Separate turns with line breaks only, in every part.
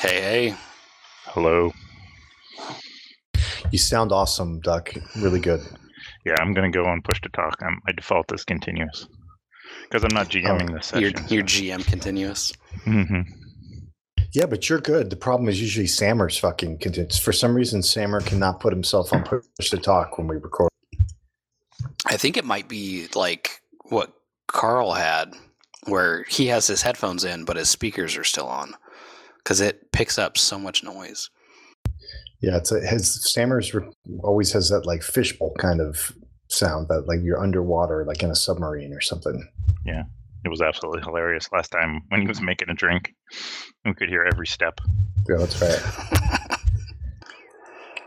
Hey, hey.
Hello.
You sound awesome, Duck. Really good.
Yeah, I'm gonna go on push to talk. I'm, my default is continuous because I'm not GMing this
Your,
session.
your GM continuous.
hmm
Yeah, but you're good. The problem is usually Sammer's fucking continues. For some reason, Sammer cannot put himself on push to talk when we record.
I think it might be like what Carl had, where he has his headphones in, but his speakers are still on because it picks up so much noise.
Yeah, it's a, his Sammer's re- always has that like fishbowl kind of sound that like you're underwater, like in a submarine or something.
It was absolutely hilarious last time when he was making a drink. We could hear every step.
Yeah, that's right.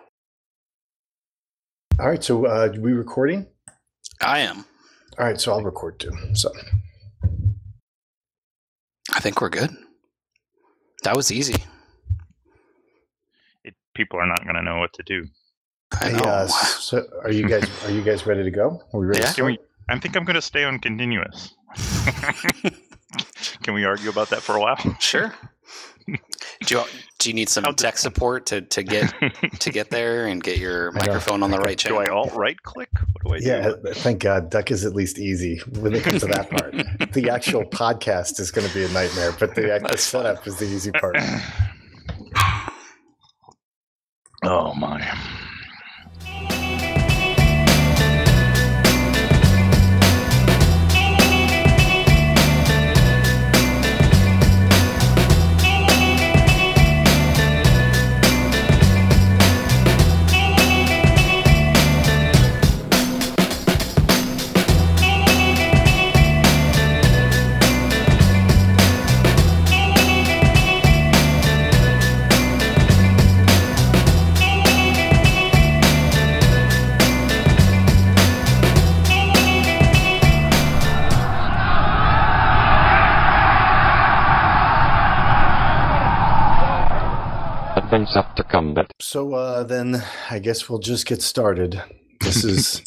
All right, so uh, we recording?
I am.
All right, so I'll record too. So
I think we're good. That was easy.
It, people are not going to know what to do.
I
Hey,
know.
uh, so are you guys are you guys ready to go? Are we ready?
Yeah.
to
Can
start?
we? I think I'm going to stay on continuous. Can we argue about that for a while?
sure. Do you, do you need some
How d-
tech support to, to get to get there and get your
I know.
microphone on the right
do
channel?
I alt right click? What do I
Yeah,
do?
thank God, Duck is at least easy when it comes to that part. The actual podcast is going to be a nightmare, but the actual
That's fine.
setup is the easy part.
oh my.
Advance up to combat.
So uh, then, I guess we'll just get started. This is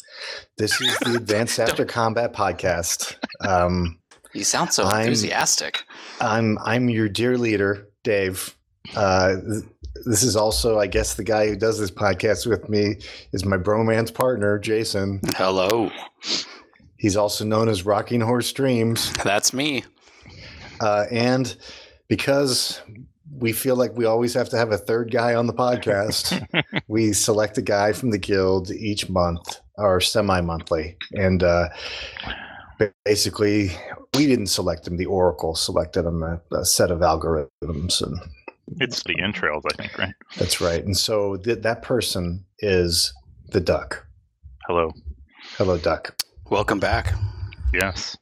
this is the Advanced After Combat podcast. Um,
You sound so
I'm-
enthusiastic.
I'm I'm your dear leader, Dave. Uh, th- this is also, I guess, the guy who does this podcast with me is my bromance partner, Jason.
Hello.
He's also known as Rocking Horse Dreams.
That's me.
Uh, and because we feel like we always have to have a third guy on the podcast, we select a guy from the guild each month or semi monthly. And uh, ba- basically, we didn't select him, the Oracle selected him a, a set of algorithms. And
It's the entrails, I think, right?
that's right. And so th- that person is the duck.
Hello.
Hello, duck.
Welcome back.
Yes.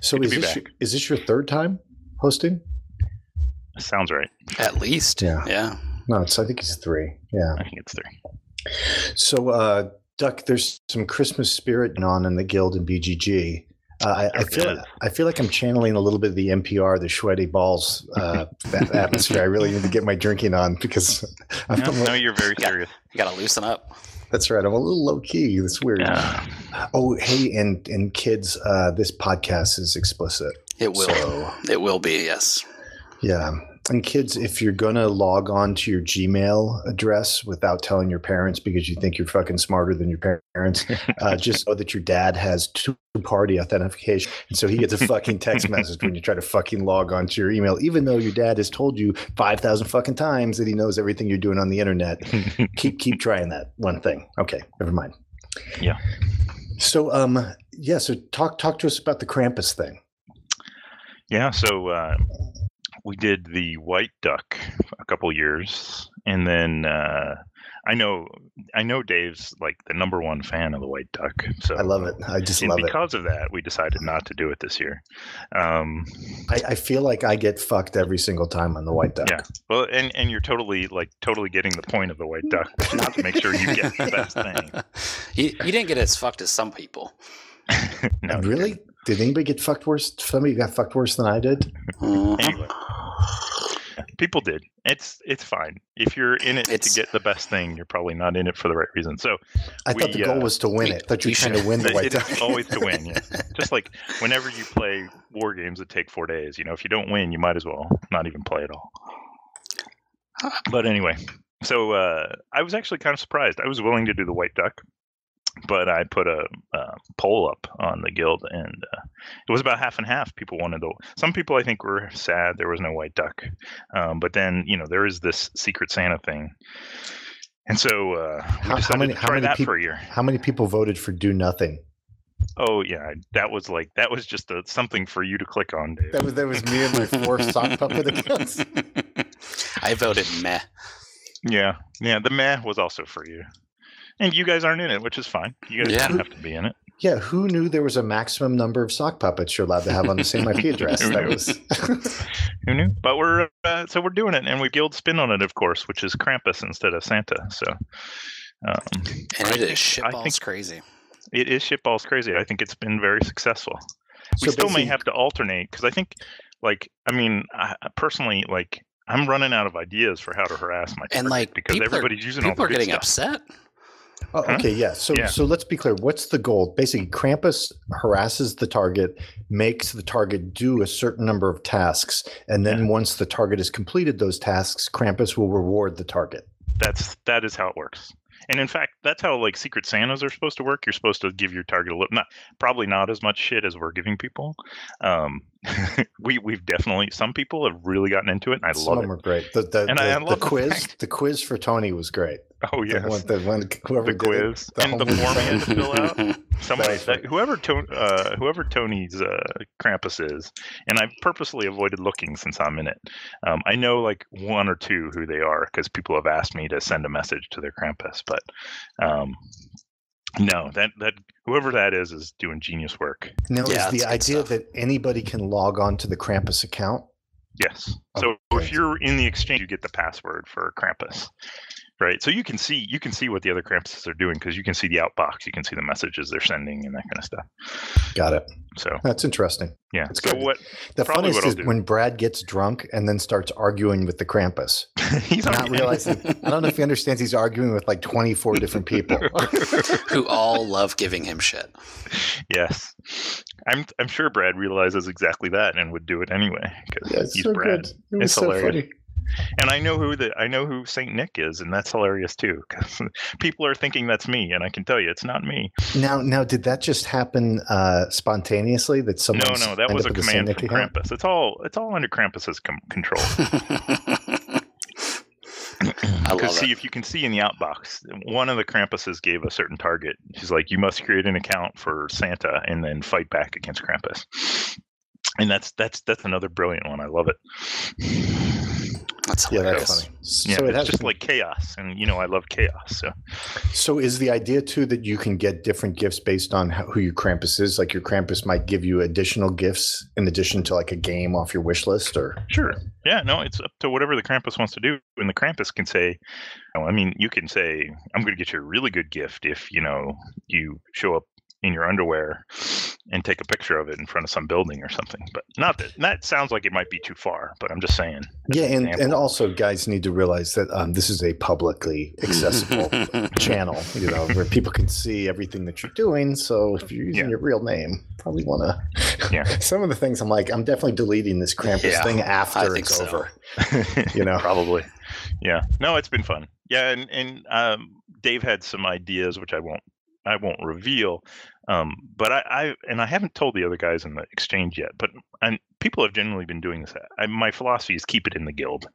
So
Good to
is
be
this,
back.
your, is this your third time hosting?
Sounds right.
At least.
Yeah.
Yeah.
No, it's I think it's three. Yeah.
I think it's three.
So, uh, Duck, there's some Christmas spirit going on in the guild and BGG. Uh, I, I
There
feel
is.
I feel like I'm channeling a little bit of the NPR, the sweaty balls uh, a- atmosphere. I really need to get my drinking on because I'm,
No, no, you're very serious.
You got to loosen up.
that's right. I'm a little low key. That's weird.
Yeah.
Oh, hey, and and kids, uh, this podcast is explicit.
It will.
So
It will be, yes.
yeah. And kids, if you're gonna log on to your Gmail address without telling your parents because you think you're fucking smarter than your parents, uh, just know that your dad has two-party authentication, and so he gets a fucking text message when you try to fucking log on to your email, even though your dad has told you five thousand fucking times that he knows everything you're doing on the internet. Keep keep trying that one thing. Okay, never mind.
Yeah.
So um yeah, so talk talk to us about the Krampus thing.
Yeah, so uh, we did the white duck a couple years, and then uh, I know I know Dave's like the number one fan of the white duck. So
I love it. I just
And
love it.
because of that, we decided not to do it this year. Um,
I, I feel like I get fucked every single time on the White Duck.
Yeah. well, and and you're totally like totally getting the point of the white duck, which is to make sure you get the best thing.
you, you didn't get as fucked as some people.
No, you
really? Did anybody get fucked worse? Somebody got fucked worse than I did.
Mhm.
Anyway. didn't. people did. It's it's fine if you're in it
It's-
to get the best thing. You're probably not in it for the right reason. So
I thought
We,
the goal
uh,
was to win
we-
it. I thought you
we
were trying to
should-
win the
It-
White
it's
Duck.
always to win. Yeah. Just like whenever you play war games that take four days, you know, if you don't win, you might as well not even play at all. But anyway, so uh, I was actually kind of surprised. I was willing to do the white duck, but I put a, uh poll up on the guild, and uh, it was about half and half. People wanted the. Some people I think were sad there was no white duck, um, but then you know there is this Secret Santa thing, and so uh, we
how
decided
many-
to
how
try
many
that
peop-
for a year.
How many people voted for do nothing?
Oh yeah, that was like that was just a, something for you to click on, Dave.
That was that was me and my four sock puppet accounts.
I voted meh.
Yeah, yeah. The meh was also for you, and you guys aren't in it, which is fine. You guys
Yeah.
don't have to be in it.
Yeah, who knew there was a maximum number of sock puppets you're allowed to have on the same IP address?
Who
that
knew?
was
Who knew? But we're uh, so we're doing it, and we guild spin on it, of course, which is Krampus instead of Santa. So um,
And
I
it is
think- I
shitballs
think-
crazy.
it is shitballs crazy. I think it's been very successful. We
So
still may
basically-
have to alternate because I think, like, I mean, I, I personally, like, I'm running out of ideas for how to harass my
And
target
like
because
people are,
everybody's using all
people
the
are
good
getting
stuff.
upset.
Oh,
Huh?
okay, yeah. So
Yeah.
so let's be clear. What's the goal? Basically, Krampus harasses the target, makes the target do a certain number of tasks, and then once the target has completed those tasks, Krampus will reward the target.
that's that is how it works and in fact that's how like secret santas are supposed to work you're supposed to give your target a little not probably not as much shit as we're giving people um we we've definitely some people have really gotten into it and i
Some
love
of
it
them are great. The, the,
And
the,
I- I
the
love the
quiz,
fact-
the quiz for Tony was great.
oh
The
yes
one- the one- whoever
the
did it,
quiz
the
and the
homework
form you had to
assignment.
fill out Somebody,
That's right.
that, whoever Tony, uh, whoever Tony's uh, Krampus is, and I've purposely avoided looking since I'm in it. Um, I know like one or two who they are because people have asked me to send a message to their Krampus, but um, no, that that whoever that is is doing genius work.
Yeah,
Now, is
it's
the
good
idea
stuff.
that anybody can log on to the Krampus account?
Yes. So
Okay.
if you're in the exchange, you get the password for Krampus, right? So you can see you can see what the other Krampuses are doing because you can see the outbox, you can see the messages they're sending, and that kind of stuff.
Got it.
So
That's interesting.
yeah.
That's
So
good.
what
The
Probably what
funniest
I'll
is
do.
when Brad gets drunk and then starts arguing with the Krampus.
he's
Not
already-
realizing- I don't know if he understands he's arguing with like 24 different people.
Who all love giving him shit.
Yes. I'm I'm sure Brad realizes exactly that and would do it anyway because he's Brad.
It
was It's so hilarious. funny. And I know who the I know who Saint Nick is, and that's hilarious too. 'cause people are thinking that's me, and I can tell you it's not me.
Now, now, did that just happen uh, spontaneously? That someone
no, no, that
signed
was a
up with the same
command
Nick
from
account?
Krampus. It's all it's all under Krampus's com- control.
I love
Because see,
it.
if you can see in the outbox, one of the Krampuses gave a certain target. She's like, "You must create an account for Santa and then fight back against Krampus." And that's that's that's another brilliant one. I love it.
That's
Yeah,
hilarious.
that's funny.
Yeah,
so it
it's
has
just like chaos, and you know I love chaos. So
So is the idea too that you can get different gifts based on how, who your Krampus is? Like your Krampus might give you additional gifts in addition to like a game off your wish list, or
sure, yeah, no, it's up to whatever the Krampus wants to do, and the Krampus can say, oh, I mean, you can say, I'm going to get you a really good gift if you know you show up in your underwear and take a picture of it in front of some building or something. But not that that sounds like it might be too far, but I'm just saying. as
yeah,
an
and
example.
and also guys need to realize that um, this is a publicly accessible channel, you know, where people can see everything that you're doing. So if you're using
Yeah.
your real name, probably want to.
Yeah.
Some of the things I'm like, I'm definitely deleting this Krampus
Yeah,
thing
I
after
think
it's
so.
over. You know,
probably yeah no it's been fun yeah and and um dave had some ideas which i won't i won't reveal um but i i and i haven't told the other guys in the exchange yet but and people have generally been doing this I, my philosophy is keep it in the guild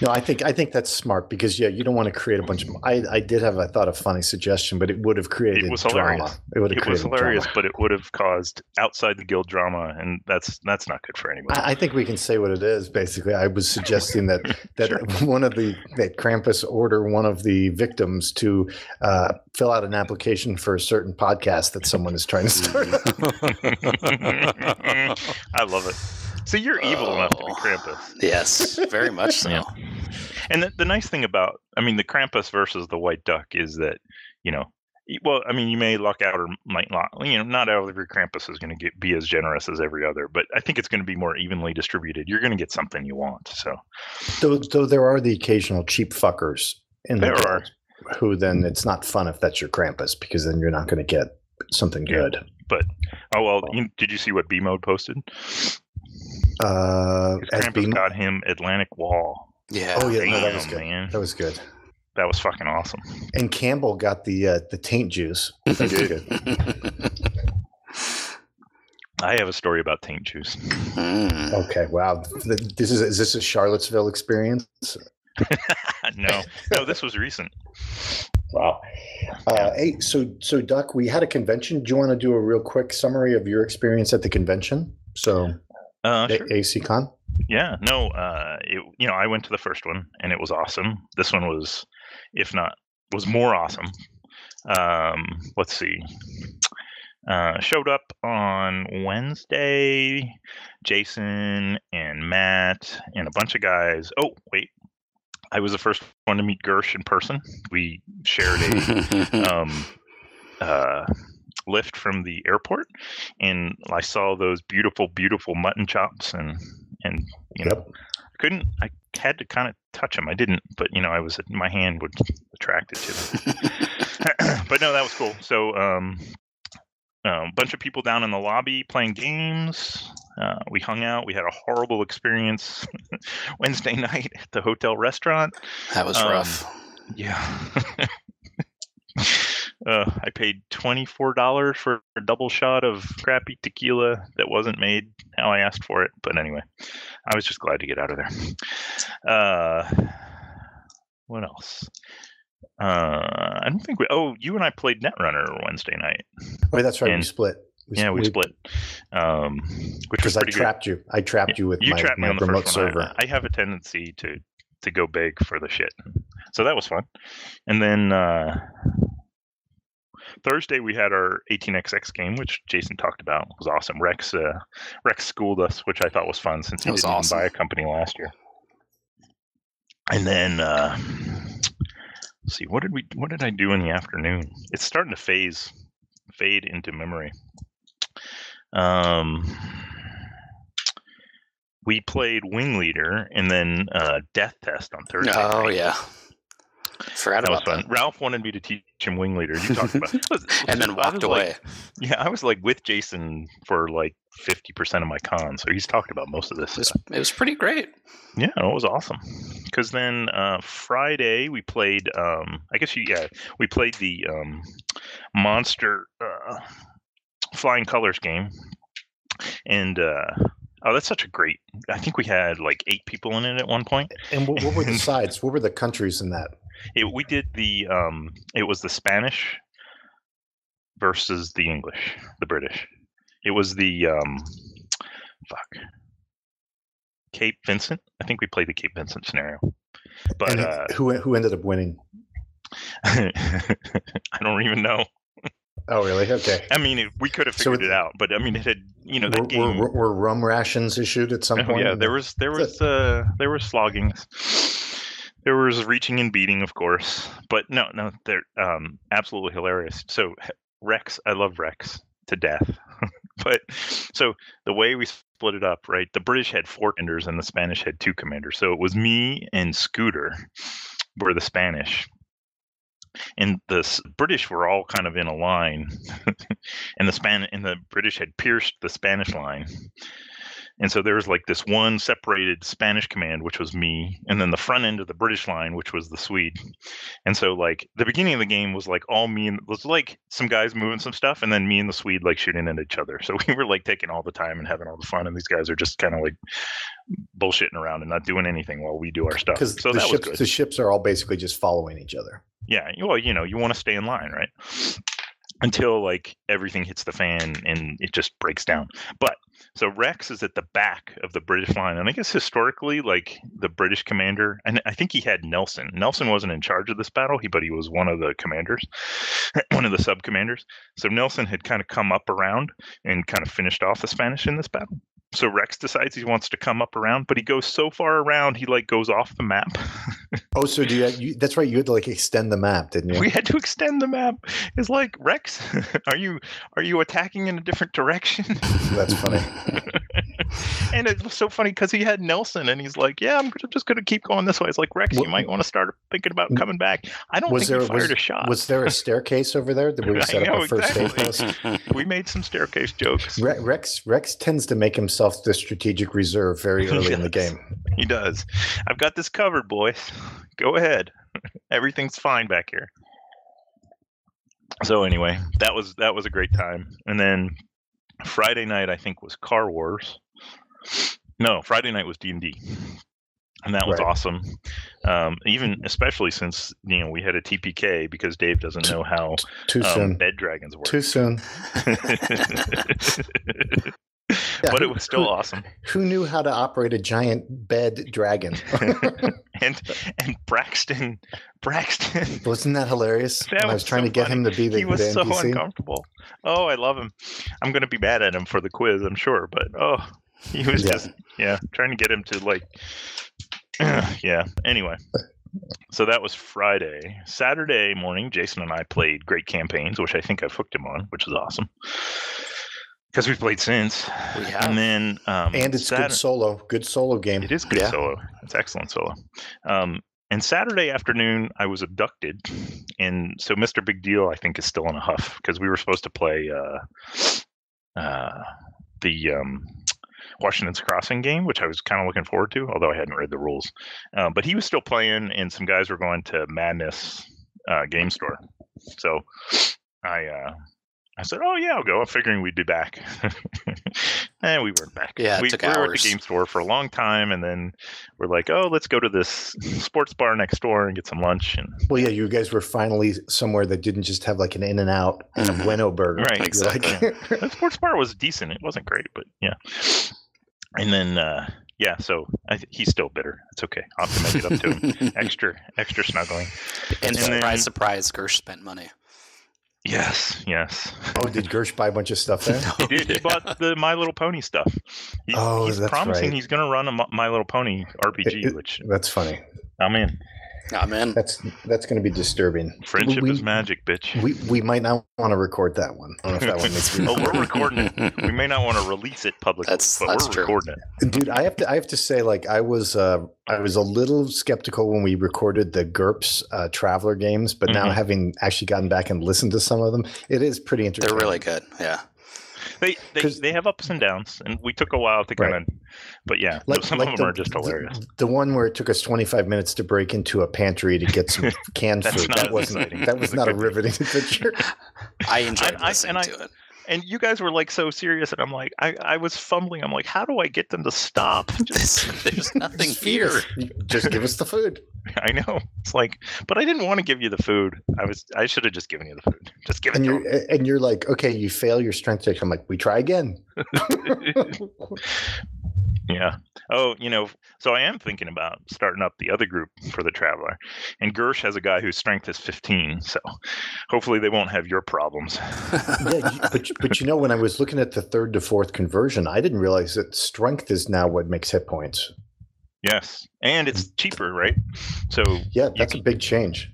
no, I think I think that's smart because yeah, you don't want to create a bunch of. I I did have I thought a funny suggestion, but it would have created
was
drama.
hilarious.
It would have
it
created
was hilarious
drama.
but it would have caused outside the guild drama and that's that's not good for anybody
I I think we can say what it is. Basically, I was suggesting that that one of the that Krampus order one of the victims to uh, fill out an application for a certain podcast that someone is trying to start.
i love it so you're evil enough to be
Oh.
krampus
Yes, very much so.
Yeah. And the, the nice thing about, I mean, the Krampus versus the White Duck is that, you know, y- well, I mean, you may luck out or might not. You know, not all of your Krampus is going to get be as generous as every other, but I think it's going to be more evenly distributed. You're going to get something you want. So
though, though there are the occasional cheap fuckers in the
There
world
are.
who then it's not fun if that's your Krampus because then you're not going to get something
Yeah.
good.
Oh well, you, did you see what B Mode posted?
Uh,
His
as
Krampus
Uh,
being-
got him Atlantic Wall.
Yeah.
Oh yeah, no, that was
Damn,
good.
man.
That was good.
That was fucking awesome.
And Campbell got the uh, the taint juice. That was
Dude.
good.
I have a story about taint juice.
Mm.
Okay, wow. Th- This is is this a Charlottesville experience?
no, no, this was recent.
Wow. Uh, hey, so so Duck, we had a convention. Do you want to do a real quick summary of your experience at the convention? So
Uh,
A-
sure.
ACCon.
Yeah, no, uh, it, you know, I went to the first one and it was awesome. This one was, if not, was more awesome. Um, let's see. Uh, showed up on Wednesday. Jason and Matt and a bunch of guys. Oh, wait. I was the first one to meet Gersh in person. We shared a um, uh, lift from the airport, and I saw those beautiful, beautiful mutton chops, and and you know, I couldn't. I had to kind of touch them. I didn't, but you know, I was my hand was attracted to them. but no, that was cool. So, um, a bunch of people down in the lobby playing games. Uh, we hung out. We had a horrible experience Wednesday night at the hotel restaurant.
that was
Um,
rough.
Yeah. uh, I paid $24 for a double shot of crappy tequila that wasn't made how I asked for it. But anyway, I was just glad to get out of there. Uh, what else? Uh, I don't think we. Oh, you and I played Netrunner Wednesday night.
Wait, that's right. we
And-
split.
yeah, we, split. Um, which was
because I
pretty good.
trapped you. I trapped you with
You
my,
trapped me
my
on the
remote
first one. I-
server.
I, have a tendency to to go big for the shit, so that was fun. And then uh, Thursday we had our 18xx game, which Jason talked about. It was awesome. Rex uh, Rex schooled us, which I thought was fun since he
That was
didn't even
awesome.
buy a company last year. And then uh, let's see, what did we what did I do in the afternoon? It's starting to phase fade into memory. Um, we played Wing Leader and then uh, Death Test on Thursday.
oh
night.
yeah. Forgot
That was
about
fun.
that.
Ralph wanted me to teach him Wing Leader. You talked about it.
And
I
then
was
walked
like-
away.
yeah, I was like with Jason for like 50% of my con, so he's talked about most of this.
It was,
stuff.
it was pretty great.
Yeah, it was awesome. Because then uh, Friday we played. Um, I guess you, yeah, we played the um, monster uh, flying colors game, and uh, oh, that's such a great. I think we had like eight people in it at one point.
And what, what were the sides? What were the countries in that?
It, we did the. Um, it was the Spanish versus the English, the British. It was the um, fuck. Cape Vincent. I think we played the Cape Vincent scenario. But
and
uh,
who who ended up winning?
I don't even know.
Oh, really? Okay.
I mean, it, we could have
So
figured
it-
it out, but I mean, it had you know
Were,
that game.
were, were rum rations issued at some
Oh,
point?
yeah, there was there
That's
was uh, there was sloggings, there was reaching and beating, of course. But no, no, they're um, absolutely hilarious. So Rex, I love Rex to death. but so the way we split it up, right? The British had four commanders and the Spanish had two commanders. So it was me and Scooter were the Spanish. And the S- British were all kind of in a line, and the Span and the British had pierced the Spanish line, and so there was like this one separated Spanish command, which was me, and then the front end of the British line, which was the Swede. And so like the beginning of the game was like all me and was like some guys moving some stuff, and then me and the Swede like shooting at each other. So we were like taking all the time and having all the fun, and these guys are just kind of like bullshitting around and not doing anything while we do our stuff.
because
So
the
that was
ships
good.
the ships are all basically just following each other.
Yeah, you- well, you know, you want to stay in line, right? Until like everything hits the fan and it just breaks down. But so Rex is at the back of the British line, and I guess historically, like the British commander, and I think he had Nelson. Nelson wasn't in charge of this battle, he but he was one of the commanders, one of the sub commanders. So Nelson had kind of come up around and kind of finished off the Spanish in this battle. So Rex decides he wants to come up around, but he goes so far around he like goes off the map.
Oh, so do you, you? That's right. You had to like extend the map, didn't you?
we had to extend the map. It's like Rex, are you are you attacking in a different direction?
that's funny.
and it was so funny because he had Nelson, and he's like, "Yeah, I'm g- just going to keep going this way." It's like Rex,
Wa-
you might want to start thinking about coming back. I don't
Was
think
there-
you fired
was-
a shot.
Was there a staircase over there that we
I
set up
know,
our first aid
exactly.
post?
we made some staircase jokes.
Re- Rex Rex tends to make himself the strategic reserve very early in the
Yes.
game.
He does. I've got this covered, boys. Go ahead. Everything's fine back here. So anyway, that was that was a great time. And then Friday night I think was Car Wars. No, Friday night was D and D. And that was
Right.
awesome. Um, even especially since you know we had a TPK because Dave doesn't know how
Too
um,
soon.
bed dragons work.
Too soon.
but
who-
it was still
who-
awesome.
Who knew how to operate a giant bed dragon?
and and Braxton Braxton
Wasn't that hilarious?
That
When I
was
was trying
so
to get him to be the,
he was
the
so
NPC.
uncomfortable. Oh, I love him. I'm going to be mad at him for the quiz, I'm sure, but oh, he was
Yeah.
just yeah, trying to get him to like yeah. Anyway, so that was Friday. Saturday morning, Jason and I played Great Campaigns, which I think I've hooked him on, which is awesome. Because we've played since.
We have.
And then um
and it's
Satur-
good solo, good solo game.
it is good
Yeah.
solo. It's excellent solo. Um, and Saturday afternoon, I was abducted, and so Mr. Big Deal, I think, is still in a huff because we were supposed to play uh, uh, the um, Washington's Crossing game, which I was kind of looking forward to, although I hadn't read the rules. Um, but he was still playing, and some guys were going to Madness uh, Game Store, so I. Uh, I said, "Oh yeah, I'll go." I'm figuring we'd be back, and we weren't back.
Yeah, it
we,
took
we were at
hours.
the game store for a long time, and then we're like, "Oh, let's go to this sports bar next door and get some lunch." And
Well, yeah, you guys were finally somewhere that didn't just have like an In and Out and a
Mhm.
Bueno burger.
Mm-hmm. Right,
You're like-
the sports bar was decent; it wasn't great, but yeah. And then, uh, yeah, so I, th- he's still bitter. It's okay. I'll have to make it up to him. extra, extra snuggling.
and
And
surprise,
then-
surprise, Gersh spent money.
Yes, yes.
oh, did Gersh buy a bunch of stuff there?
No,
He did. He
yeah.
bought the My Little Pony stuff. He's,
Oh,
he's
that's
promising
right.
he's going to run a Mo- My Little Pony
It-
RPG,
it-
which
That's funny.
I'm in.
I'm in.
That's that's going to be disturbing.
Friendship
we,
is magic, bitch.
We we might not want to record that one. I don't know if that one makes me.
Oh, we're recording it. We may not want to release it publicly,
That's-
but
that's
we're
true.
recording it.
Dude, I have to I have to say, like I was uh I was a little skeptical when we recorded the GURPS uh, Traveler games, but now
Mhm.
having actually gotten back and listened to some of them, it is pretty
They're
interesting.
really good. Yeah.
They they,
'Cause-
they have ups and downs, and we took a while to kind
Right.
of, but yeah, some of them are just hilarious.
The, one where it took us 25 minutes to break into a pantry to get some canned
That's
food.
not
That
as
wasn't
exciting
that was
as it
not a
could be.
riveting adventure.
I enjoyed
I-
listening
and I-
to it.
and you guys were like so serious, and I'm like, I, I was fumbling. I'm like, how do I get them to stop?
This, there's nothing
Just feed
here.
us. Just give us the food.
I know it's like, but I didn't want to give you the food. I was I should have just given you the food. Just give it
And
to
you're and you're like, okay, you fail your strength check. I'm like, we try again.
'em. yeah. Oh, you know, so I am thinking about starting up the other group for the traveler, and Gersh has a guy whose strength is 15, so hopefully they won't have your problems.
yeah, you- but you- but you know, when I was looking at the third to fourth conversion, I didn't realize that strength is now what makes hit points.
Yes, and it's cheaper, right? So
Yeah, that's a big change.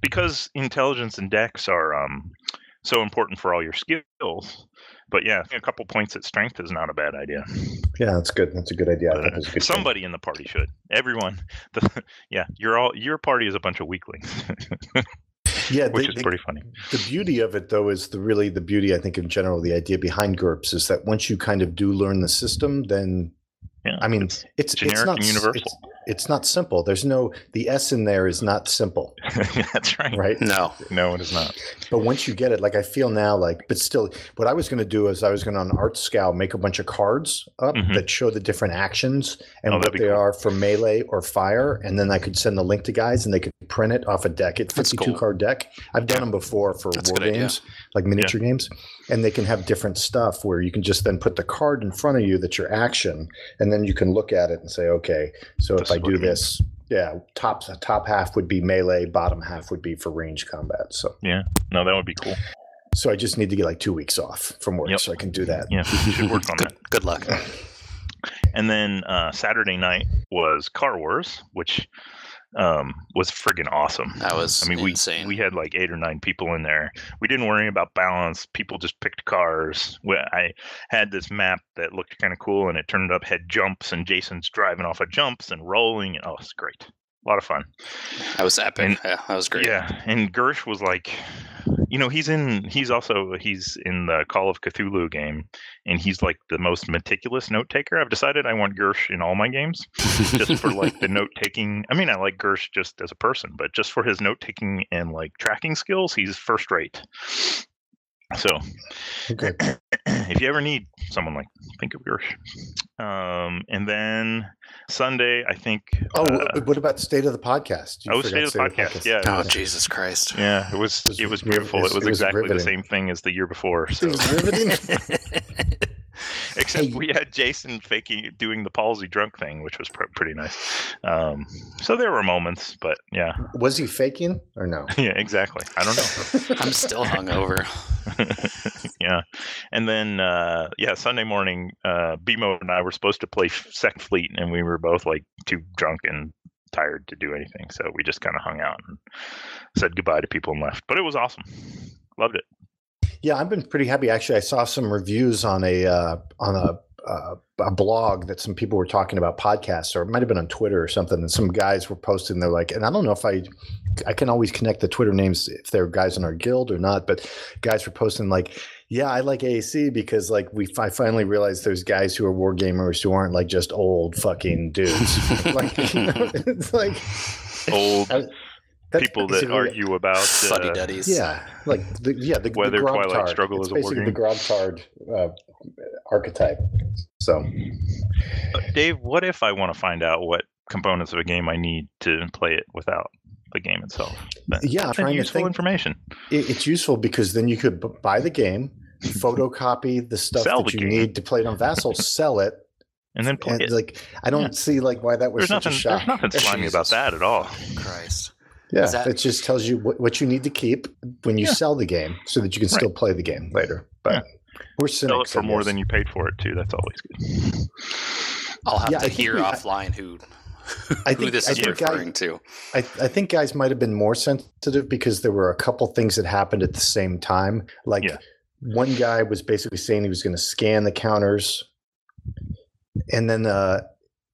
because intelligence and dex are um, so important for all your skills. But yeah, I think a couple points at strength is not a bad idea.
Yeah, that's good. That's a good idea. I think that's a good change.
Somebody in the party should. Everyone. The, yeah, you're all your party is a bunch of weaklings, which
yeah, Uh, they-
is
they-
pretty funny.
the beauty of it though is the really the beauty I think in general the idea behind GURPS is that once you kind of do learn the system, then
Yeah,
I mean
it's-
it's it's,
generic
not
and
s-
universal.
It's, it's not simple. There's no the S in there is not simple,
that's right.
right?
No.
No, it is not.
But once you get it, like I feel now, like but still, what I was going to do is I was going to on Art Scowl make a bunch of cards up
Mm-hmm.
Mhm.
that show the different actions and
Oh, that'd
what
be
they
cool.
are for melee or fire, and then I could send the link to guys and they could print it off a deck. It's
That's
fifty-two
cool.
card deck. I've done
Yeah.
them before for
That's a
war
good idea.
games, like miniature games, and they can have different stuff where you can just then put the card in front of you that's your action, and then you can look at it and say, okay, so
This
if
is
I
what
do
it means.
this. Yeah, top top half would be melee, bottom half would be for range combat. So
No, that would be cool.
so I just need to get like two weeks off from work
Yep.
so I can do that.
Yeah, we should work on that.
Good, good luck.
And then uh, Saturday night was Car Wars, which um, was friggin' awesome.
That was
I mean, we
insane.
we had like eight or nine people in there. We didn't worry about balance. People just picked cars. We, I had this map that looked kind of cool, and it turned up had jumps, and Jason's driving off of jumps and rolling. And, oh, it's great. a lot of fun.
That was epic.
And-
yeah, that was great.
Yeah, and Gersh was like, you know, he's in. He's also he's in the Call of Cthulhu game, and he's like the most meticulous note taker. I've decided I want Gersh in all my games, just for like the note taking. I mean, I like Gersh just as a person, but just for his note taking and like tracking skills, he's first rate. So
Okay.
if you ever need someone like, think of Gersh. Um, and then Sunday, I think.
Oh,
uh,
wh- what about state of the podcast? You
oh,
forgot
state of the podcast. Yeah.
Oh Jesus Christ!
Yeah, it was
It was
it was
riv-
beautiful.
it's-
It was
it was
exactly the
riveting.
same thing as the year before. So
It was riveting.
except
Hey.
we had Jason faking doing the palsy drunk thing, which was pr- pretty nice. Um, so there were moments, but yeah,
Was he faking or no?
yeah, exactly. I don't know.
I'm still hungover.
yeah, and then uh, yeah, Sunday morning, uh, BMO and I were supposed to play Second Fleet, and we were both like too drunk and tired to do anything, so we just kind of hung out and said goodbye to people and left. But it was awesome. Loved it.
Yeah, I've been pretty happy. Actually, I saw some reviews on a uh, on a uh, a blog that some people were talking about podcasts, or it might have been on Twitter or something. And some guys were posting. They're like, and I don't know if I I can always connect the Twitter names if they're guys in our guild or not, but guys were posting like. Yeah, I like AAC because like we I finally realized there's guys who are war gamers who aren't like just old fucking dudes. like it's like
Old
I- that's
people that
basically it.
argue about
Fuddy
uh,
duddies.
Yeah, like the, yeah, the,
Whether
the
Twilight
Grogtard.
Struggle
It's
is a war
basically the
game.
Grogtard uh, archetype. So
Dave. What if I want to find out what components of a game I need to play it without the game itself? That-
Yeah,
that's
trying to
useful
think-
information.
it, it's useful because then you could b- buy the game, photocopy the stuff
Sell
that
the
you
game.
need to play it on Vassal, sell it,
And then play
and
it.
like I don't
Yeah.
see like why that was
there's
such
nothing.
a
There's
shock.
nothing slimy about
Jesus
that at all.
fucking Christ.
Yeah,
Is that-
it just tells you what, what you need to keep when you
Yeah.
sell the game, so that you can
Right.
still play the game later. But
Yeah.
we're
Sell it
cynics I
for more
guess.
than you paid for it too. That's always good.
I'll have
Yeah,
to
I think
hear
we- I-
offline who
I
who
think-
this
I
is
think I-
referring to.
I, I think guys might have been more sensitive because there were a couple things that happened at the same time. Like
Yeah.
one guy was basically saying he was going to scan the counters, and then uh,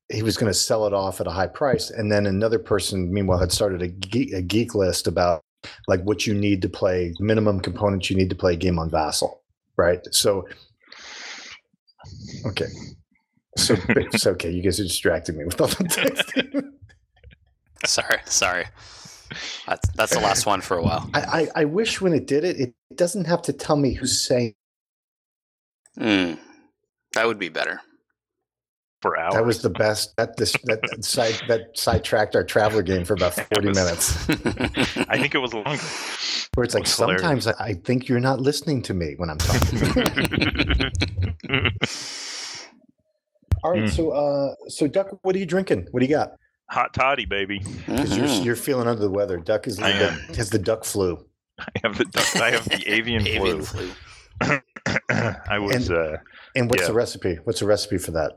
he was going to sell it off at a high price. And then another person, meanwhile, had started a geek, a geek list about like what you need to play, minimum components you need to play a game on Vassal, right? So, okay. So it's okay. You guys are distracting me with all the texting.
Sorry, sorry. That's that's the last one for a while.
I, I, I wish when it did it, it doesn't have to tell me who's saying
Mm. That would be better.
For hours.
that was the best. That this that, that side that sidetracked our traveler game for about forty
was-
minutes,
I think it was longer.
where
That
it's like
was hilarious.
sometimes I, I think you're not listening to me when I'm talking. All right,
Mm.
so uh, so Duck, what are you drinking? What do you got?
Hot toddy, baby.
Because
Mm-hmm.
you're you're feeling under the weather. Duck is
I
the, has the duck flu.
I have the duck- I have the avian flu. I was
And-
uh,
And what's
Yeah.
the recipe? What's the recipe for that?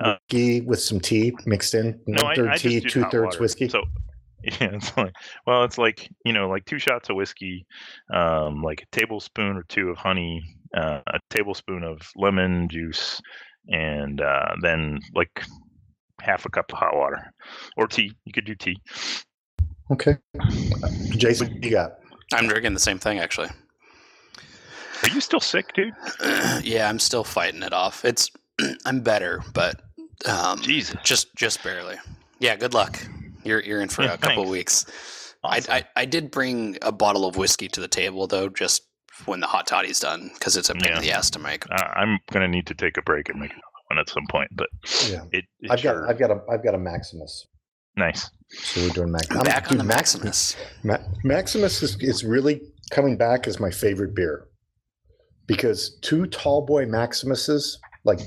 Uh,
Whiskey with some tea mixed in.
no, I,
One third
I
tea,
just do
two
hot
thirds
water.
whiskey.
So yeah, it's like well, it's like you know, like two shots of whiskey, um, like a tablespoon or two of honey, uh, a tablespoon of lemon juice, and uh, then like half a cup of hot water or tea. You could do tea.
okay, Jason, what you got?
I'm drinking the same thing actually.
Are you still sick, dude?
yeah, I'm still fighting it off. It's I'm better, but um,
Jesus.
just just barely. Yeah, good luck. You're you're in for
Yeah,
a couple
thanks.
weeks.
Awesome.
I, I I did bring a bottle of whiskey to the table though, just when the hot toddy's done, because it's a pain
Yeah.
in the ass to make.
Uh, I'm gonna need to take a break and make another one at some point, but
Yeah.
it, it
I've
sure-
got I've got a I've got a Maximus.
nice.
So we're doing Maximus.
I'm back on the Maximus.
Maximus is, is really coming back as my favorite beer because two tall boy Maximuses, like,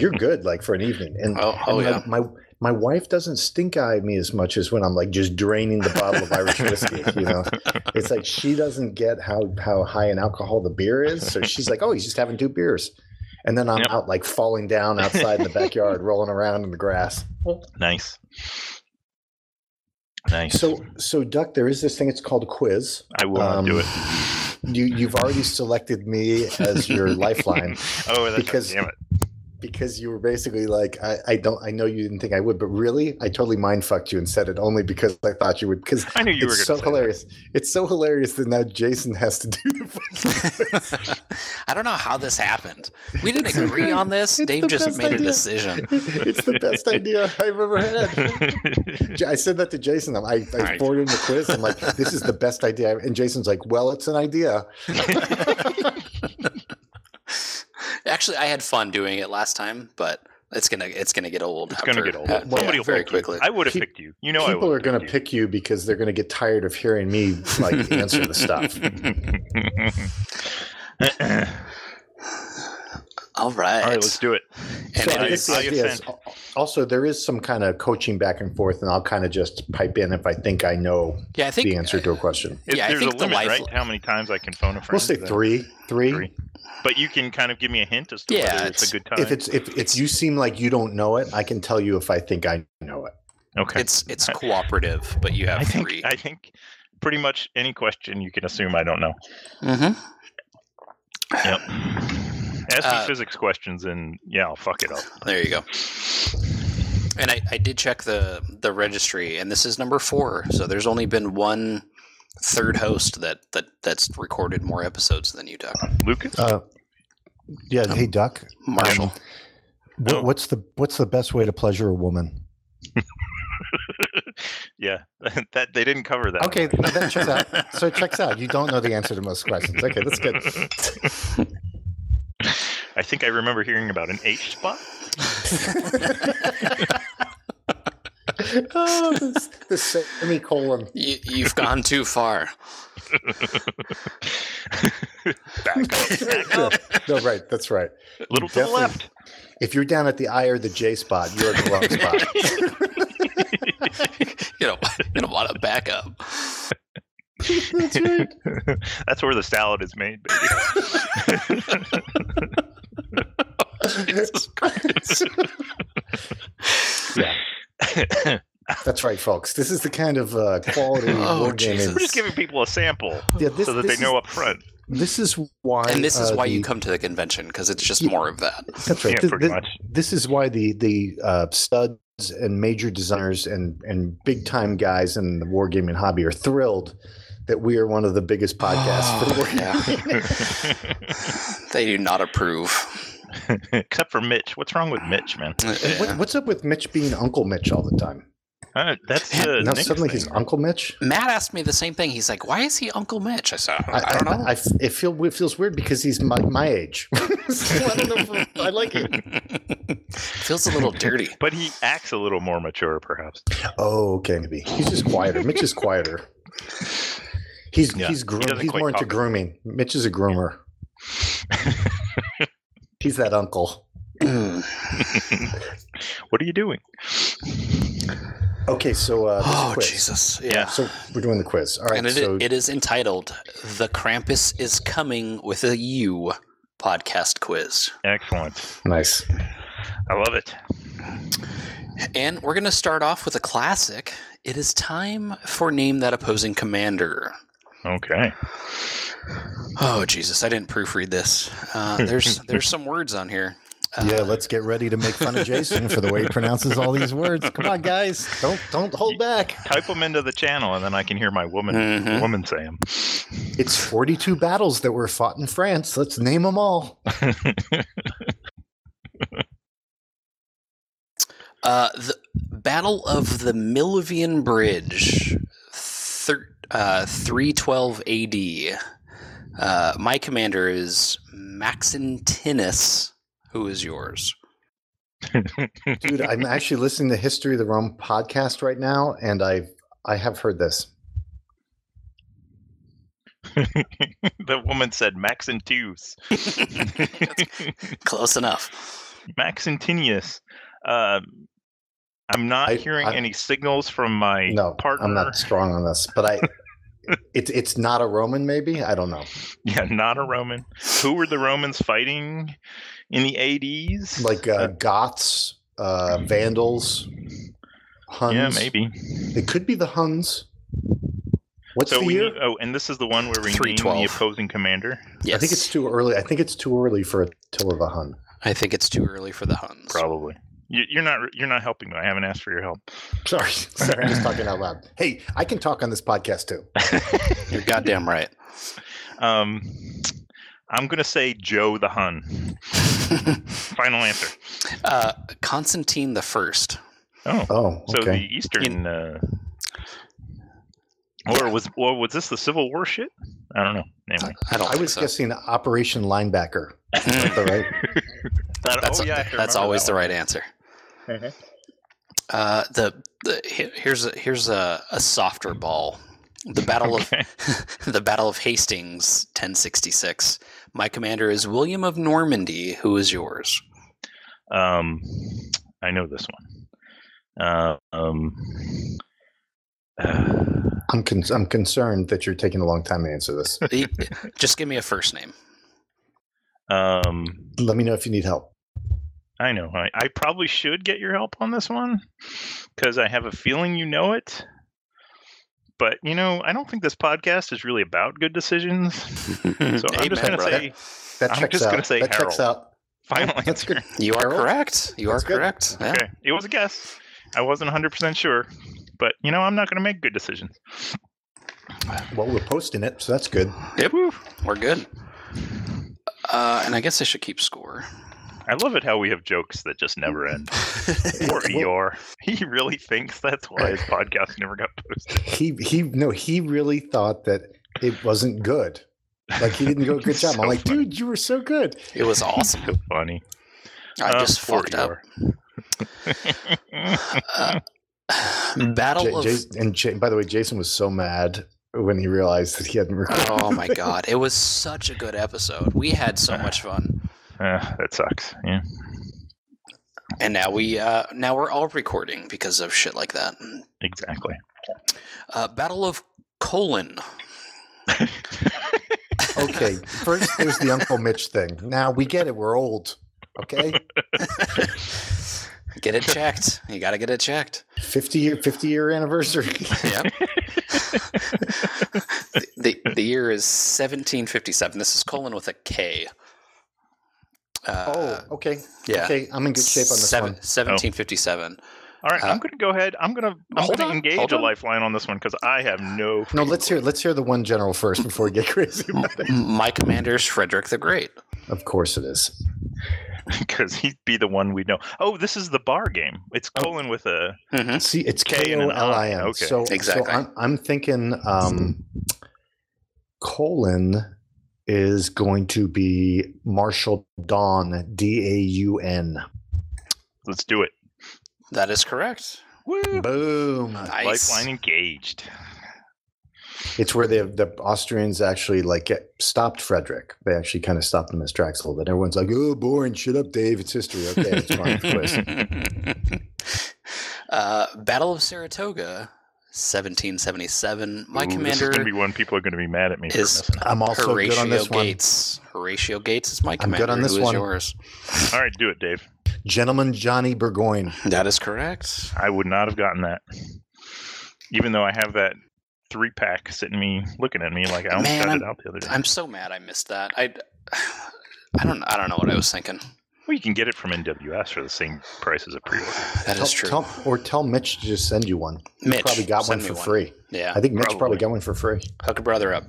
you're good, like, for an evening. And,
Oh, oh
and
yeah.
my, my my wife doesn't stink eye me as much as when I'm like just draining the bottle of Irish whiskey. You know, it's like she doesn't get how how high in alcohol the beer is, so she's like, "Oh, he's just having two beers," and then I'm
Yep.
out like falling down outside in the backyard, rolling around in the grass.
Nice. Nice.
So, so Duck, there is this thing. It's called a quiz.
I will not do
um,
it.
You, you've already selected me as your lifeline
oh, that's
because-
damn it.
because you were basically like, I, I don't, I know you didn't think I would, but really, I totally mind fucked you and said it only because I thought you would. Because
I knew you were
it's so
going to
hilarious. It's so hilarious that now Jason has to do the fucking
I don't know how this happened. We didn't agree on this.
It's
Dave
the
just
best
made a
idea.
decision.
It's the best idea I've ever had. J- I said that to Jason. I'm- I, I
Right.
forwarded him the quiz. I'm like, this is the best idea. I've-" And Jason's like, well, it's an idea.
Actually, I had fun doing it last time, but it's gonna it's gonna get old.
It's going to
after-
get old.
uh,
Somebody
yeah,
will
very
pick you.
quickly.
I would have
Pe-
picked you. You know,
People
I
are going to pick you because they're going to get tired of hearing me like answer the stuff.
All right.
All right, let's do it.
And
So
it
I
is-
guess the
I
idea is, al- also there is some kind of coaching back and forth, and I'll kind of just pipe in if I think I know
yeah, I think
the answer to a question.
If
Yeah, I
there's
think
a
the
limit,
life-
right? to How many times I can phone a friend?
We'll say
Is that-
three, three.
Three. But you can kind of give me a hint as to
Yeah,
whether it's,
it's-
a good time.
If it's if it's you seem like you don't know it, I can tell you if I think I know it.
okay.
it's it's cooperative, but you have
I think
three.
I think pretty much any question you can assume I don't know.
Mhm.
Yep. Ask
Uh,
me physics questions and yeah, I'll fuck it up.
There you go. And I, I did check the the registry, and this is number four. So there's only been one third host that that that's recorded more episodes than you, Doug.
Lucas?
Uh, yeah. Hey, Duck.
Marshall.
wh-
Oh.
What's the what's the best way to pleasure a woman?
yeah. that they didn't cover that.
Okay,
one.
that checks out.
So it checks out. You don't know the answer to most questions. Okay, that's good.
I think I remember hearing about an H spot.
oh, this, the semicolon.
You, you've gone too far.
Back up, back
Yeah.
up.
No, right. That's right.
A little to the
Definitely.
left.
If you're down at the I or the J spot, you're at the wrong spot.
you know, you don't want to back up.
That's where the salad is made, baby.
Jesus Christ.
That's right, folks. This is the kind of uh, quality
Oh,
board game.
Jesus.
We're just giving people a sample
Yeah, this-
so that
this
they know up front.
Is, this is why.
And this is
uh,
why you
the-
come to the convention because it's just
Yeah.
more of that.
That's right.
Yeah,
Th-
pretty
th-
much.
this is why the the uh, studs and major designers and and big time guys in the wargaming hobby are thrilled that we are one of the biggest podcasts for
Oh,
wargaming.
They do not approve.
Except for Mitch. What's wrong with Mitch, man?
And what, what's up with Mitch being Uncle Mitch all the time?
Uh, that's the
now
Nick's
suddenly
thing.
he's Uncle Mitch.
Matt asked me the same thing. He's like, "Why is he Uncle Mitch?" I said, "I, I don't know."
I, f- it, feel, it feels weird because he's my, my age. So I don't know if I like it.
Feels a little dirty.
But he acts a little more mature, perhaps.
Oh, okay, maybe he's just quieter. Mitch is quieter. He's
Yeah.
he's
He
groom-
doesn't
he's
quite
more into
talk.
grooming. Mitch is a groomer. he's that uncle.
Mm.
What are you doing?
Okay, so uh, there's a
oh
quiz.
Jesus! Yeah.
Yeah.
So we're doing the quiz. All right.
and it,
so
it is entitled "The Krampus is Coming with a U" podcast quiz,
Excellent.
nice.
I love it.
and we're going to start off with a classic. It is time for name that opposing commander.
Okay.
Oh Jesus! I didn't proofread this. Uh, there's there's some words on here. Uh,
yeah, let's get ready to make fun of Jason for the way he pronounces all these words. Come on, guys.
Don't don't hold back.
Type them into the channel, and then I can hear my woman
Mhm.
Mm-hmm.
woman say them.
It's forty-two battles that were fought in France. Let's name them all.
Uh, the Battle of the Milvian Bridge, thir- uh, 312 AD. Uh, my commander is Maxentinus. Who is yours?
Dude, I'm actually listening to History of the Rome podcast right now, and I I have heard this.
the woman said Max and Tews.
Close enough.
Maxentinius. Uh, I'm not
I-
hearing
I-
any signals from my
No,
partner.
I'm not strong on this, but I. It's it's not a Roman, maybe I don't know.
Yeah, not a Roman. Who were the Romans fighting in the 80s?
like uh, Goths, uh, Vandals, Huns.
yeah, maybe.
It could be the Huns. What's
So
the
we
year?
need, oh, and this is the one where we name the
312.
opposing commander.
Yes.
I think it's too early. I think it's too early for Attila the Hun.
I think it's too early for the Huns.
Probably. You, you're not. You're not helping me. I haven't asked for your help.
Sorry, sorry, I'm just talking out loud. Hey, I can talk on this podcast too.
You're goddamn right.
Um, I'm gonna say Joe the Hun. Final answer.
Uh, Constantine the First.
Oh,
Oh,
so
okay.
the Eastern. Uh, or was or was this the Civil War shit? I don't know. Anyway,
I don't.
I
think
was
so.
guessing Operation Linebacker. Is that right?
That-
that's
oh, yeah, I
that's
remember
always
that
the
one.
right answer.
Mhm.
Uh, the, the he- here's a, here's a, a softer ball. The Battle
Okay.
of the Battle of Hastings, 1066. My commander is William of Normandy. Who is yours?
Um, I know this one. Uh, um, uh,
I'm con- I'm concerned that you're taking a long time to answer this.
E- Just give me a first name.
um,
Let me know if you need help.
I know. I, I probably should get your help on this one because I have a feeling you know it. But you know, I don't think this podcast is really about good decisions.
so I'm
So I'm just gonna say
That
I'm
checks
just
out.
gonna say
that checks out.
final answer.
That's good.
you are
Harold?
correct. You
That's
are
good.
correct. Yeah.
Okay, it was a guess. I wasn't 100 percent sure, but you know, I'm not gonna make good decisions.
Well, we're posting it, so that's good.
Yep. We're good. Uh, and I guess I should keep score.
I love it how we have jokes that just never end. Poor Eeyore. He really thinks that's why his podcast never got posted.
He he no, he really thought that it wasn't good. Like he didn't go good job.
So
I'm like,
funny.
dude, you were so good.
It was awesome.
So funny.
I
Uh,
just
poor
fucked up.
Eeyore.
Uh, Battle
Ja-
of
Jas- and Ja- by the way, Jason was so mad when he realized that he hadn't recorded.
Oh my god, it was such a good episode. We had so much fun,
Uh, that sucks. Yeah.
and now we uh, now we're all recording because of shit like that.
Exactly.
Uh, Battle of Colon.
Okay, first there's the Uncle Mitch thing. Now we get it. We're old. Okay,
Get it checked. You got to get it checked.
50 year 50 year anniversary.
Yep. the, the the year is 1757. This is colon with a K. Uh,
oh, okay.
yeah.
Okay, I'm in good shape on this
Seven-
one.
1757.
All right,
Uh,
I'm going to go ahead. I'm going to I'm
hold
going to
on,
engage
hold
a
on.
lifeline on this one because I have no.
No, let's hear let's hear the one general first before we get crazy. about it.
M- My commander is Frederick the Great.
Of course it is.
Because he'd be the one we know. Oh, this is the bar game. It's
Oh.
colon with a.
Mm-hmm.
See, it's
K
K
and
O
an I.
L I N.
Okay.
So
Exactly.
So I'm, I'm thinking um, colon is going to be Marshall Dawn D A U N.
Let's do it.
That is correct.
Woo!
Boom.
Nice.
Lifeline engaged.
It's where the the Austrians actually like get, stopped Frederick. They actually kind of stopped him as Drexel. Then everyone's like, "Oh, boring. Shut up, Dave. It's history. Okay, it's fine. Of course.
uh, Battle of Saratoga, 1777. My
Ooh, This is
commander
going to be one people are going to be mad at me for
is-
missing.
I'm also
Horatio
good on this one.
Gates. Horatio Gates is my
I'm
commander.
good on this
Who is
one.
yours?
All right, do it, Dave.
Gentleman Johnny Burgoyne.
That is correct.
I would not have gotten that, even though I have that three pack sitting me looking at me like I almost
Man,
got
I'm-
it out the other day.
I'm so mad I missed that. I, I don't I don't know what I was thinking.
well, you can get it from NWS for the same price as a pre-order.
That
Tell-
is true.
Tell, or tell Mitch to just send you one.
Mitch
probably got one
send me
for free.
Yeah,
I think Mitch
Probably.
probably got one for free.
hook a brother up.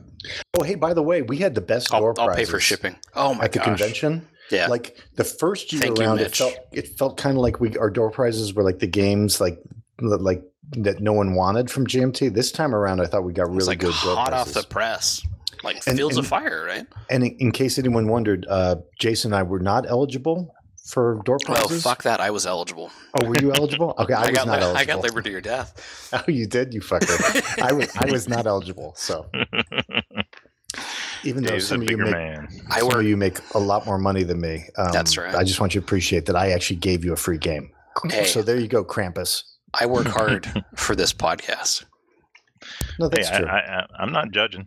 Oh, hey, by the way, we had the best door
I'll, I'll
prizes
pay for shipping. Oh my
at the
gosh.
convention.
Yeah.
Like the first year
Thank you,
around, it
Mitch.
felt it felt kind of like we our door prizes were like the games like like that no one wanted from GMT. This time around, I thought we got
It was
really
like
good door
hot off
prizes.
the press, like
And-
Fields
and-
of Fire, right?
and in, in case anyone wondered, uh, Jason and I were not eligible for door
Oh
prizes.
fuck that! I was eligible.
Oh, were you eligible? Okay, I,
I,
was
got
not
li-
eligible.
I got labor to your death.
Oh, you did, you fucker. I was I was not eligible. So even though
Dave's a
some of you
bigger
make
man.
I
Some of
work.
you make a lot more money than me. Um,
That's right.
I just want you to appreciate that I actually gave you a free game.
Hey.
So there you go, Krampus.
I work hard for this podcast.
No,
Hey,
that's
I,
true.
I, I, I'm not judging.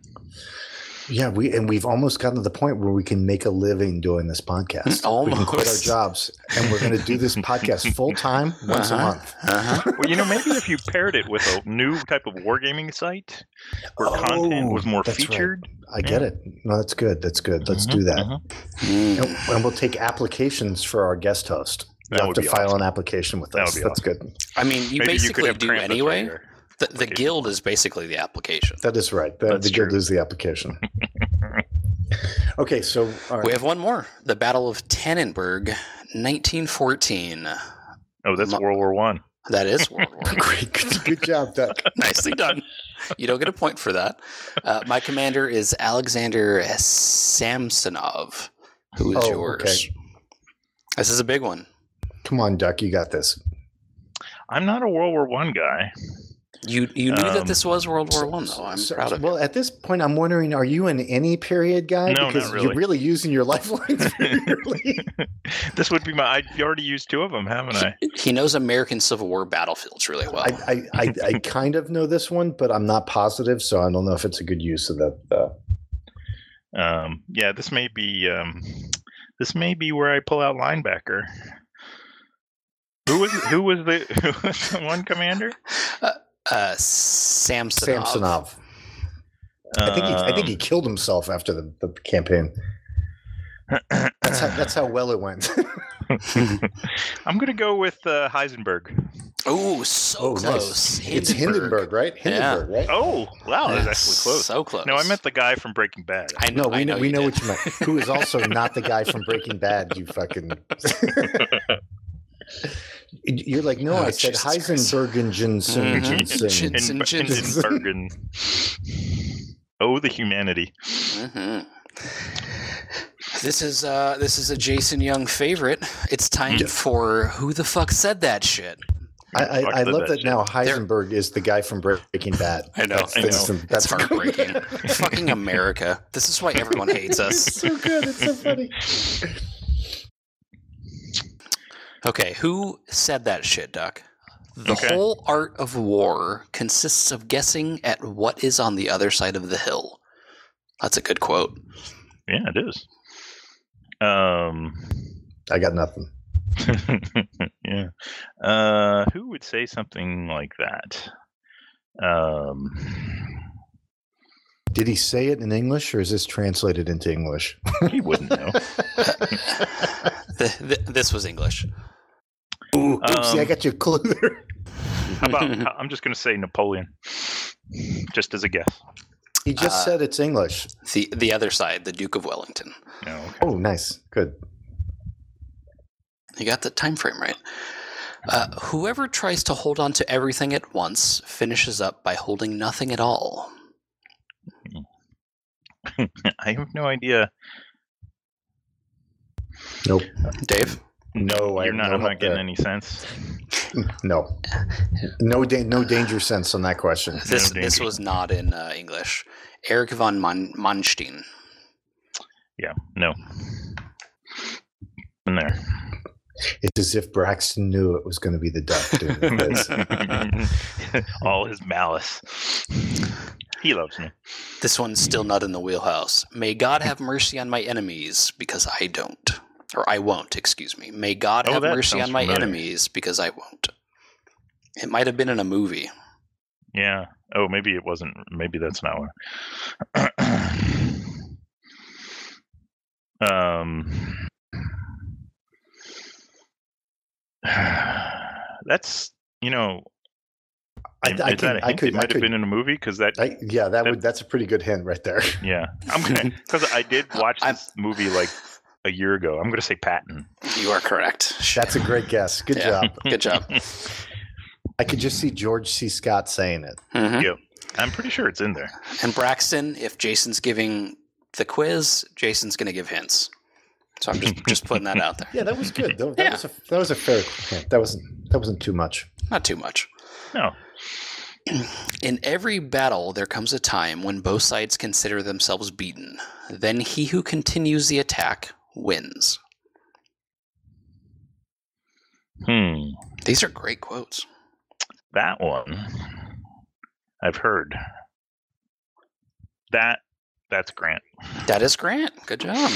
Yeah, we and we've almost gotten to the point where we can make a living doing this podcast. We can quit our
Almost.
jobs and we're going to do this podcast full time once a
Uh-huh.
month.
Uh-huh.
Well, you know, maybe if you paired it with a new type of wargaming site where
Oh,
content was more
that's right.
featured.
I get it. No, that's good. That's good. Let's
Mhm,
do that.
mhm.
Mm.
And, and we'll take applications for our guest host. You
That
have
would
to
be
file
awesome.
an application with
That
us.
would be
That's good.
I mean, you
Maybe could
basically
have
do
Krampus right
anyway.
there.
The, the
Okay.
guild is basically the application.
That is right. The,
That's
the guild
true.
is the application. okay, so
We
all right.
have one more. The Battle of Tannenberg, 1914.
Oh, that's
Mo-
World War One.
That is World War. One.
great. Good, good job, Duck.
Nicely done. You don't get a point for that. Uh, my commander is Alexander Samsonov. Who is
Oh,
yours? This is a big one.
Come on, Duck. You got this.
I'm not a World War One guy.
You you knew that
Um,
this was World War One, though. I'm
So-
proud of you.
Well, at this point, I'm wondering: Are you in any period guy?
No, not
because you're
really.
really using your lifelines very early.
this would be my. I already used two of them, haven't I?
He knows American Civil War battlefields really well.
I, I, I, I kind of know this one, but I'm not positive, so I don't know if it's a good use of that. Uh,
Um, yeah, this may be. Um, this may be where I pull out linebacker. Who was who was the who was the one commander?
uh, Samsonov.
Samsonov. I think he, I think he
Um,
killed himself after the, the campaign. That's how, that's how well it went.
Um, I'm gonna go with uh, Heisenberg.
Oh, so
Oh, nice.
close.
it's Hindenburg, right? Hindenburg, right?
Oh wow, that's actually close.
So close.
No, I meant the guy from Breaking Bad.
I
No,
know.
we
I
know,
know
we
you
know
did.
what you meant. Who is also not the guy from Breaking Bad? You fucking. You're like, no,
Oh,
I said
Jesus
Heisenberg and Jensen.
Mhm.
Jensen.
Jin- Jensen,
In-
Jensen.
Hindenburgen. Oh, the humanity.
Mhm. This is uh, this is a Jason Young favorite. It's time for who the fuck said that shit.
I, I,
Fuck
I
the
love
bad
that
shit.
now Heisenberg is the guy from Breaking Bad.
I know,
I
that's-
know.
That's heartbreaking. Fucking America. This is why everyone hates
It's
us.
so good. It's so funny.
Okay, who said that shit, Duck? The
Okay.
whole art of war consists of guessing at what is on the other side of the hill. That's a good quote.
Yeah, it is. Um,
I got nothing.
yeah. Uh, who would say something like that? Um,
Did he say it in English or is this translated into English?
he wouldn't know.
Th- th- this was English.
Ooh, oopsie, I
Um,
got you a clue there.
How about? I'm just going to say Napoleon, just as a guess.
He just
Uh,
said it's English.
the the other side, the Duke of Wellington?
No, okay.
Oh, nice. Good.
You got the time frame right. Uh, whoever tries to hold on to everything at once finishes up by holding nothing at all.
I have no idea.
Nope.
Dave,
No, I
You're not.
have no
I'm
help
not getting
there.
any sense.
No. No, da- no danger sense on that question.
this
No
this
danger.
was not in uh, English. Eric von Man- Manstein.
Yeah. No. In there.
It's as if Braxton knew it was going to be the duck doing the quiz.
All his malice. He loves me.
This one's still not in the wheelhouse. May God have mercy on my enemies because I don't, or I won't. Excuse me. May God
Oh,
have
that
mercy
sounds
on my
familiar.
enemies because I won't. It might have been in a movie.
Yeah. Oh, maybe it wasn't. Maybe that's not where. um. That's you know.
I,
is
I,
that
can,
a
I
hint?
could,
It
I
might have
could,
been in a movie because that.
I, yeah, that would, that's a pretty good hint right there.
yeah, I'm gonna because I did watch
I'm-
this movie like a year ago. I'm gonna say Patton.
You are correct.
That's a great guess. Good
Yeah.
job.
Good job.
I could just see George C. Scott saying it.
Mhm.
I'm pretty sure it's in there.
And Braxton, if Jason's giving the quiz, Jason's going to give hints. So I'm just just putting that out there.
Yeah, that was good. That, that
Yeah.
was a that was a fair hint. That wasn't that wasn't too much.
Not too much.
No.
In every battle, there comes a time when both sides consider themselves beaten. Then he who continues the attack wins.
Hmm.
These are great quotes.
That one I've heard. That That's Grant.
That is Grant. Good job.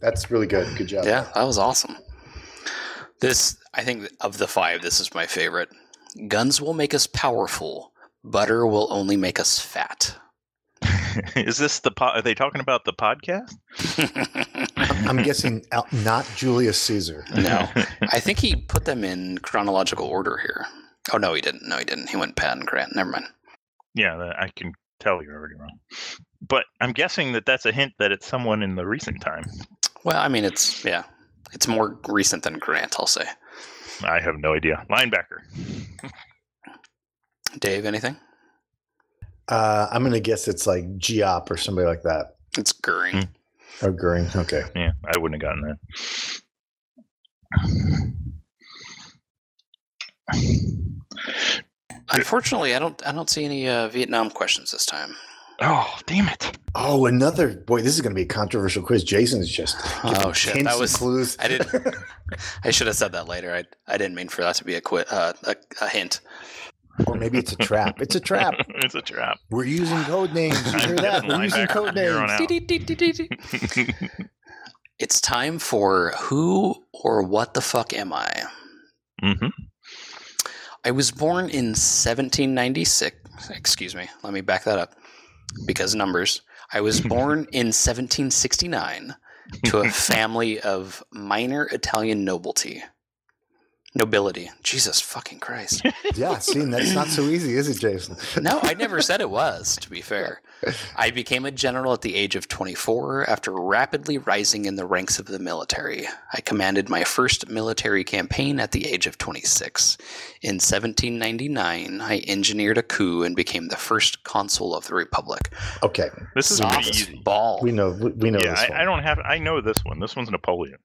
That's really good. Good job.
Yeah, that was awesome. This, I think, of the five, this is my favorite. Guns will make us powerful. Butter will only make us fat.
Is this the po- are they talking about the podcast?
I'm guessing Al- not Julius Caesar.
no, I think he put them in chronological order here. Oh no, he didn't. No, he didn't. He went Pat and Grant. Never mind.
yeah, that- I can tell you're already wrong. But I'm guessing that that's a hint that it's someone in the recent time.
Well, I mean, it's yeah, it's more recent than Grant. I'll say.
I have no idea. Linebacker.
Dave, anything?
Uh, I'm going to guess it's like Giop or somebody like that.
It's Goering.
Hmm.
Or Goering. Okay.
Yeah, I wouldn't have gotten that.
Unfortunately, I don't. I don't see any uh, Vietnam questions this time.
Oh, damn it.
Oh, another boy. This is going to be a controversial quiz. Jason's just giving
Oh shit,
hints
that
and
was.
clues.
I didn't. I should have said that later. I I didn't mean for that to be a quit uh, a, a hint.
or maybe it's a trap. It's a trap.
it's a trap.
We're using code names. You
I'm
hear that?
guessing
We're using
linebacker
code
from here
names.
on out.
It's time for who or what the fuck am I?
Mhm.
I was born in 1796. Excuse me. Let me back that up because numbers. I was born in 1769 to a family of minor Italian nobility. Nobility. Jesus fucking Christ.
Yeah, see, that's not so easy, is it, Jason?
No, I never said it was, to be fair. I became a general at the age of 24 after rapidly rising in the ranks of the military. I commanded my first military campaign at the age of 26. In 1799, I engineered a coup and became the first consul of the republic.
Okay,
This is pretty easy.
Soft ball.
we know. We we know
yeah,
this one.
I, I don't have. I know this one. This one's Napoleon.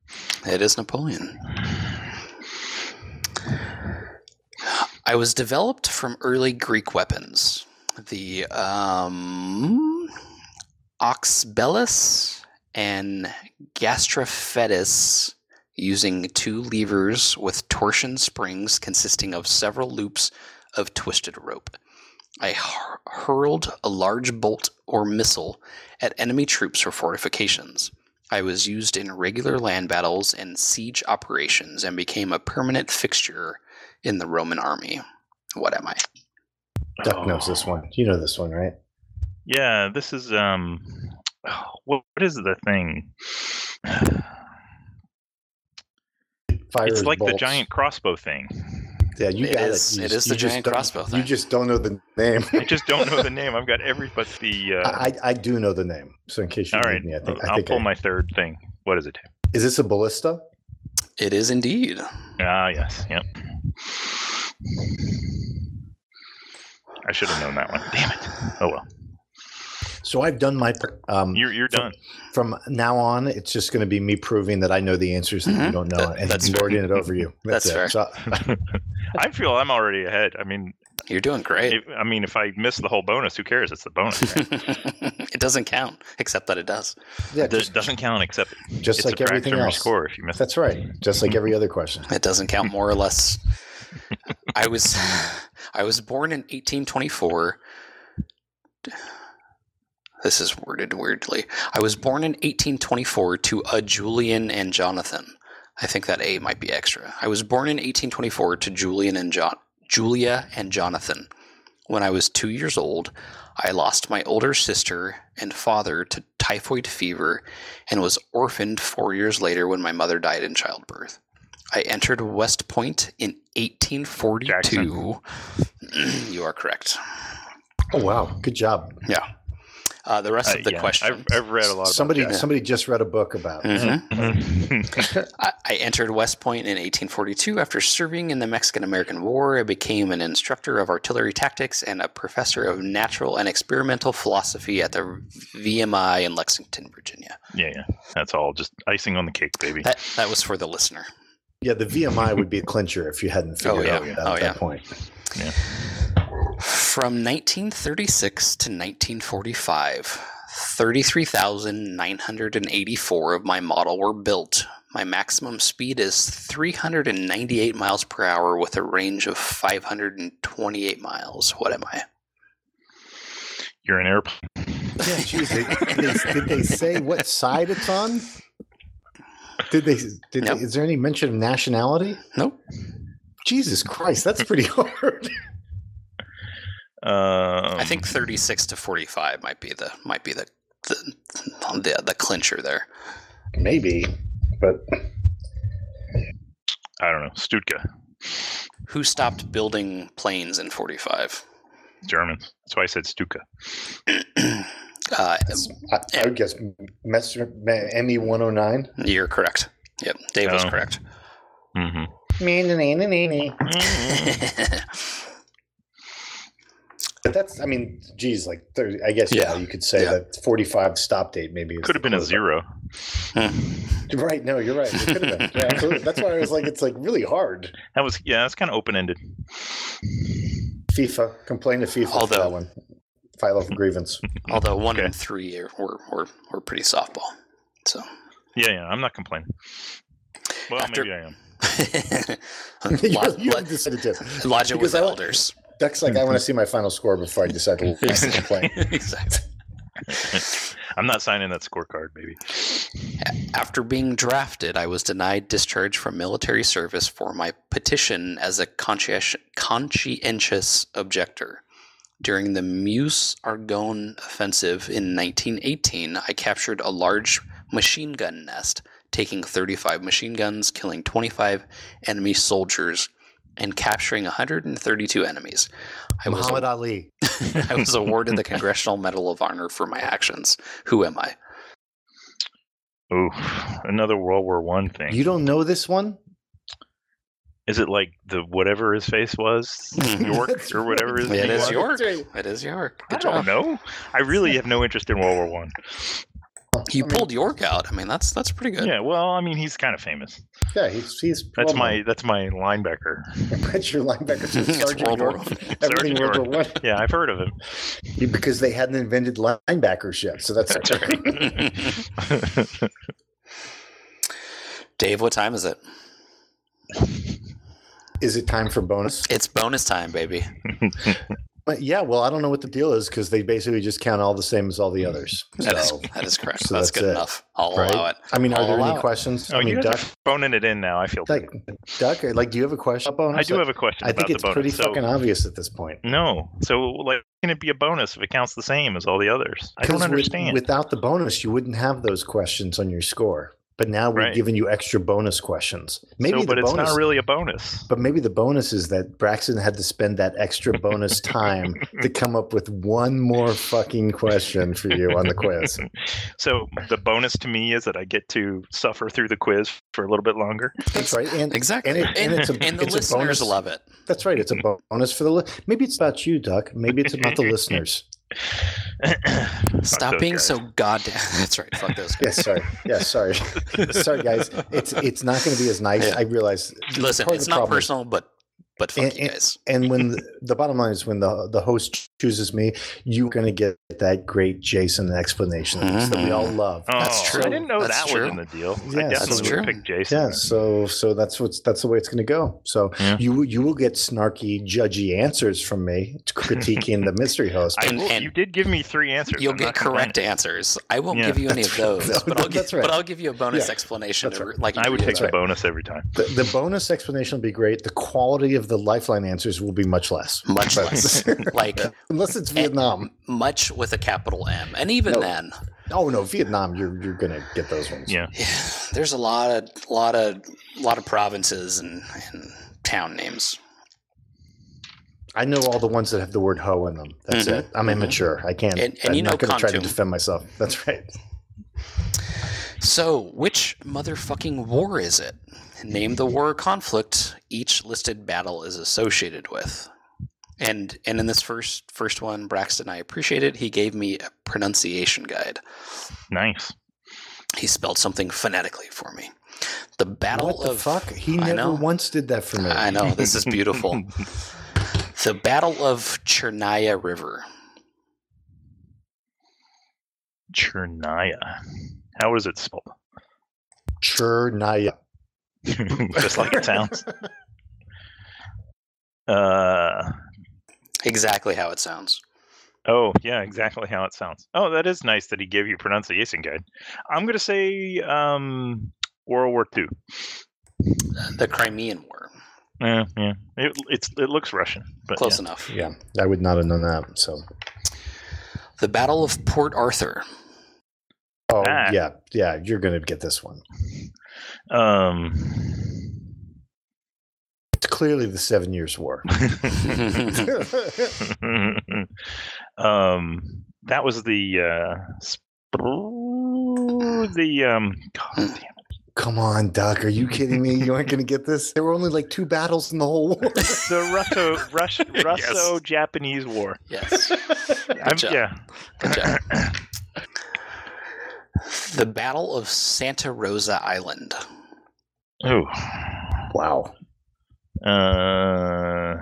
It is Napoleon. I was developed from early Greek weapons. The um, oxbelus and gastrophetus using two levers with torsion springs consisting of several loops of twisted rope. I hur- hurled a large bolt or missile at enemy troops or fortifications. I was used in regular land battles and siege operations and became a permanent fixture in the Roman army. What am I?
Duck knows this one. You know this one, right?
Yeah, this is um. What, what is the thing?
Fire
it's
is
like the
bolts.
giant crossbow thing.
Yeah, you
It
got
is-
it. You
it
just-
is the
you just
giant
don't-
crossbow
You
thing.
just don't know the name.
I just don't know the name. I've got every but the. Uh,
I, I I do know the name. So in case you
all
need
right,
me, I think I
I'll
think.
pull
I-
my third thing. What is it?
is this a ballista?
It is indeed.
Ah, yes. Yep. I should have known that one. Damn it. Oh well.
So I've done my. per- Um,
You're you're
From-
done.
from now on, it's just going to be me proving that I know the answers that you
Mhm.
don't know,
That-
and
that's fair.
lording it over you.
That's
it.
fair.
So-
I feel I'm already ahead. I mean,
You're doing great.
if, I mean, if I miss the whole bonus, who cares? It's the bonus. Right?
it doesn't count, except that it does.
yeah,
It
just,
doesn't count except
just
it's
like
a fraction
everything
of your
else.
score if you miss.
That's right. Just like every other question.
It doesn't count more or less. I was I was born in 1824. This is worded weirdly. I was born in 1824 to a Julian and Jonathan. I think that A might be extra. I was born in 1824 to Julian and John Julia and Jonathan. When I was 2 years old, I lost my older sister and father to typhoid fever and was orphaned 4 years later when my mother died in childbirth. I entered West Point in 1842. you are correct.
Oh wow, good job.
Yeah. Uh, the rest
Uh,
of the
yeah,
question.
I've, I've read a lot. About
Somebody
that.
somebody just read a book about. it.
Mhm.
Mhm.
I, I entered West Point in 1842 after serving in the Mexican American War. I became an instructor of artillery tactics and a professor of natural and experimental philosophy at the VMI in Lexington, Virginia.
yeah, yeah. That's all. Just icing on the cake, baby.
That, that was for the listener.
Yeah, the VMI would be a clincher if you hadn't figured
yeah.
out that
Oh,
at
yeah.
that point.
From 1936 to 1945, 33,984 of my model were built. My maximum speed is 398 miles per hour with a range of 528 miles. What am I?
You're an airplane.
Yeah, geez, they, they, did they say what side it's on? Did they? Did
No.
they, is there any mention of nationality?
Nope.
Jesus Christ, that's pretty hard.
Um,
I think 36 to 45 might be the might be the the the, the clincher there.
Maybe, but
I don't know. Stuttgart,
Who stopped building planes in 45?
Germans. That's why I said Stuka.
uh,
I, I would guess Messer ME E one hundred nine.
you're correct. Yep, Dave was
Oh.
correct.
hmm Mm,
Hmm. But that's, I mean, geez, like thirty. I guess yeah,
Yeah.
you could say
Yeah.
that forty five stop date maybe is
Could have
the
been a
close.
zero.
Right? No, you're right. It could have been. Yeah, absolutely. That's why I was like, it's like really hard.
That was yeah. That's kind of open ended.
FIFA complain to FIFA for
Although-
that one. File of grievance.
Although one and
Okay.
three are, were, were, were pretty softball. So
Yeah, yeah. I'm not complaining. Well,
After-
maybe I am.
you
Lo-
you
lo-
haven't decided to.
Logic
Because
was
I-
elders.
Duck's like, I want to see my final score before I decide to complain.
exactly.
I'm not signing that scorecard, baby.
After being drafted, I was denied discharge from military service for my petition as a conscientious, conscientious objector. During the Meuse Argonne offensive in 1918, I captured a large machine gun nest, taking 35 machine guns, killing 25 enemy soldiers, and capturing 132 enemies. I was,
Muhammad Ali.
I was awarded the Congressional Medal of Honor for my actions. Who am I?
Ooh, another World War One thing.
You don't know this one?
Is it like the whatever his face was York or whatever his
It
name
is
was?
York. It is York.
I
Good job.
don't know. I really have no interest in World War One.
You pulled York out. I mean, that's that's pretty good.
Yeah, well, I mean, he's kind of famous.
Yeah, he's he's.
That's
well,
my that's my linebacker.
That's your linebacker, too,
It's
Sergeant
World War
York.
One.
Everything
Sergeant
World War One.
Yeah, I've heard of him.
Yeah, Because they hadn't invented linebackers yet, so that's
That's right.
Dave, what time is it?
Is it time for bonus?
It's bonus time, baby.
But yeah, well, I don't know what the deal is because they basically just count all the same as all the others.
That is
So,
that is correct.
so
that's,
that's
good
it,
enough. I'll allow
right?
it.
I mean, are
I'll
there
allow
any
it.
questions?
oh,
I mean,
you
Duck,
guys are phoning it in now. I feel.
like, Duck, uh, like, do you have a question?
I
about bonus?
do have a question.
I
about
think it's
the bonus.
pretty
So-
fucking obvious at this point.
No, so like, can it be a bonus if it counts the same as all the others? I
'Cause
don't
with-
understand.
without the bonus, you wouldn't have those questions on your score. But now we've
Right.
given you extra bonus questions. Maybe
so,
the
but it's
bonus
not really a bonus.
But maybe the bonus is that Braxton had to spend that extra bonus time to come up with one more fucking question for you on the quiz.
so the bonus to me is that I get to suffer through the quiz for a little bit longer.
That's right. And
Exactly.
And,
And,
it, and it's a,
the
it's a
listeners
bonus.
love it.
That's right. It's a bonus for the. Li- maybe it's about you, Duck. Maybe it's about the listeners.
Fuck
Stop
those
being
guys.
so goddamn. That's right. Fuck those guys.
Yes, sorry. Yes, sorry. sorry, guys. It's it's not going to be as nice.
Yeah.
I realize.
Listen,
part of
it's
the
not
problem is-
personal, but but fuck
And-
you guys.
And when the, the bottom line is, when the the host chooses me, you're going to get that great Jason explanation that we
Mm-hmm.
all love.
Oh,
That's true.
I didn't know
That's
that
true.
was in the deal. I
Yeah,
definitely
that's
would
true.
pick Jason.
Yeah, so so that's what's that's the way it's going to go. So
Yeah.
you you will get snarky, judgy answers from me critiquing the mystery host.
I
And-
will-
and-
you did give me three answers.
You'll
I'm
get
not complaining.
correct answers. I won't
Yeah.
give you any of those,
No,
but I'll give
that's right.
but I'll give you a bonus
Yeah,
explanation.
that's
to,
right.
Like you
I would
did.
take the
right.
bonus every time.
the, the bonus explanation will be great. The quality of the lifeline answers will be much less,
much
But-
less, like
unless it's Vietnam.
much with a capital M, and even
No.
then,
Oh no, Vietnam! You're you're going to get those ones.
Yeah.
Yeah, there's a lot of lot of lot of provinces and, and town names.
I know all the ones that have the word "ho" in them. That's
Mhm.
it. I'm
Mhm.
immature. I can't.
And- and
I'm
you know
not going to try to
Kontum.
defend myself. That's right.
So, which motherfucking war is it? Name the war or conflict each listed battle is associated with. And and in this first first one, Braxton, I appreciate it. He gave me a pronunciation guide.
Nice.
He spelled something phonetically for me. The Battle
what the
of
fuck? He
I
never
know.
once did that for me.
I know this is beautiful. the Battle of Chernaya River.
Chernaya. How is it spelled?
Chernaya.
Just like it sounds. Uh,
Exactly how it sounds.
Oh, yeah, exactly how it sounds. Oh, that is nice that he gave you pronunciation guide. I'm going to say um, World War II.
The Crimean War.
Yeah, yeah. It, it's, it looks Russian, but
Close
yeah.
enough.
Yeah, I would not have known that. So,
The Battle of Port Arthur.
oh
Ah.
yeah, yeah, you're gonna get this one.
Um,
It's clearly the Seven Years' War.
um, that was the uh, sp- the um. God damn it.
Come on, Doc. Are you kidding me? You aren't gonna get this. There were only like two battles in the whole war.
The Russo Rush, Russo Japanese War.
Yes.
I'm-
job.
yeah.
Good job. the Battle of Santa Rosa Island.
Oh.
Wow.
Uh,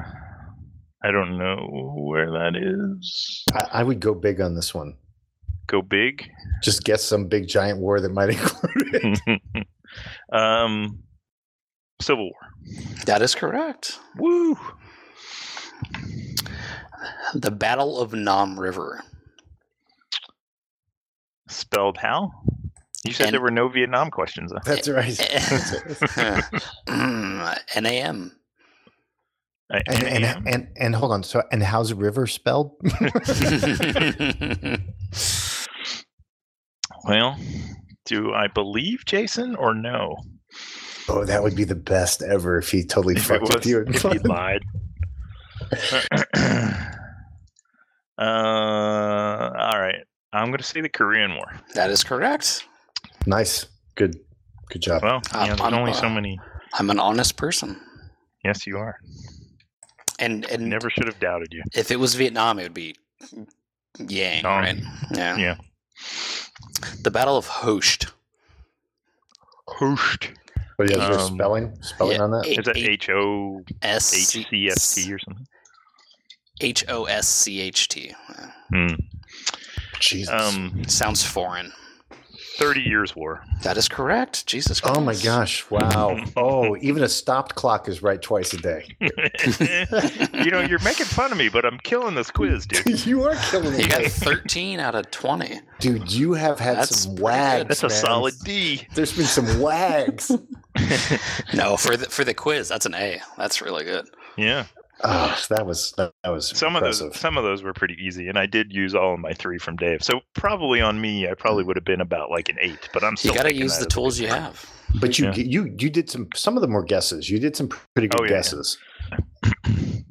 I don't know where that is.
I, I would go big on this one.
Go big.
Just guess some big giant war that might include it.
um, Civil War.
That is correct.
Woo.
The Battle of Nam River.
Spelled how? You said
N-
there were no Vietnam questions. Though.
That's right.
Mm, NAM.
I-
And and,
NAM?
and and hold on. So and how's river spelled?
Well, do I believe Jason or no?
Oh, that would be the best ever if he totally
If, it
fucked
was,
with you.
if he lied. uh, all right. I'm going to say the Korean War.
that is correct.
nice. Good. Good job.
Well,
Uh,
yeah, there's
I'm,
only so
uh,
many.
I'm an honest person.
Yes, you are.
And and
Never should have doubted you.
if it was Vietnam, it would be Yang,
Nam.
right? Yeah.
Yeah.
The Battle of Hocht.
Host.
But yeah, is there
Um,
spelling spelling
Yeah,
on that?
Is that H O H C S T or something?
H O S C H T. Uh,
Hmm.
Jesus.
Um,
Sounds foreign.
Thirty Years' War.
That is correct. Jesus
oh my
Christ.
gosh! Wow. oh, even a stopped clock is right twice a day.
you know, you're making fun of me, but I'm killing this quiz, dude.
you are killing
You
me,
got 13 out of 20.
dude. You have had
That's
some
pretty good.
wags.
That's a
man.
solid D.
There's been some wags.
No, for the, for the quiz, that's an A. That's really good.
Yeah.
Ah, that was that, that was
some of those
impressive.
some of those were pretty easy and i did use all of my three from dave so probably on me i probably would have been about like an eight but i'm
You
still
got to
picking
use
that
the
as a
tools
good
you
start.
have.
But you
Yeah.
you you did some some of them were guesses. You did some pretty good
Oh, yeah, yeah.
guesses.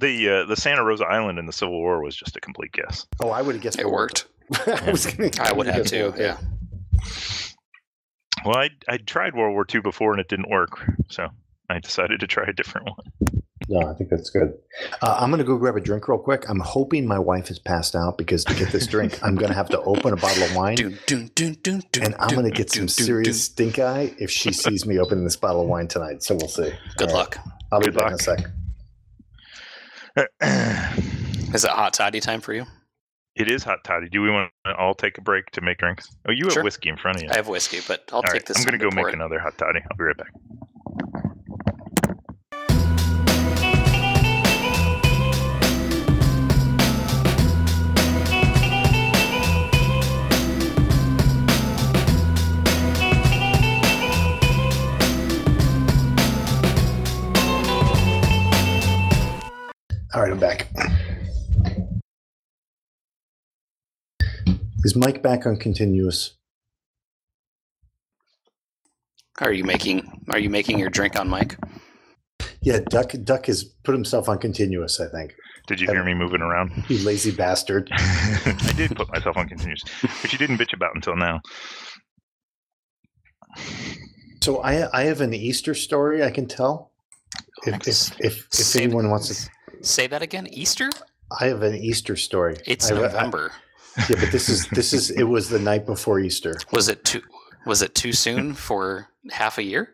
the uh, the santa rosa island in the civil war was just a complete guess
Oh, I would have guessed
It
World War
worked.
II. I was gonna.
I would have
guess
too.
World War
Yeah.
II.
well i i tried world war ii before and it didn't work so i decided to try a different one
No, I think that's good. Uh, I'm gonna go grab a drink real quick. I'm hoping my wife has passed out because to get this drink, I'm gonna have to open a bottle of wine.
Dun, dun, dun, dun, dun,
And I'm
dun,
going to get
dun,
some
dun, dun.
serious stink eye if she sees me opening this bottle of wine tonight. So we'll see.
Good
All right.
luck.
I'll be
Good
back in
luck.
a sec.
Is it hot toddy time for you?
it is hot toddy do we want to all take a break to make drinks oh you have
Sure.
whiskey in front of you
I have whiskey, but I'll
All
take
right,
this.
i'm gonna
one
go
before
make
it-
another hot toddy i'll be right back
All right, I'm back. Is Mike back on continuous?
Are you making Are you making your drink on mic?
Yeah, Duck Duck has put himself on continuous, I think.
did you hear me moving around
You lazy bastard.
I did put myself on continuous, which you didn't bitch about until now.
So I I have an Easter story I can tell. If if, if, if
Save-
anyone wants to
Say that again. Easter?
I have an Easter story.
It's
I have a-
November.
I- yeah, but this is this is it was the night before Easter.
Was it too Was it too soon for half a year?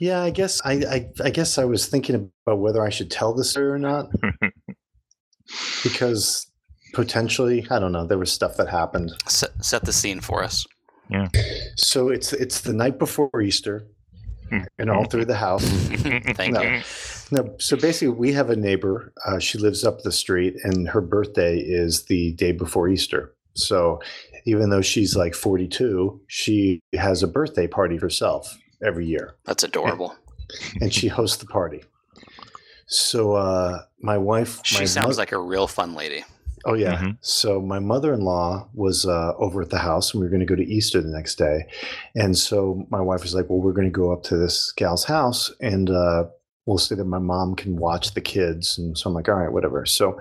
Yeah, I guess I, I I guess I was thinking about whether I should tell this story or not because potentially I don't know there was stuff that happened.
Set, set the scene for us.
So it's it's the night before Easter, and all through the house.
Thank
No.
you.
No, so basically, we have a neighbor. Uh, she lives up the street, and her birthday is the day before Easter. So, even though she's like 42, she has a birthday party herself every year,
That's adorable.
and she hosts the party. So, uh, my wife,
She
my
sounds
mo-
like a real fun lady.
Oh yeah.
Mhm.
So my mother-in-law was uh, over at the house, and we were going to go to Easter the next day. And so my wife was like, "Well, we're going to go up to this gal's house, and uh, we'll say that my mom can watch the kids." And so I'm like, "All right, whatever." So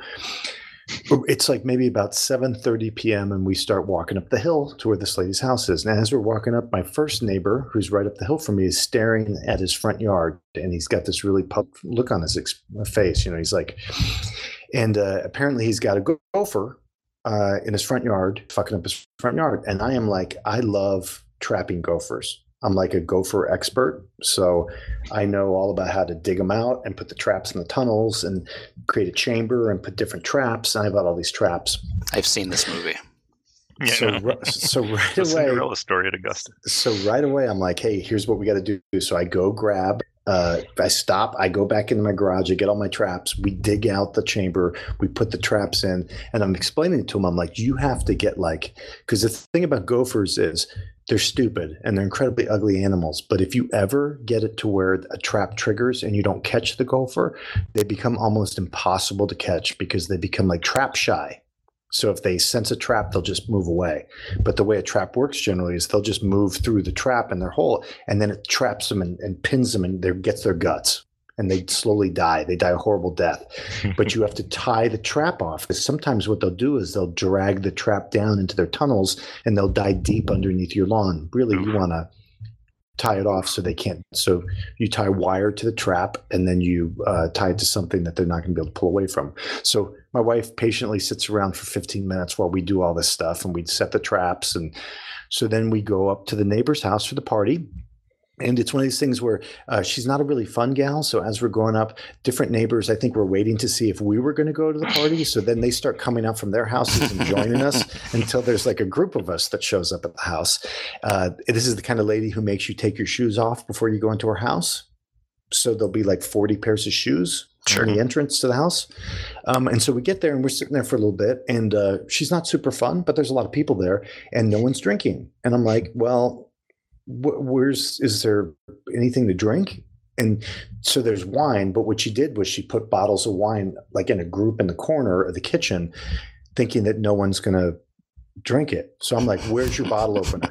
uh, it's like maybe about 7:30 p.m. and we start walking up the hill to where this lady's house is. And as we're walking up, my first neighbor, who's right up the hill from me, is staring at his front yard, and he's got this really puffed look on his ex- face. You know, he's like, and uh, apparently he's got a go- gopher uh, in his front yard, fucking up his front yard. And I am like, I love trapping gophers. I'm like a gopher expert, so I know all about how to dig them out and put the traps in the tunnels and create a chamber and put different traps. And I've got all these traps.
I've seen this movie.
Yeah,
so,
no.
ri- so right
the
away,
Cinderella story at Augusta.
so right away i'm like hey here's what we got to do so i go grab uh, i stop i go back into my garage i get all my traps we dig out the chamber we put the traps in and i'm explaining it to him i'm like you have to get like because the thing about gophers is they're stupid and they're incredibly ugly animals but if you ever get it to where a trap triggers and you don't catch the gopher they become almost impossible to catch because they become like trap shy so if they sense a trap they'll just move away but the way a trap works generally is they'll just move through the trap in their hole, and then it traps them and, and pins them and there gets their guts. And they slowly die. They die a horrible death. But you have to tie the trap off. 'Cause sometimes what they'll do is they'll drag the trap down into their tunnels and they'll die deep underneath your lawn. Really, you want to tie it off so they can't. So you tie wire to the trap and then you uh, tie it to something that they're not going to be able to pull away from. So my wife patiently sits around for 15 minutes while we do all this stuff and we set the traps. And so then we go up to the neighbor's house for the party. And it's one of these things where uh, she's not a really fun gal. So as we're growing up, different neighbors, I think, were waiting to see if we were going to go to the party. So then they start coming out from their houses and joining us until there's like a group of us that shows up at the house. Uh, this is the kind of lady who makes you take your shoes off before you go into her house. So there'll be like 40 pairs of shoes
Sure.
on the entrance to the house. Um, and so we get there and we're sitting there for a little bit. And uh, she's not super fun, but there's a lot of people there and no one's drinking. And I'm like, well, wh- where's, is there anything to drink? And so there's wine, but what she did was she put bottles of wine like in a group in the corner of the kitchen, thinking that no one's going to drink it. So I'm like, where's your bottle opener?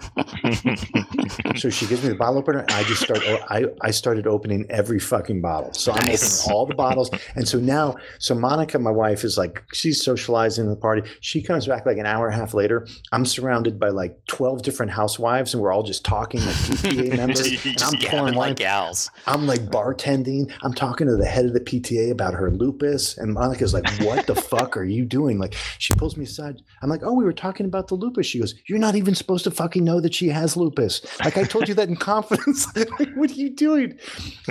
So she gives me the bottle opener, and I just start. I I started opening every fucking bottle. So I'm
Nice.
opening all the bottles, and so now, so Monica, my wife, is like she's socializing in the party. She comes back like an hour and a half later. I'm surrounded by like twelve different housewives, and we're all just talking like PTA members.
Just,
and
just
I'm pouring
gabbing
wine.
like gals.
I'm like bartending. I'm talking to the head of the PTA about her lupus, and Monica's like, "What the fuck are you doing?" Like she pulls me aside. I'm like, "Oh, we were talking about the lupus." She goes, "You're not even supposed to fucking know that she has lupus." Like I told you that in confidence. like what are you doing?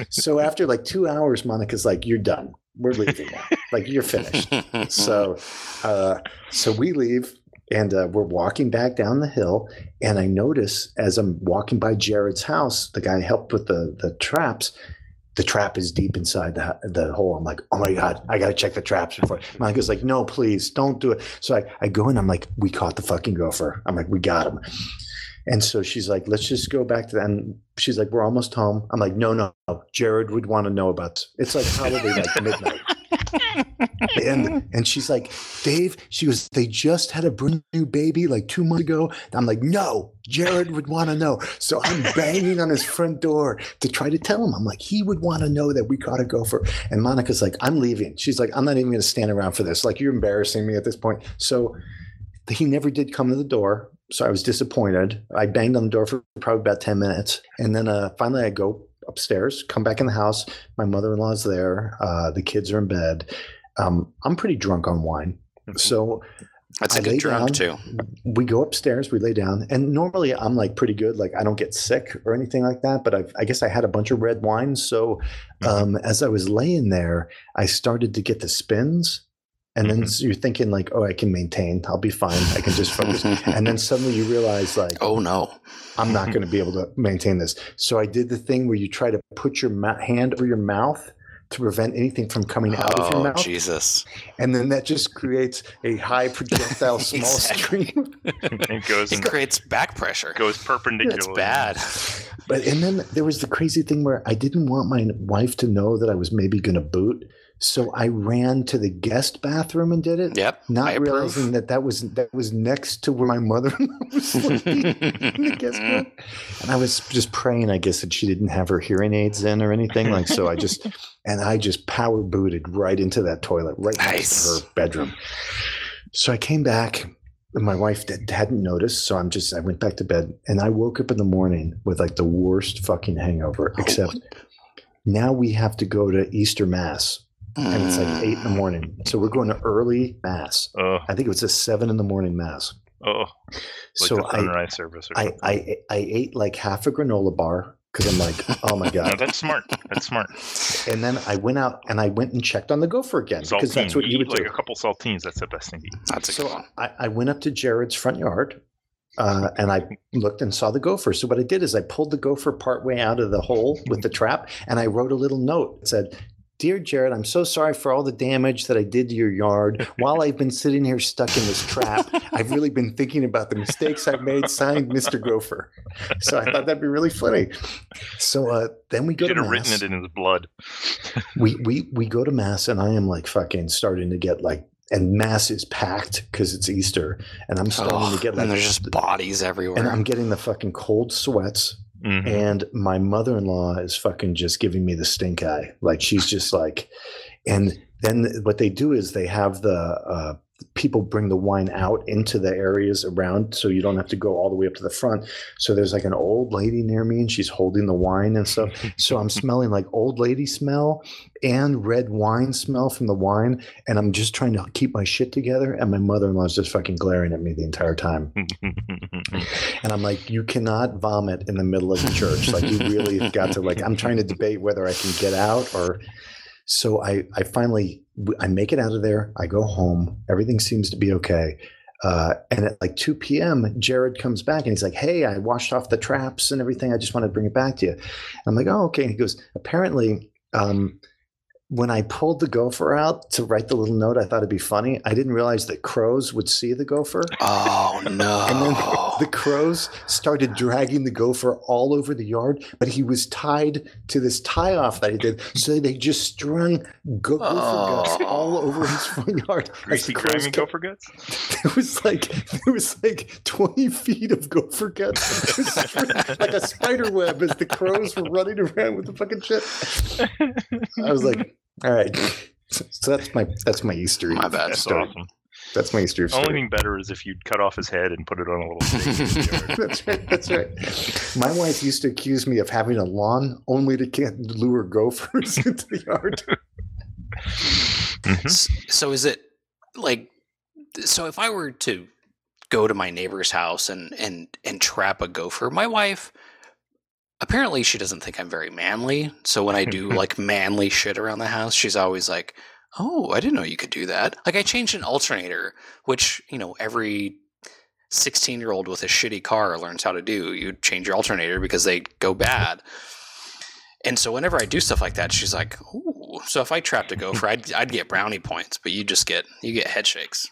So after like two hours, Monica's like, "You're done. We're leaving. Now. Like you're finished." So, uh, so we leave. And uh, we're walking back down the hill, and I notice as I'm walking by Jared's house, the guy helped with the the traps the trap is deep inside the, the hole. I'm like, oh my God, I got to check the traps before. Monica's like, no, please don't do it. So I, I go in, I'm like, we caught the fucking gopher. I'm like, we got him. And so she's like, let's just go back to that. And she's like, we're almost home. I'm like, no, no, no. Jared would want to know about this." It's like probably like midnight. and and she's like, Dave, she goes, they just had a brand new baby like two months ago. And I'm like, no, Jared would want to know. So I'm banging on his front door to try to tell him. I'm like, he would want to know that we caught a gopher. And Monica's like, I'm leaving. She's like, I'm not even going to stand around for this. Like, you're embarrassing me at this point. So he never did come to the door. So I was disappointed. I banged on the door for probably about 10 minutes. And then uh, finally, I go upstairs, come back in the house. My mother in law's there. Uh, the kids are in bed. Um, I'm pretty drunk on wine. So
That's a
I
good
lay
drunk, too.
down. we go upstairs, we lay down, and normally I'm like pretty good. Like I don't get sick or anything like that, but I've, I guess I had a bunch of red wine. So
Mm-hmm.
um, as I was laying there, I started to get the spins. And
Mm-hmm.
then you're thinking, like, oh, I can maintain. I'll be fine. I can just focus. and then suddenly you realize, like,
Oh, no.
I'm not going to be able to maintain this. So I did the thing where you try to put your ma- hand over your mouth to prevent anything from coming out of your
oh,
mouth.
Jesus.
And then that just creates a high projectile small
Exactly.
stream.
it goes
It
and
creates back pressure.
goes perpendicular.
It's bad.
But and then there was the crazy thing where I didn't want my wife to know that I was maybe going to boot, so I ran to the guest bathroom and did it,
Yep. I
not
approve.
realizing that that was that was next to where my mother was sleeping. in the guest room. And I was just praying, I guess, that she didn't have her hearing aids in or anything. Like so, I just and I just power booted right into that toilet, right
Nice.
next to her bedroom. So I came back. and My wife did, hadn't noticed, so I'm just I went back to bed and I woke up in the morning with like the worst fucking hangover.
Oh,
Except now we have to go to Easter Mass, and it's like eight in the
Mm.
morning, so we're going to early Mass.
Oh,
I think it was a seven in the morning Mass.
oh, like
so
the
I,
sunrise service or
I,
something.
I I ate like half a granola bar because I'm like, oh my
no,
god.
that's smart. That's smart.
And then I went out and I went and checked on the gopher again because
Saltines.
that's what you would
like
do.
a couple saltines. That's the best thing to eat.
That's a good
So
one.
I, I went up to Jared's front yard uh, and I looked and saw the gopher. So what I did is I pulled the gopher partway out of the hole with the trap and I wrote a little note that said. Dear Jared, I'm so sorry for all the damage that I did to your yard. While I've been sitting here stuck in this trap, I've really been thinking about the mistakes I've made. Signed, Mr. Gopher. So I thought that'd be really funny. So uh, then we go
You should
to
have written
mass
it in his blood.
we we we go to mass and i am like fucking starting to get like and mass is packed because it's easter and i'm starting
Oh,
to get like
and there's just bodies everywhere.
and i'm getting the fucking cold sweats
Mhm.
and my mother-in-law is fucking just giving me the stink eye like she's just like and then what they do is they have the uh people bring the wine out into the areas around so you don't have to go all the way up to the front so there's like an old lady near me and she's holding the wine and stuff so i'm smelling like old lady smell and red wine smell from the wine and i'm just trying to keep my shit together and my mother-in-law's just fucking glaring at me the entire time and I'm like, you cannot vomit in the middle of the church. Like you really have got to like. I'm trying to debate whether I can get out or. So I I finally I make it out of there. I go home. Everything seems to be okay. Uh, and at like 2 p.m., Jared comes back and he's like, "Hey, I washed off the traps and everything. I just want to bring it back to you." And I'm like, "Oh, okay." And he goes, "Apparently, um, when I pulled the gopher out to write the little note, I thought it'd be funny. I didn't realize that crows would see the gopher."
oh no.
And then
Oh.
the crows started dragging the gopher all over the yard, but he was tied to this tie off that he did. So they just strung go- gopher guts
Oh.
all over his front yard. as
Greasy,
the crows
grimy
kept-
gopher guts.
There was like there was like twenty feet of gopher guts, just strung like a spider web, as the crows were running around with the fucking shit. I was like, all right. So so that's my that's my Easter.
My bad.
That's
Story.
awesome.
That's my Easter story.
Only thing better is if you'd cut off his head and put it on a little stake. in his yard.
That's right. That's right. My wife used to accuse me of having a lawn only to get, lure gophers into the yard.
Mhm.
S- so is it like so if i were to go to my neighbor's house and and and trap a gopher my wife apparently she doesn't think i'm very manly so when i do like manly shit around the house she's always like oh i didn't know you could do that like i changed an alternator which you know every 16 year old with a shitty car learns how to do you change your alternator because they go bad and so whenever I do stuff like that, she's like, "Ooh." So if I trapped a gopher, I'd I'd get brownie points, but you just get you get head shakes.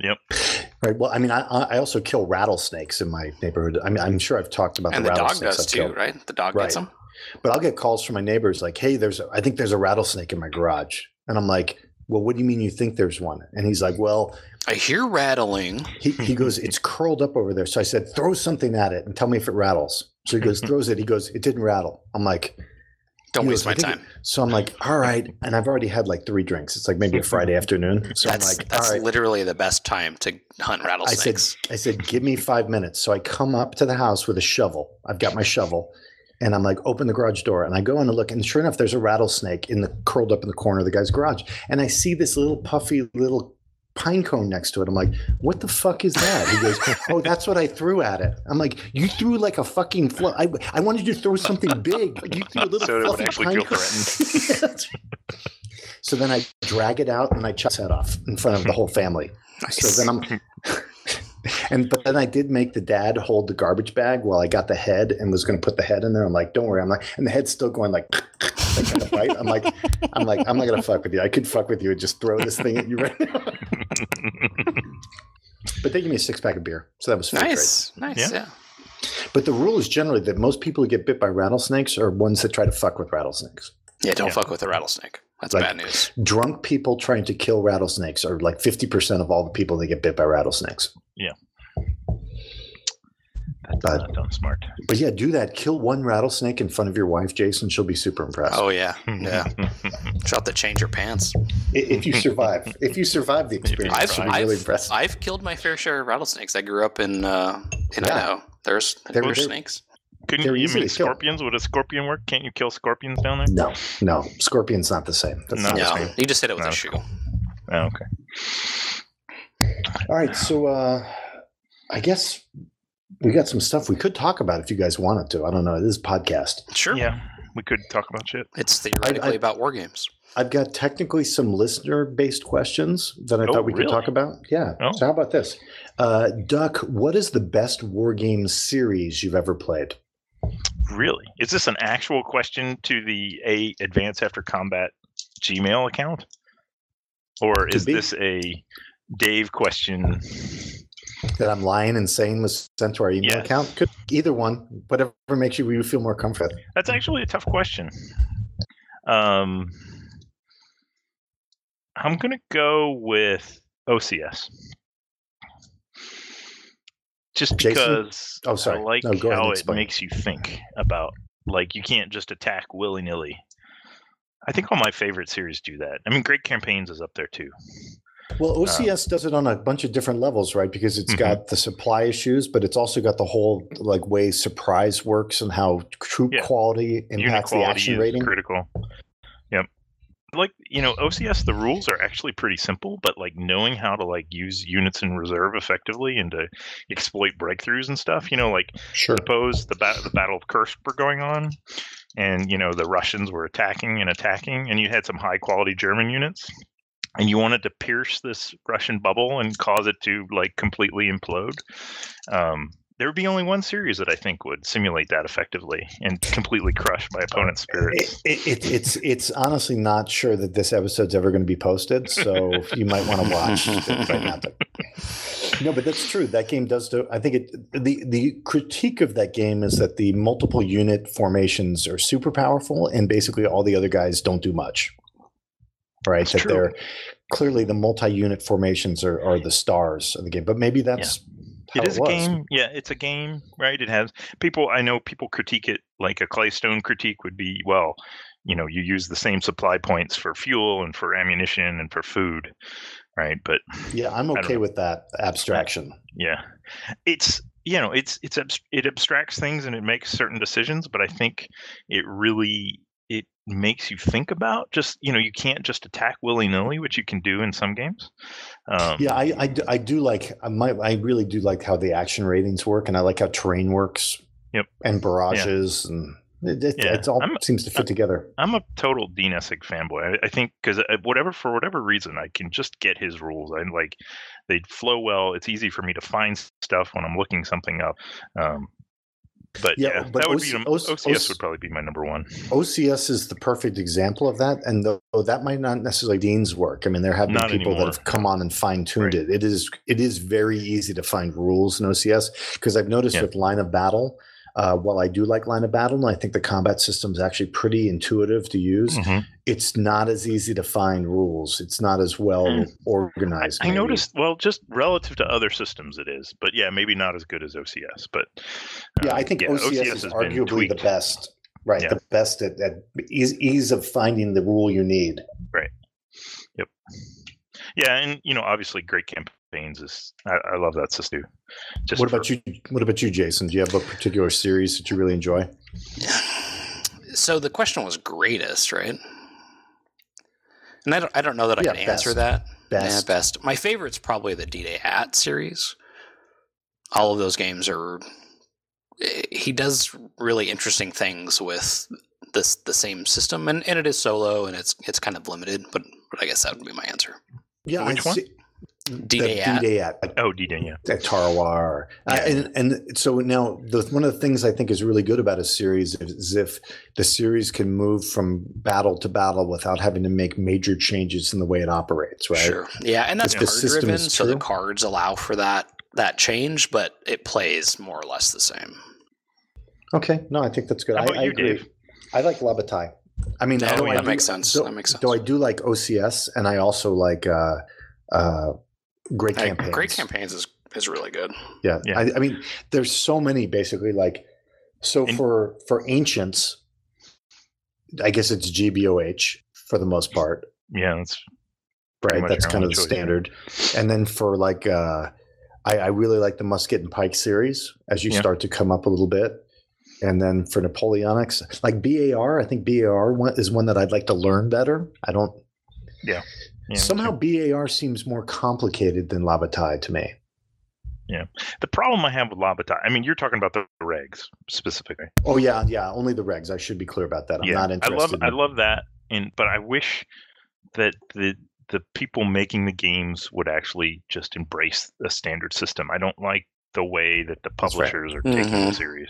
Right. Well, I mean, I, I also kill rattlesnakes in my neighborhood. I mean, I'm sure I've talked about
and
the
the dog
rattlesnakes
does
I've
too,
killed.
right? The dog gets
Right.
them.
But I'll get calls from my neighbors like, "Hey, there's a, I think there's a rattlesnake in my garage," and I'm like. Well, what do you mean you think there's one? And he's like, Well,
I hear rattling.
he, he goes, It's curled up over there. So I said, Throw something at it and tell me if it rattles. So he goes, Throws it. He goes, It didn't rattle. I'm like,
Don't
He
waste
goes, "I
my
think
time.
So I'm like, all right. And I've already had like three drinks. It's like maybe a Friday afternoon. So
that's
I'm like,
that's
all right.
literally the best time to hunt
I said,
rattlesnakes.
I said, give me five minutes. So I come up to the house with a shovel. I've got my shovel. And I'm like, open the garage door. And I go in and look. And sure enough, there's a rattlesnake in the curled up in the corner of the guy's garage. And I see this little puffy little pine cone next to it. I'm like, what the fuck is that? He goes, oh, that's what I threw at it. I'm like, you threw like a fucking, fl- I, I wanted you to throw something big. Like, you threw a little
So it would
fluffy
actually
pine
feel
cone. so then I drag it out and I chuck its head off in front of the whole family. So then I'm. And but then I did make the dad hold the garbage bag while I got the head and was going to put the head in there. I'm like, don't worry. I'm like, and the head's still going like, that kind of bite. I'm like, I'm like, I'm not gonna fuck with you. I could fuck with you and just throw this thing at you right now. But they gave me a six pack of beer, so that was fair
nice, nice, yeah.
trade. But the rule is generally that most people who get bit by rattlesnakes are ones that try to fuck with rattlesnakes.
Yeah, don't
Yeah.
fuck with a rattlesnake. That's
Like-
bad news.
Drunk people trying to kill rattlesnakes are like fifty percent of all the people that get bit by rattlesnakes.
That's
But-
not done smart.
But yeah, do that. Kill one rattlesnake in front of your wife, Jason. She'll be super impressed.
Oh yeah,
Mhm.
yeah. Shot that change your pants.
I- If you survive, if you survive the experience,
I've,
she'll be
I've,
really impressed.
I've killed my fair share of rattlesnakes. I grew up in uh, in
Yeah.
Idaho. There's
They're-
there's
they're-
snakes.
Couldn't
They're
you
easy
mean
to kill.
scorpions? Would a scorpion work? Can't you kill scorpions down there?
no, no, scorpion's not the same. That's
No.
not the
No,
same.
you just hit it with
No.
a shoe.
Oh, okay.
All right, so uh, I guess we got some stuff we could talk about if you guys wanted to. I don't know. This is a podcast.
Sure.
Yeah, we could talk about shit.
It's theoretically
I- I-
about war games.
I've got technically some listener based questions that I
Oh,
thought we
really?
could talk about. Yeah.
Oh.
So, how about this? Uh, Duck, what is the best war game series you've ever played?
Really? Is this an actual question to the A Advance After Combat Gmail account? Or
Could
is
be.
this a Dave question?
That I'm lying and saying was sent to our email
Yeah.
account? Could, either one, whatever makes you, you feel more comfortable.
That's actually a tough question. Um, I'm going to go with OCS. Just
Jason?
because
Oh, sorry.
I like
No, go ahead
how
and
it
explain.
makes you think about, like, you can't just attack willy nilly. I think all my favorite series do that. I mean, Great Campaigns is up there too. Um,
Well, OCS does it on a bunch of different levels, right? Because it's
Mhm.
got the supply issues, but it's also got the whole like way surprise works and how troop
Yeah.
quality impacts the
Uniquality
action
is
rating.
critical. Yep. Like you know, OCS the rules are actually pretty simple, but like knowing how to like use units in reserve effectively and to exploit breakthroughs and stuff. You know, like
Sure.
suppose the ba- the Battle of Kursk were going on, and you know the Russians were attacking and attacking, and you had some high quality German units, and you wanted to pierce this Russian bubble and cause it to like completely implode. Um, there would be only one series that I think would simulate that effectively and completely crush my opponent's
It,
spirits.
it, it- it's it's honestly not sure that this episode's ever going to be posted, so you might want to watch. it might not be. No, but that's true. That game does. Do, I think it. The the critique of that game is that the multiple unit formations are super powerful, and basically all the other guys don't do much. Right?
That's
that
true.
they're clearly the multi-unit formations are, are the stars of the game, but maybe that's. how
It is a
was.
game. Yeah, it's a game, right? It has people. I know people critique it like a Claystone critique would be, well, you know, you use the same supply points for fuel and for ammunition and for food, right? But
Yeah, I'm
don't
okay
know.
with that abstraction.
yeah, it's you know, it's it's abs- it abstracts things and it makes certain decisions, but I think it really it makes you think about just you know you can't just attack willy nilly, which you can do in some games. Um,
Yeah, I, I, do, I do like I might I really do like how the action ratings work, and I like how terrain works.
Yep.
And barrages, and it, it,
Yeah,
it's all
I'm-
seems to fit together.
I'm a total Dean Essig fanboy. I, I think because whatever for whatever reason, I can just get his rules. I like they flow well. It's easy for me to find s- stuff when I'm looking something up. Um, but
Yeah,
yeah,
but
that would
OC
be m-
OC
OCS would probably be my number one.
OCS is the perfect example of that, and though though that might not necessarily Dean's work. I mean, there have been
Not
people
anymore.
that have come on and fine tuned
Right.
it. It is it is very easy to find rules in OCS because I've noticed
Yeah.
with line of battle. Uh, while I do like line of battle, and I think the combat system is actually pretty intuitive to use,
Mm-hmm.
it's not as easy to find rules. It's not as well
Mm. I,
organized.
I
maybe.
noticed. Well, just relative to other systems, it is. But yeah, maybe not as good as OCS. But
Yeah,
uh,
I think OCS, is
has been
arguably the
tweaked.
best. Right,
Yeah.
the best at, at ease, ease of finding the rule you need.
Yep. Yeah, and you know, obviously, great campaigns is. I, I love that system. too. Just
what
for-
about you? What about you, Jason? Do you have a particular series that you really enjoy?
So the question was greatest, right? And I don't, I don't know that
Yeah,
I can answer
best.
that.
Best.
Yeah, best. My favorite's probably the D-Day At series. All of those games are. eh, He does really interesting things with this the same system, and, and it is solo, and it's it's kind of limited. But, but I guess that would be my answer.
Yeah,
Which
I
one?
see-
D-Day at.
D-Day at, at,
Oh, D Day, yeah.
at Tarawa. Uh,
Yeah.
and, and so now the, one of the things I think is really good about a series is if the series can move from battle to battle without having to make major changes in the way it operates, right?
Sure. Yeah, and that's
If the
card
system
driven,
is
so the
true.
cards allow for that that change, but it plays more or less the same.
Okay. No, I think that's good.
How
I-
about
I,
you,
agree.
Dave?
I like Labatai. I mean,
Oh,
although
yeah,
I
that
do-
makes sense.
Though,
That makes sense.
Though I do like OCS, and I also like uh, uh, great
Hey,
campaigns.
Great campaigns is is really good.
Yeah,
Yeah.
I, I mean, there's so many basically. Like, so
And-
for for ancients, I guess it's GBOH for the most part,
Yeah, that's Pretty
right?
much
That's
your
kind of
only
the
choice, yeah.
standard. And then for like, uh, I, I really like the Musket and Pike series as you
Yeah.
start to come up a little bit. And then for Napoleonics, like BAR, I think BAR one, is one that I'd like to learn better. I don't
yeah.
Somehow BAR seems more complicated than Lavatai to me.
The problem I have with Labatai, I mean, you're talking about the regs specifically.
Oh yeah, yeah. Only the regs. I should be clear about that. I'm
yeah,
not interested.
I love
in-
I love that, and but I wish that the the people making the games would actually just embrace a standard system. I don't like the way that the
That's right.
publishers are taking the
Mhm.
series.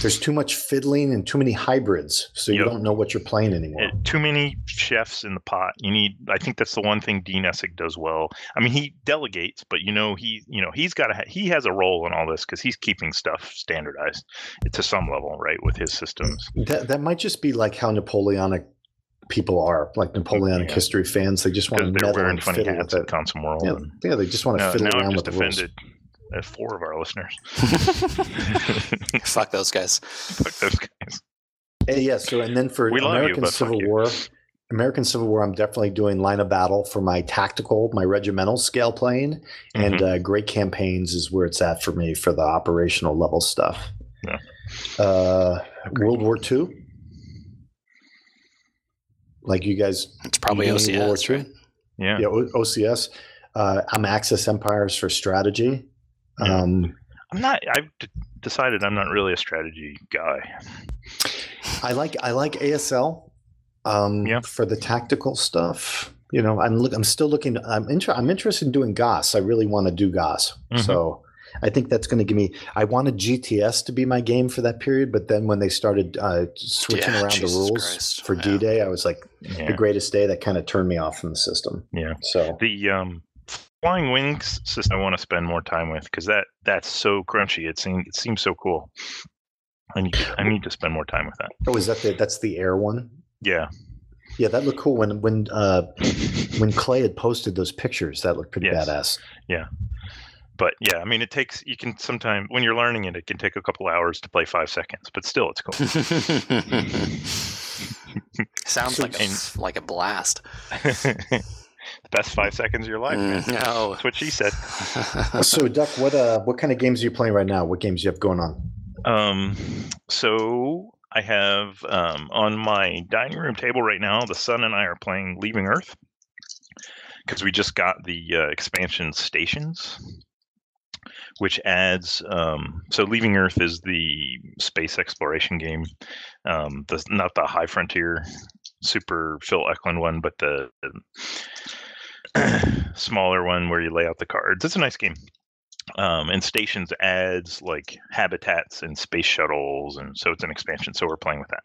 There's too much fiddling and too many hybrids, so you
Yep.
don't know what you're playing anymore.
Uh, too many chefs in the pot. You need. I think that's the one thing Dean Essig does well. I mean, he delegates, but you know, he you know he's got to ha- he has a role in all this because he's keeping stuff standardized eh, to some level, right, with his systems.
that that might just be like how Napoleonic people are, like Napoleonic
Yeah.
history fans. They just want to
Because they're
meddle
wearing
and
funny
fiddle
hats
with
at
it.
Consum World.
Yeah,
and-
yeah, they just want to
No,
fiddle
now I'm
around with
just
the rules.
offended. At four of our listeners.
Fuck those guys.
Fuck those guys.
Hey, yeah. So and then for
We love you,
American
but fuck
Civil
you.
War, American Civil War, I'm definitely doing line of battle for my tactical, my regimental scale playing, and
Mhm.
uh, great campaigns is where it's at for me for the operational level stuff.
Yeah.
Uh, World War II. Like you guys,
It's probably
you mean World War
OCS.
II?
right?
Mm-hmm. yeah.
yeah, O- OCS. Uh, I'm Axis Empires for strategy.
Yeah.
Um,
I'm not. I've d- decided I'm not really a strategy guy.
I like I like ASL um,
Yeah.
for the tactical stuff. You know, I'm look, I'm still looking. I'm inter- I'm interested in doing Goss. I really want to do Goss.
Mhm.
So I think that's going to give me. I wanted GTS to be my game for that period, but then when they started uh, switching
Yeah,
around
Jesus
the rules
Christ,
for
yeah.
D Day, I was like
Yeah.
the greatest day. That kind of turned me off from the system.
Yeah.
So
The um, flying wings system I want to spend more time with because that that's so crunchy. It seems it seems so cool. I need I need to spend more time with that.
oh, is that the that's the air one?
Yeah.
Yeah, that looked cool when when uh, when Clay had posted those pictures. That looked pretty
Yes.
badass.
But yeah, I mean, it takes you can sometimes when you're learning it, it can take a couple hours to play five seconds, but still, it's cool.
Sounds
So-
like a,
and-
f- like a blast.
the best five seconds of your life. man.
Mm, no.
That's what she said.
so duck what uh what kind of games are you playing right now what games do you have going on
Um, so I have um, on my dining room table right now. The son and I are playing Leaving Earth because we just got the uh, expansion Stations, which adds. Um, so Leaving Earth is the space exploration game, um, the, not the High Frontier, super Phil Eklund one, but the the smaller one where you lay out the cards. It's a nice game um, and stations adds like habitats and space shuttles and so it's an expansion so we're playing with that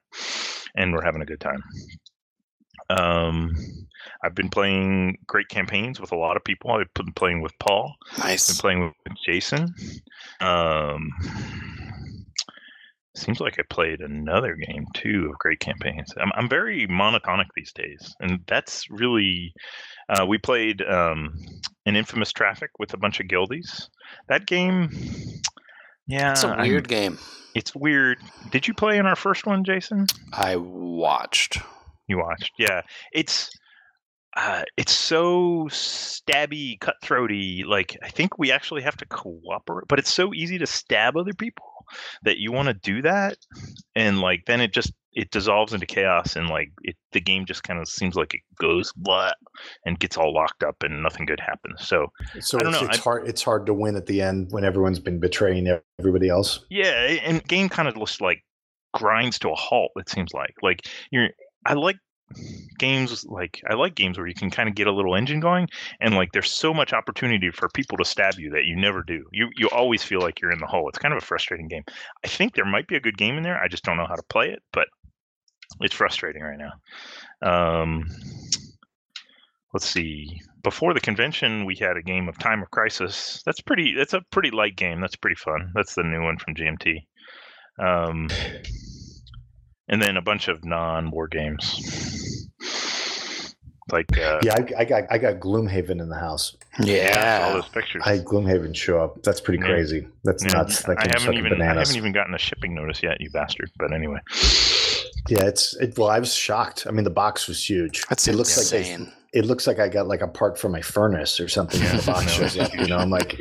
and we're having a good time um, i've been playing great campaigns with a lot of people i've been playing with paul been
nice.
playing with with Jason. Um, seems like I played another game too of great campaigns. I'm, I'm very monotonic these days, and that's really. Uh, we played um, an infamous traffic with a bunch of guildies. That game, yeah,
It's a
Ah, I'm-
weird game.
it's weird. Did you play in our first one, Jason?
I watched.
you watched. Yeah, it's uh, it's so stabby, cutthroaty. Like I think we actually have to cooperate, but it's so easy to stab other people that you want to do that, and like then it just it dissolves into chaos, and like it the game just kind of seems like it goes blah and gets all locked up, and nothing good happens. So
so
I don't
it's,
know,
it's
I-
hard it's hard to win at the end when everyone's been betraying everybody else
Yeah, a- and game kind of just like grinds to a halt. It seems like like you're. I like games like I like games where you can kind of get a little engine going, and like there's so much opportunity for people to stab you that you never do. You you always feel like you're in the hole. It's kind of a frustrating game. I think there might be a good game in there. I just don't know how to play it, but it's frustrating right now. Um, let's see. Before the convention, we had a game of Time of Crisis. That's pretty. That's a pretty light game. That's pretty fun. That's the new one from GMT. Um, and then a bunch of non-war games. Like uh,
Yeah, I, I got I got Gloomhaven in the house.
all
Yeah.
those pictures.
I had Gloomhaven show up. That's pretty
Yeah.
crazy. That's
Yeah,
nuts. That
I
game's
haven't
fucking
even I
bananas.
haven't even gotten a shipping notice yet, you bastard. But anyway,
Yeah, it's it, well, I was shocked. I mean, the box was huge.
That's
it looks like they-
insane.
it looks like I got like a part for my furnace or something. when the
Yeah,
box
no,
shows
it's
up, you know. I'm like,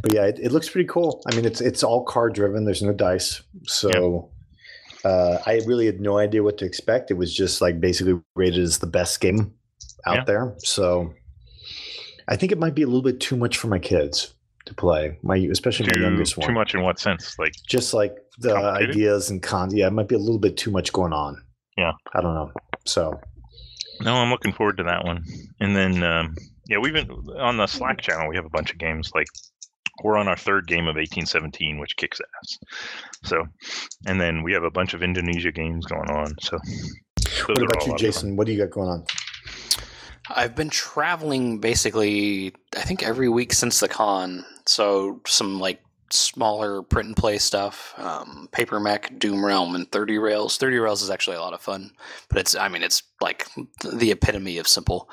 but yeah, it, it looks pretty cool. I mean, it's it's all card driven. There's no dice, so uh, I really had no idea what to expect. It was just like basically rated as the best game out
Yeah.
there. So I think it might be a little bit too much for my kids to play. My especially my
too,
youngest one.
too much in what sense? Like
Just like the
Complicated?
ideas and cons. Yeah, it might be a little bit too much going on.
Yeah.
I don't know. So
No, I'm looking forward to that one. And then, um, yeah, we've been on the Slack channel. We have a bunch of games. Like we're on our third game of 1817, which kicks ass. So, and then we have a bunch of Indonesia games going on. So, those
What
are all
about you,
a lot of fun.
Jason? What do you got going on?
I've been traveling basically, I think every week since the con. So some like smaller print and play stuff, um, Paper Mech, Doom Realm, and Thirty Rails. Thirty Rails is actually a lot of fun, but it's I mean it's like the epitome of simple.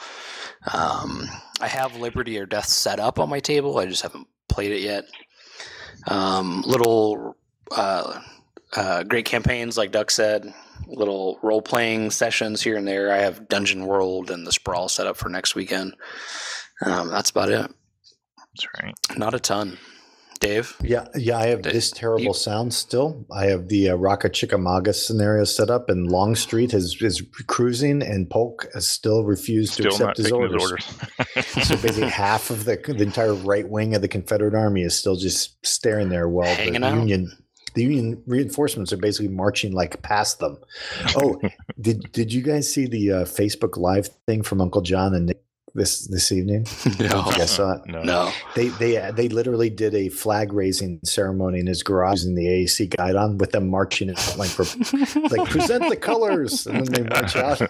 Um, I have Liberty or Death set up on my table. I just haven't played it yet. Um, little uh, uh, great campaigns, like Duck said, little role playing sessions here and there. I have Dungeon World and the Sprawl set up for next weekend. Um, that's about it.
That's right.
Not a ton. Dave?
Yeah, yeah, I have
Did
this terrible
you-
sound still. I have the uh, Raka Chickamauga scenario set up, and Longstreet is is cruising, and Polk has still refused to
Still not
accept his
taking
orders.
his orders.
so basically, half of the the entire right wing of the Confederate Army is still just staring there while
Hanging
the
out.
Union. The Union reinforcements are basically marching like past them. Oh, did did you guys see the uh, Facebook Live thing from Uncle John and Nick this this evening? uh,
No.
I saw it.
no.
No.
They they uh, they literally did a flag raising ceremony in his garage using the AAC guide on with them marching out like for, like present the colors and then they march out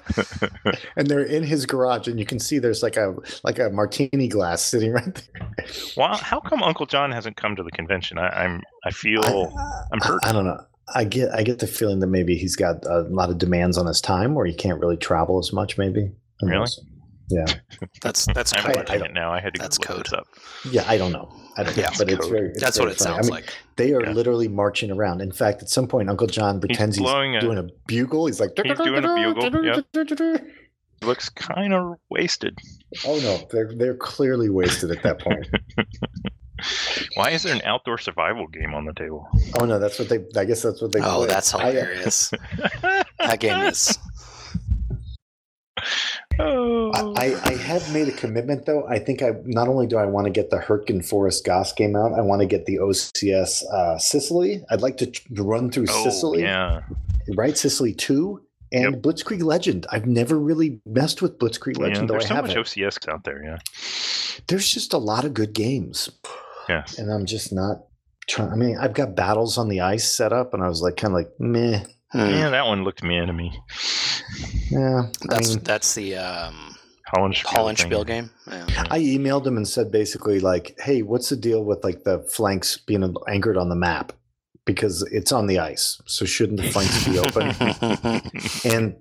and they're in his garage and you can see there's like a like a martini glass sitting right there.
well, how come Uncle John hasn't come to the convention? I, I'm I feel
I,
Oh, I'm hurt.
I, I don't know. I get I get the feeling that maybe he's got a lot of demands on his time or he can't really travel as much maybe. I don't know.
Really?
That's that's
I'm
I-
code.
I
watching it now. I had to
That's
look
code.
this up.
Yeah, I don't know. I don't
Yeah.
know, but it's very it's
That's what
very
it
funny. I
sounds
mean,
like.
They are
Yeah.
literally marching around. In fact, at some point, Uncle John pretends he's,
blowing a-
doing a bugle. He's like,
He's doing a bugle, yep. Looks kind of wasted.
Oh no, they're they're clearly wasted at that point.
Why is there an outdoor survival game on the table?
oh no, that's what they. I guess that's what they.
Oh,
play.
that's
I, uh,
hilarious. that game is
Oh.
I, I, I have made a commitment though. I think I not only do I want to get the Hurtgen Forest Goss game out, I want to get the OCS uh, Sicily. I'd like to tr- run through
Oh,
Sicily,
yeah.
right? Sicily two and Blitzkrieg Legend. I've never really messed with Blitzkrieg
Yeah,
Legend, though
there's
I
so
have
much
it.
OCS out there, yeah.
there's just a lot of good games
Yes.
and i'm just not trying i mean i've got battles on the ice set up and i was like kind of like meh
Hmm.
Yeah, that one looked me into me.
yeah
that's
I, mean,
that's the um
Holland Spiel.
Holland
thing.
Spiel game. Yeah.
I emailed him and said basically like hey what's the deal with like the flanks being anchored on the map because it's on the ice so shouldn't the flanks be open and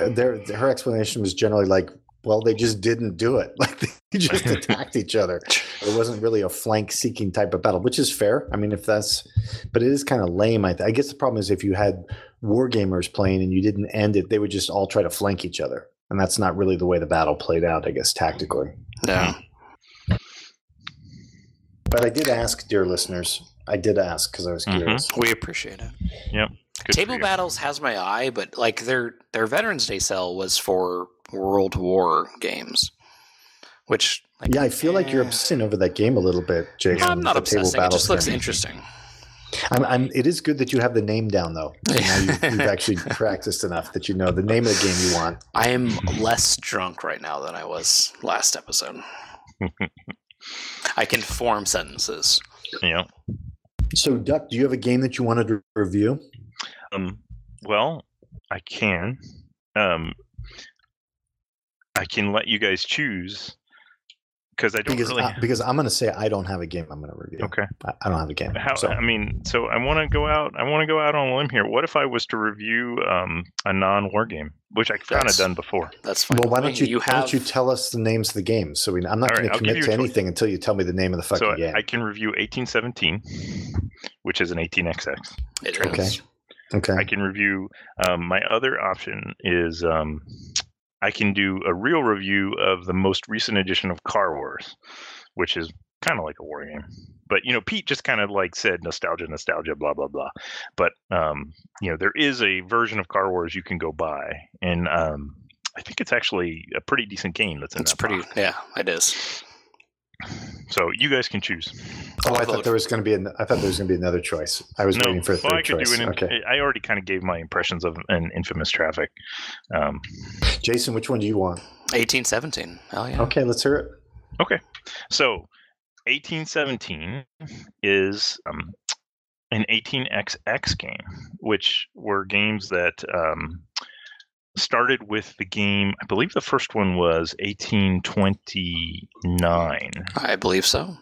uh, their her explanation was generally like well they just didn't do it like they just attacked each other it wasn't really a flank seeking type of battle which is fair i mean if that's but it is kind of lame I, th- I guess the problem is if you had war gamers playing and you didn't end it they would just all try to flank each other and that's not really the way the battle played out i guess tactically
yeah.
but i did ask dear listeners i did ask because i was
Mm-hmm.
Mhm.
curious
We appreciate it.
Good for
Table
you.
battles has my eye, but like their their Veterans Day sale was for World War games, which like,
yeah i feel like you're
eh,
obsessing over that game a little bit jason
I'm not
the table
obsessing. It
battles
just looks
game.
interesting.
I'm, I'm, it is good that you have the name down, though. So now you, you've actually practiced enough that you know the name of the game you want.
I am less drunk right now than I was last episode. I can form sentences.
Yeah.
So, Duck, do you have a game that you wanted to review?
Um, well, I can. Um, I can let you guys choose because I don't
Because,
really.
I, because I'm going to say I don't have a game I'm going to review.
okay.
I, I don't have a game.
How, um,
so,
I mean, so I want to go out. I want to go out on a limb here. What if I was to review um, a non-war game, which I've kind of
That's-
done before?
That's fine.
well, why
with
don't
me.
you, why don't you tell us the names of the games? So we, I'm not
All right,
going
I'll
to
give you
commit
a
to
choice.
anything until you tell me the name of the fucking
So
game.
I can review 1817, which is an 18xx.
It is.
okay. okay.
I can review. Um, my other option is um, I can do a real review of the most recent edition of Car Wars, which is kind of like a war game. But you know, Pete just kind of like said nostalgia, nostalgia, blah blah blah. But um, you know, there is a version of Car Wars you can go buy, and um, I think it's actually a pretty decent game. That's in
It's
that
pretty.
box.
Yeah, it is.
So you guys can choose.
oh, I
I'll
thought
vote.
there was going to be. An, I thought there was going to be another choice. I was waiting for a third
well, I could
choice.
do an.
okay,
I already kind of gave my impressions of an infamous traffic. Um,
Jason, which one do you want?
1817. Hell yeah.
Okay, let's hear it.
So, 1817 is um, an 18xx game, which were games that um, started with the game. I believe the first one was 1829.
I believe so.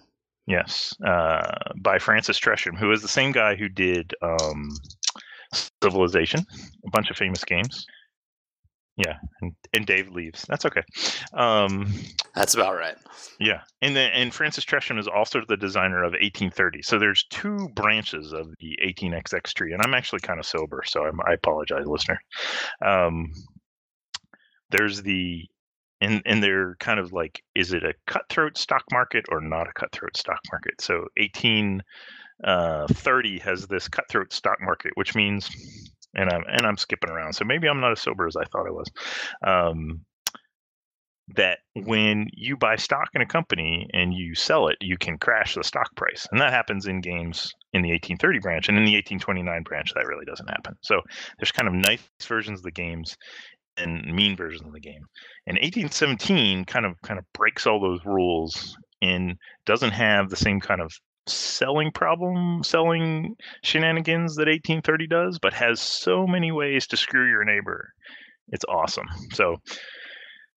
Yes, uh, by Francis Tresham, who is the same guy who did um, Civilization, a bunch of famous games. Yeah, and, and Dave leaves. That's okay. Um,
That's about right.
yeah, and then and Francis Tresham is also the designer of 1830. So there's two branches of the 18xx tree, and I'm actually kind of sober, so I'm, I apologize, listener. Um, there's the and and they're kind of like, is it a cutthroat stock market or not a cutthroat stock market? So 1830 has this cutthroat stock market, which means, and I'm and I'm skipping around, so maybe I'm not as sober as I thought I was. Um, that when you buy stock in a company and you sell it, you can crash the stock price. And that happens in games in the 1830 branch. And in the 1829 branch, that really doesn't happen. So there's kind of nice versions of the games and mean versions of the game. And 1817 kind of kind of breaks all those rules and doesn't have the same kind of selling problem, selling shenanigans that 1830 does, but has so many ways to screw your neighbor. It's awesome. So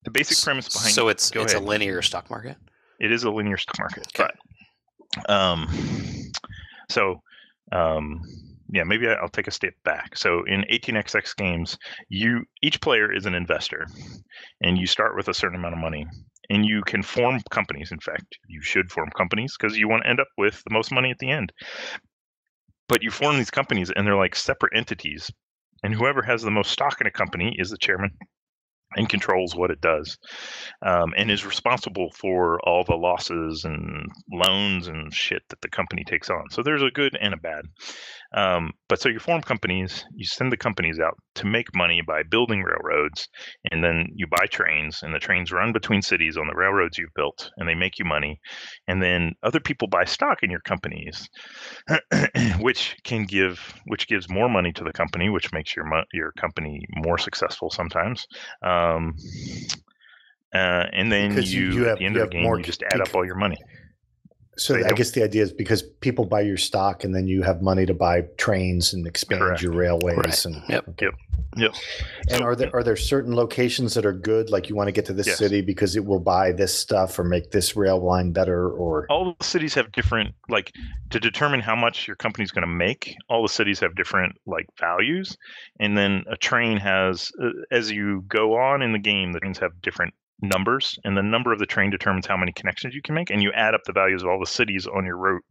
the basic premise behind
so it's
go
it's
ahead.
a linear stock market.
it is a linear stock market
Okay.
but um so um yeah maybe I- i'll take a step back so in 18xx games you each player is an investor and you start with a certain amount of money and you can form companies in fact you should form companies because you want to end up with the most money at the end but you form these companies and they're like separate entities and whoever has the most stock in a company is the chairman and controls what it does um, and is responsible for all the losses and loans and shit that the company takes on. So there's a good and a bad. Um, but so you form companies, you send the companies out to make money by building railroads, and then you buy trains, and the trains run between cities on the railroads you've built, and they make you money. And then other people buy stock in your companies, which can give, which gives more money to the company, which makes your mo- your company more successful sometimes. Um, uh, and then
Because you-
you,
you
at
have-
the end
you
of
have
the game,
more
you just
c-
add up
c-
all your money.
So
They
I
don't-
guess the idea is because people buy your stock and then you have money to buy trains and expand
Correct.
your railways
Right.
and
Yep.
okay.
Yep. Yep.
And
So-
are there are there certain locations that are good like you want to get to this
Yes.
city because it will buy this stuff or make this rail line better or
all the cities have different like to determine how much your company's going to make all the cities have different like values and then a train has uh, as you go on in the game the trains have different numbers and the number of the train determines how many connections you can make and you add up the values of all the cities on your route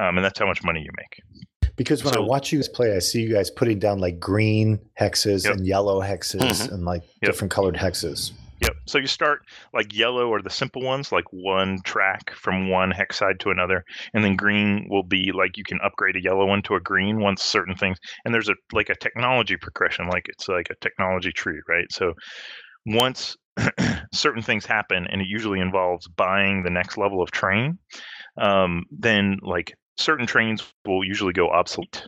um, and that's how much money you make
because when I
Oh, So-
watch you guys play I see you guys putting down like green hexes
Yep. Mm-hmm.
and yellow hexes
Mhm.
and like
Yep.
different colored hexes.
Yep. So you start like yellow are the simple ones, like one track from one hex side to another, and then green will be like you can upgrade a yellow one to a green once certain things. And there's a like a technology progression, like it's like a technology tree, right? So once certain things happen, and it usually involves buying the next level of train, um, then like certain trains will usually go obsolete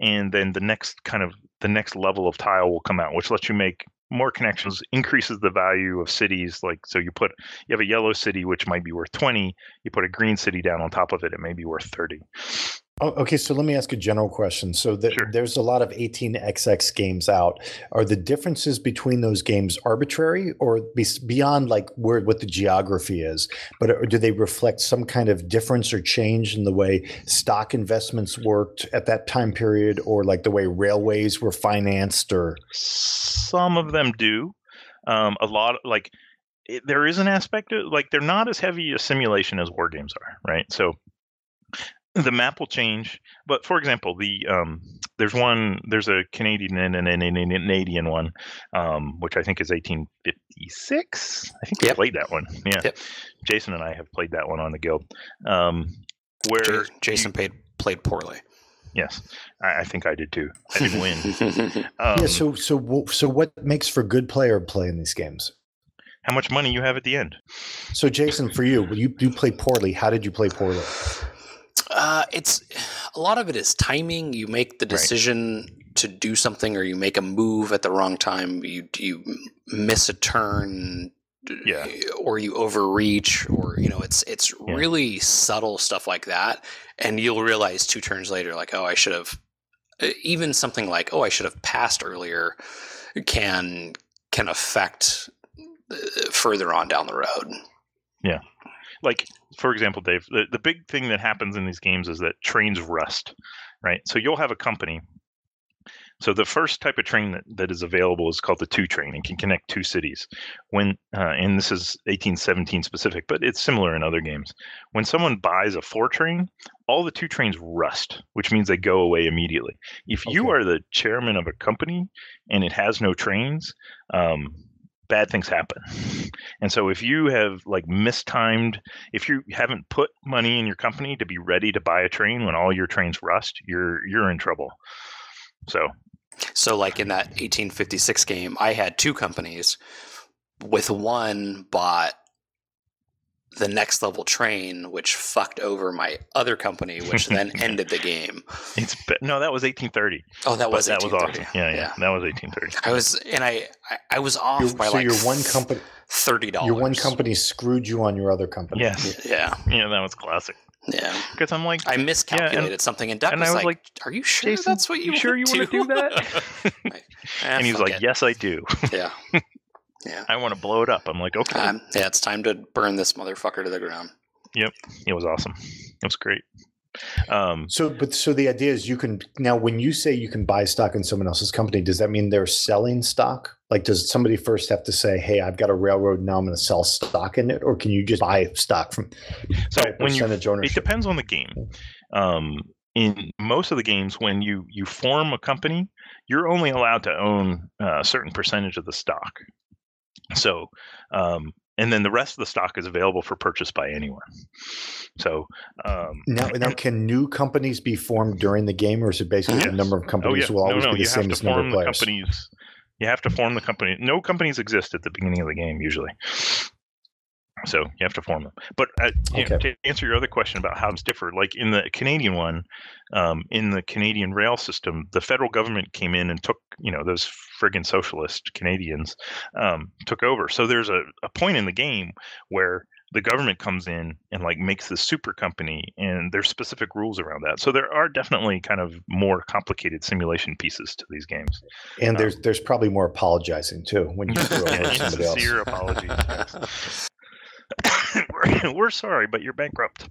and then the next kind of the next level of tile will come out which lets you make more connections increases the value of cities like so you put you have a yellow city which might be worth 20 you put a green city down on top of it it may be worth 30
Oh, okay, so let me ask a general question. So the,
Sure.
there's a lot of 18xx games out. Are the differences between those games arbitrary, or be, beyond like where what the geography is? But are- do they reflect some kind of difference or change in the way stock investments worked at that time period, or like the way railways were financed? Or
some of them do um, a lot like it, there is an aspect of like they're not as heavy a simulation as war games are right so the map will change but for example the um, there's one there's a canadian and an an- an canadian one um, which i think is 1856 i think we
Yep.
played that one yeah
Yep.
jason and i have played that one on the guild um, where
Ja- Jason paid, played poorly.
yes I, I think i did too i didn't win um,
yeah, so so wh- so what makes for good player play in these games?
how much money you have at the end
So Jason, for you, you you play poorly. How did you play poorly?
Uh, it's a lot of it is timing. You make the
Right.
decision to do something, or you make a move at the wrong time. You you miss a turn, uh,
Yeah.
or you overreach, or you know, it's it's
Yeah.
really subtle stuff like that, and you'll realize two turns later, like, oh, I should have. uh, Even something like, oh, I should have passed earlier, can can affect uh, further on down the road.
like for example dave the, the big thing that happens in these games is that trains rust right so you'll have a company so the first type of train that, that is available is called the two train and can connect two cities when uh, and this is 1817 specific but it's similar in other games when someone buys a four train all the two trains rust which means they go away immediately if you
Okay.
are the chairman of a company and it has no trains um, bad things happen and so if you have like mistimed if you haven't put money in your company to be ready to buy a train when all your trains rust, you're you're in trouble. So
So, like in that 1856 game, I had two companies. With one, bought the next level train, which fucked over my other company, which then ended the game.
it's be- no, that was 1830.
Oh, that
But
was
that was
1830.
awesome. Yeah, yeah, that was 1830.
I was, and I, I, I was off
Your-
by
so
like
your one company,
thirty dollars.
your one company screwed you on your other company.
Yes,
Yeah,
yeah, that was classic.
yeah.
Because I'm like,
I miscalculated something, and Doug
and
was,
I was
like, "Are you sure
Jason,
that's what you,
you sure you
want to
do that? and he was like, "Yes, I do.
yeah,
I want to blow it up." I'm like, "Okay."
Um, yeah, it's time to burn this motherfucker to the ground."
it was awesome. It was great. Um,
So, but so the idea is you can now. When you say you can buy stock in someone else's company, does that mean they're selling stock? Like, does somebody first have to say, "Hey, I've got a railroad now. I'm going to sell stock in it," or can you just buy stock from
so
buy a
when you
percentage ownership?
It depends on the game. Um, in most of the games, when you you form a company, you're only allowed to own uh, a certain percentage of the stock. So, um, and then the rest of the stock is available for purchase by anyone. So, um,
Now, now, can new companies be formed during the game, or is it basically
Yes.
the number of
oh
companies
yeah,
will
no,
always
no,
be the
you have
same
to
as number
form
of
the
players?
companies. You have to form the company. No companies exist at the beginning of the game usually. So you have to form them. But uh, you know, to answer your other question about how it's differ, like in the Canadian one, um, in the Canadian rail system, the federal government came in and took, you know, those friggin' socialist Canadians um, took over. So there's a, a point in the game where the government comes in and like makes this super company and there's specific rules around that. So there are definitely kind of more complicated simulation pieces to these games. uh,
And there's there's probably more apologizing too when you screw
Yeah,
over
yeah,
somebody else.
sincere apologies. yes. we're, we're sorry, but you're bankrupt.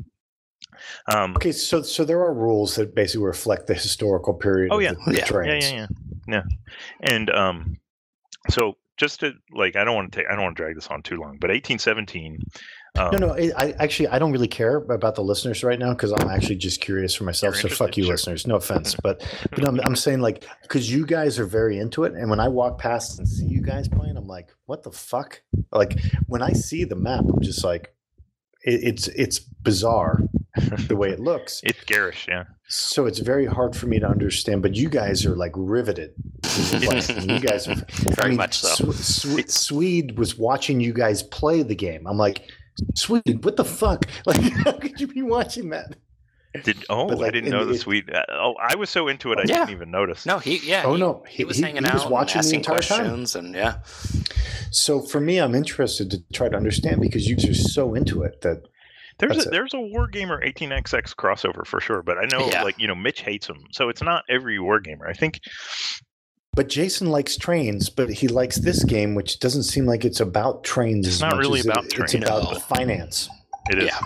Um,
Okay, so so there are rules that basically reflect the historical period.
Oh,
of
yeah.
the, the
Yeah.
trains.
Yeah, yeah, yeah, yeah. And um, so just to like, I don't want to take, I don't want to drag this on too long, but 1817. Um,
No, no. I, I actually I don't really care about the listeners right now because I'm actually just curious for myself.
You're
So
interested,
fuck you,
sure.
listeners. No offense, but but um, I'm, I'm saying like because you guys are very into it, and when I walk past and see you guys playing, I'm like, what the fuck? Like when I see the map, I'm just like, it, it's it's bizarre the way it looks.
It's garish, yeah.
So it's very hard for me to understand. But you guys are like riveted. to the place, and you guys are
Very
I mean,
much so.
Sw- Sw- Swede was watching you guys play the game. I'm like, Swede, what the fuck? Like, how could you be watching that?
Did oh
But,
I
like,
didn't
in
know
the-
this. We uh, oh I was so into it I
Yeah.
didn't even notice.
No, he yeah.
Oh
he,
no,
he was hanging out, and
watching the
asking
entire time.
questions, and yeah,
So for me, I'm interested to try to understand because you are so into it that
There's
That's
a,
it.
there's a Wargamer 18xx crossover for sure, but I know
Yeah.
like you know Mitch hates him, so it's not every Wargamer. I think
But Jason likes trains, but he likes this game, which doesn't seem like it's about trains.
It's
as
not
much
really
as
about
it,
trains.
It's about
No.
finance.
it is.
yeah,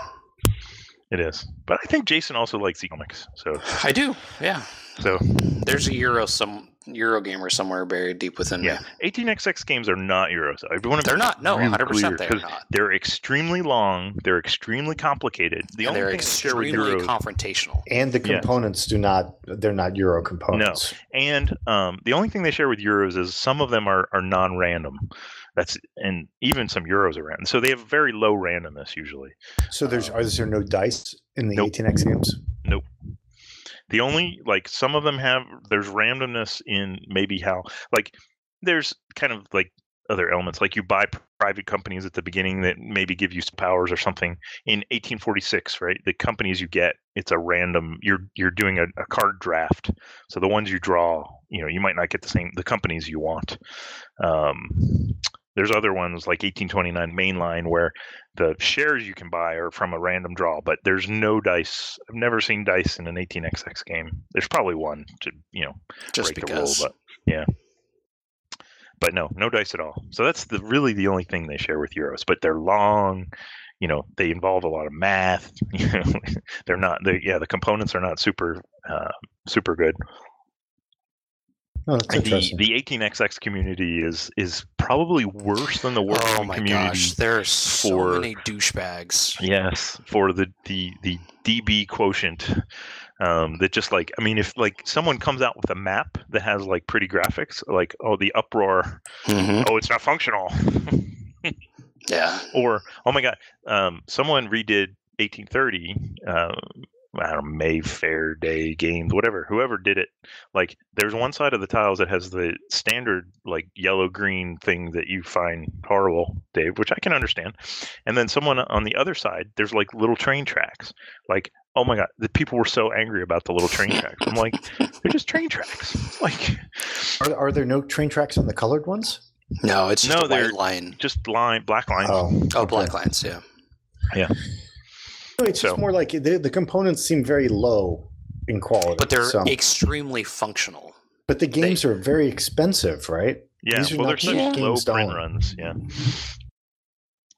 It is. But I think Jason also likes economics. So
I do. Yeah,
so
there's a Euro some Euro gamer somewhere buried deep within
yeah, 18xx games are not euros. I want to
They're not. No,
really
100%
clear,
they're
'cause
not.
They're extremely long. They're extremely complicated. The
me. And
only
they're
thing that's fair with
extremely
euros
confrontational.
And the
Yeah.
components do not they're not Euro components.
and um, the only thing they share with euros is some of them are, are non-random that's and even some euros are random so they have very low randomness usually
So there's
Uh,
Um,
are there no dice in the
nope.
18x games?
the only like some of them have there's randomness in maybe how like there's kind of like other elements like you buy p- private companies at the beginning that maybe give you some powers or something in 1846 right the companies you get it's a random you're you're doing a, a card draft so the ones you draw you know you might not get the same the companies you want um there's other ones like 1829 mainline where the shares you can buy are from a random draw, but there's no dice. I've never seen dice in an 18xx game. There's probably one to you know
Just
break
because.
the rule, but yeah. But no, no dice at all. So that's the really the only thing they share with euros. But they're long. You know, they involve a lot of math. You know, they're not. They yeah, the components are not super uh, super good.
Oh, that's
The,
interesting.
the 18xx community is is probably worse than the world
oh my
community.
gosh, there are so
for-
many douchebags.
Yes, for the the the DB quotient. Um, that just like I mean, if like someone comes out with a map that has like pretty graphics, like oh the uproar,
Mm-hmm.
Mhm.
oh it's not functional,
Yeah,
or oh my god, um, someone redid 1830. Um, I don't know, Mayfair Day games, whatever, whoever did it. Like, there's one side of the tiles that has the standard, like, yellow green thing that you find horrible, Dave, which I can understand. And then someone on the other side, there's like little train tracks. Like, oh my God, the people were so angry about the little train tracks. I'm like, they're just train tracks. Like,
are, are there no train tracks on the colored ones?
no, it's just
No,
a white
they're-
line.
just line, black lines.
Oh,
Oh, black lines. Yeah,
No, it's just
So-
more like the, the components seem very low in quality.
but they're
so-
extremely functional.
but the games are very expensive, right?
yeah.
these are
Well, they're
not
such
cheap
low
games to
print
own.
runs. Yeah.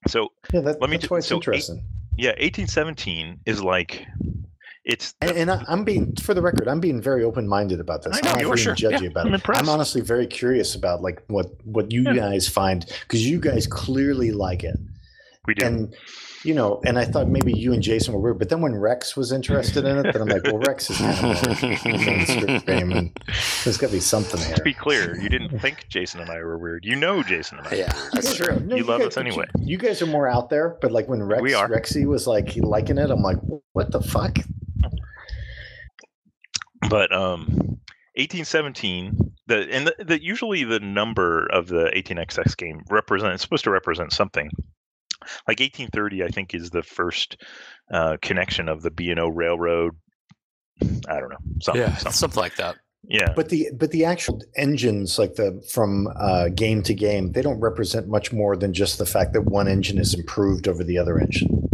So,
Yeah, that,
Let me ju-
that's why it's
so eight-
interesting.
yeah, 1817 is like, it's
And, and I, I'm being, for the record, I'm being very open-minded about this.
I
I
know,
am not
you
being
are, sure.
judgy
Yeah,
about
I'm
it.
impressed.
I'm honestly very curious about like what what you
Yeah.
guys find because you guys clearly like it,
we do.
and you know, and I thought maybe you and Jason were weird, but then when Rex was interested in it, then I'm like, well, Rex is kind of a mainstream name, and there's got to be something
to be
here.
clear, you didn't think Jason and I were weird. You know Jason and I.
Yeah, that's
Yeah,
true.
no,
You love
guys-
us
but you-
anyway.
You, guys are more out there, but like when Rex
We are.
Rexy was like liking it, I'm like, what the fuck?
But um 1817 the and the, the usually the number of the 18xx game represent it's supposed to represent something. Like 1830 I think is the first uh, connection of the B&O railroad I don't know. Something,
Yeah,
something.
something like that.
Yeah.
But the but the actual engines, like the from uh, game to game, they don't represent much more than just the fact that one engine is improved over the other engine.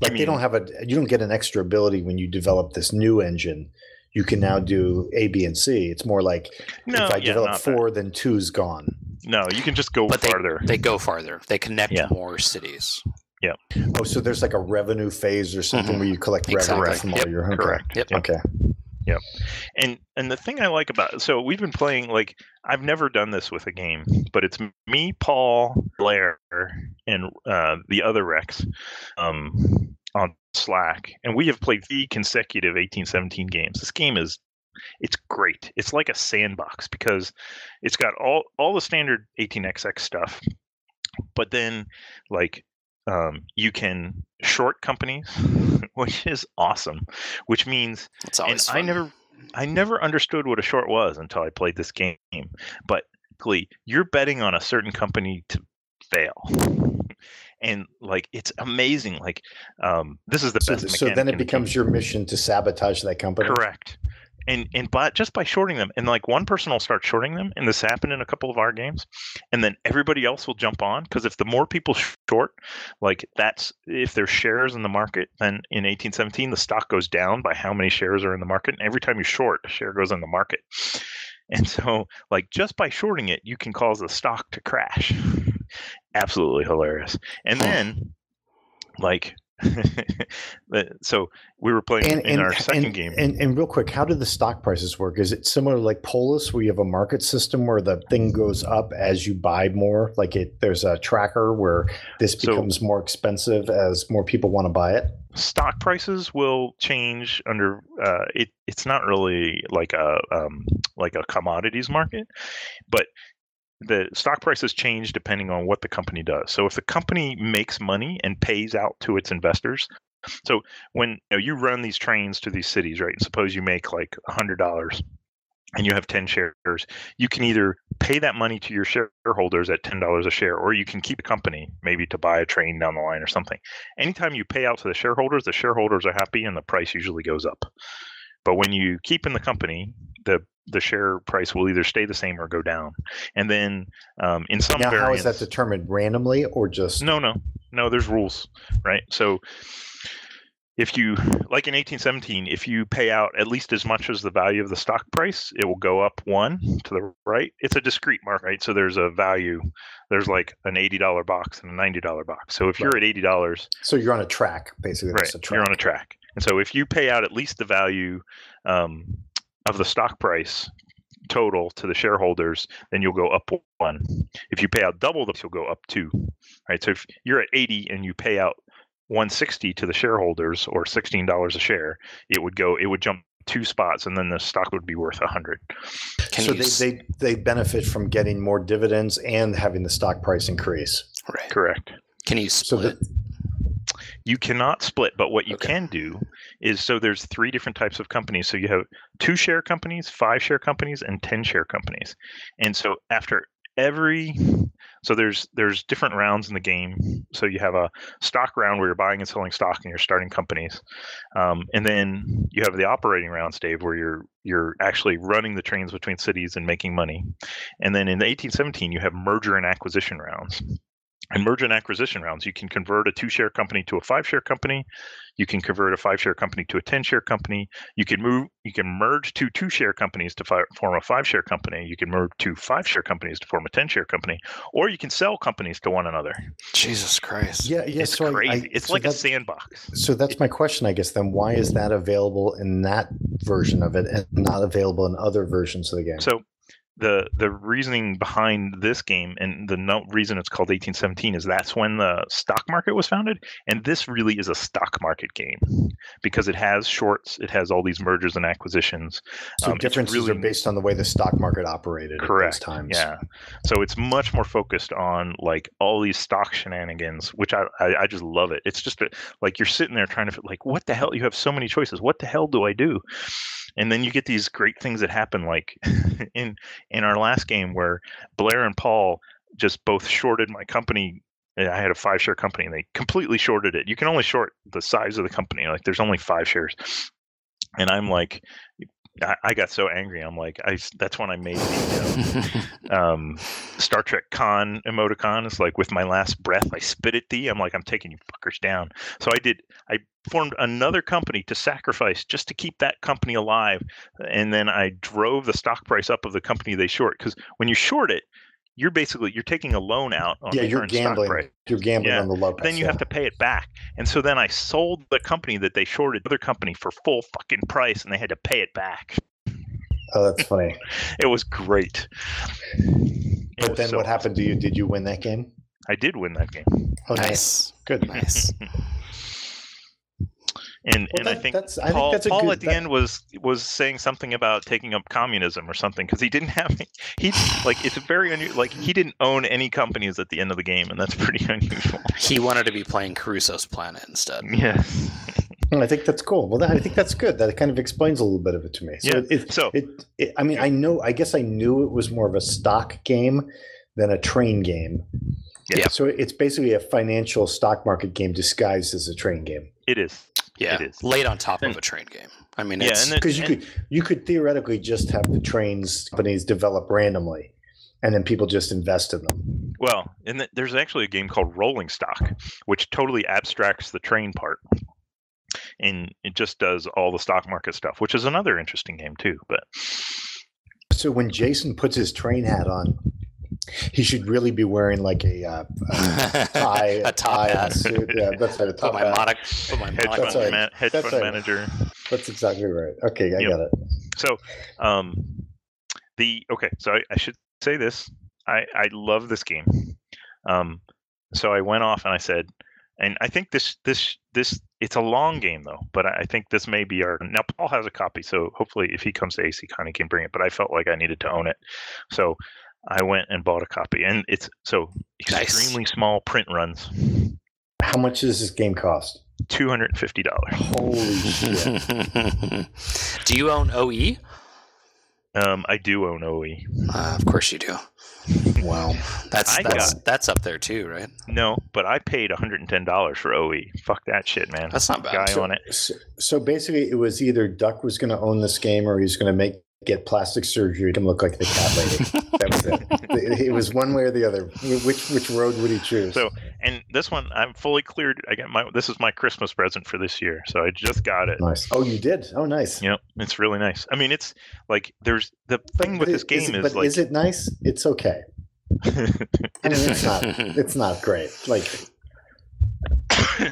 Like they
mean-
don't have a you don't get an extra ability when you develop this new engine. You can now do A, B, and C. It's more like
No,
if I
yeah,
develop
not that.
four, then two's gone.
No, you can just go
But they,
farther.
they go farther. They connect
Yeah.
more cities.
Oh, so there's like a revenue phase or something
Mhm.
where you collect
Exactly.
revenue from
Yep,
all your okay.
Mm-hmm. Correct.
Yep.
Okay.
and and the thing I like about so we've been playing like I've never done this with a game, but it's m- me, Paul, Blair, and uh, the other Rex um, on Slack, and we have played the consecutive eighteen seventeen games. This game is it's great. It's like a sandbox because it's got all all the standard 18xx stuff, but then like um, you can short companies, which is awesome, which means
It's always.
and I
fun.
never I never understood what a short was until I played this game. But basically, you're betting on a certain company to fail. and like it's amazing. Like um, this is the
So,
best.
so then
mechanic
it
in the
becomes
game.
your mission to sabotage that company.
correct. And and but just by shorting them, and like one person will start shorting them, and this happened in a couple of our games, and then everybody else will jump on because if the more people sh- short, like that's if there's shares in the market, then in 1817 the stock goes down by how many shares are in the market, and every time you short, a share goes in the market. And so, like just by shorting it, you can cause the stock to crash. Absolutely hilarious. And
Huh.
then, like, the- so we were playing in our second
and,
game.
And, and real quick, how do the stock prices work? Is it similar to like Polis, where you have a market system where the thing goes up as you buy more? Like it, there's a tracker where this
So-
becomes more expensive as more people want to buy it.
stock prices will change under uh, it. It's not really like a um, like a commodities market, but the stock prices change depending on what the company does. So if the company makes money and pays out to its investors, so when you, know, you run these trains to these cities, right? And suppose you make like a hundred dollars. And you have 10 shares, you can either pay that money to your shareholders at $10 a share, or you can keep the company maybe to buy a train down the line or something anytime you pay out to the shareholders, the shareholders are happy and the price usually goes up. But when you keep in the company, the the share price will either stay the same or go down. And then um, in some
now, how is that
variants-
determined? Randomly or just
no, no, no. There's rules, right? So if you like in 1817, if you pay out at least as much as the value of the stock price, it will go up one to the right. It's a discrete market, right? So there's a value. There's like an $80 box and a $90 box. So if you're at eighty dollars,
So you're on a track, basically. That's a track.
you're on a track. And so if you pay out at least the value um, of the stock price total to the shareholders, then you'll go up one. If you pay out double, the you'll go up two. Right. So if you're at 80 and you pay out 160 to the shareholders or $16 a share, it would go, it would jump two spots and then the stock would be worth 100.
Can
so
you
they,
s-
they they benefit from getting more dividends and having the stock price increase.
right.
Correct.
Can you
So
split?
that
You cannot split, but what you
Okay.
can do is so there's three different types of companies. So you have two share companies, five share companies, and ten share companies. And so after every so there's there's different rounds in the game. So you have a stock round where you're buying and selling stock and you're starting companies, um, and then you have the operating rounds, Dave, where you're you're actually running the trains between cities and making money. And then in 1817, you have merger and acquisition rounds. And merger and acquisition rounds, you can convert a two share company to a five share company. You can convert a five share company to a 10 share company. You can move, you can merge two two share companies to fi- form a five share company. You can merge two five share companies to form a 10 share company, or you can sell companies to one another.
Jesus Christ.
yeah, yeah.
it's
so I- I-
crazy. it's
so
like a
that's-
sandbox.
So that's my question, I guess. Then why is that available in that version of it and not available in other versions of the game?
So the the reasoning behind this game and the no reason it's called 1817 is that's when the stock market was founded and this really is a stock market game because it has shorts it has all these mergers and acquisitions
So
um, it's
differences
really-
are based on the way the stock market operated
Correct,
at those times.
yeah so it's much more focused on like all these stock shenanigans which i i, I just love it it's just a, like you're sitting there trying to like what the hell you have so many choices what the hell do i do and then you get these great things that happen like in in our last game where blair and paul just both shorted my company and i had a five share company and they completely shorted it you can only short the size of the company like there's only five shares and i'm like i, I got so angry i'm like i s- that's when i made the um, um, Star Trek con emoticon is like with my last breath I spit at thee. I'm like I'm taking you fuckers down. So I did. I formed another company to sacrifice just to keep that company alive, and then I drove the stock price up of the company they short because when you short it, you're basically you're taking a loan out on
Yeah,
the
you're
current stock price
gambling. You're gambling
Yeah.
on the low price.
then you have to pay it back. And so then I sold the company that they shorted the other company for full fucking price and they had to pay it back.
Oh, that's funny.
It was great. It
but
was
then
so-
what happened to you? Did you win that game?
I did win that game.
Oh,
nice.
Good.
Nice.
And
Well,
and I
that-
think
that's- I think
Paul,
that's a
Paul
good-
at the
that-
end was was saying something about taking up communism or something because he didn't have he like it's very unusual like he didn't own any companies at the end of the game and that's pretty unusual.
He wanted to be playing Caruso's Planet instead.
Mm, Yes.
I think that's cool. Well, that, I think that's good. That kind of explains a little bit of it to me. So
Yeah.
it, it,
So
it, it, I mean, I know. I guess I knew it was more of a stock game than a train game.
Yeah.
So it's basically a financial stock market game disguised as a train game.
It is.
Yeah,
It is.
laid on top of
And-
a train game. I mean,
yeah,
it's,
and then-
Because you
and-
could you could theoretically just have the trains companies develop randomly, and then people just invest in them.
Well, and th- there's actually a game called Rolling Stock, which totally abstracts the train part, and it just does all the stock market stuff, which is another interesting game too. But
So when Jason puts his train hat on, he should really be wearing like a uh, tie,
a top
tie and
hat.
suit. Yeah, that's right, a
Put
top
my
hat.
monoc- put my
hedge
monocle.
That's
fund,
right.
ma- hedge
That's
fund
right.
manager.
That's exactly right. Okay, I
Yep.
got it.
So, um, the okay, so I, I should say this. I I love this game. Um, so I went off and I said, and I think this this this it's a long game though, but I, I think this may be our now. Paul has a copy, so hopefully if he comes to ACCon he can bring it. But I felt like I needed to own it, so I went and bought a copy, and it's so
Nice.
extremely small print runs,
How much does this game cost?
two hundred and fifty dollars.
Holy shit!
do you own OE?
Um, I do own E. OE.
Uh, of course you do. Wow, that's
I
that's that's up there too, right?
No, but I paid one hundred and ten dollars for OE. Fuck that shit, man.
That's not bad.
guy on it.
So, so basically, it was either Duck was going to own this game, or he's going to make get plastic surgery to look like the cat lady. That was it. it was one way or the other. Which which road would he choose?
So- And this one, I'm fully cleared. I got my. This is my Christmas present for this year, so I just got it.
nice. Oh, you did. Oh, nice.
Yep, it's really nice. I mean, it's like there's the thing with
it-
this game is,
it- but
like
is it nice? It's okay. I
It
mean,
is
it's not. It's not great. Like, I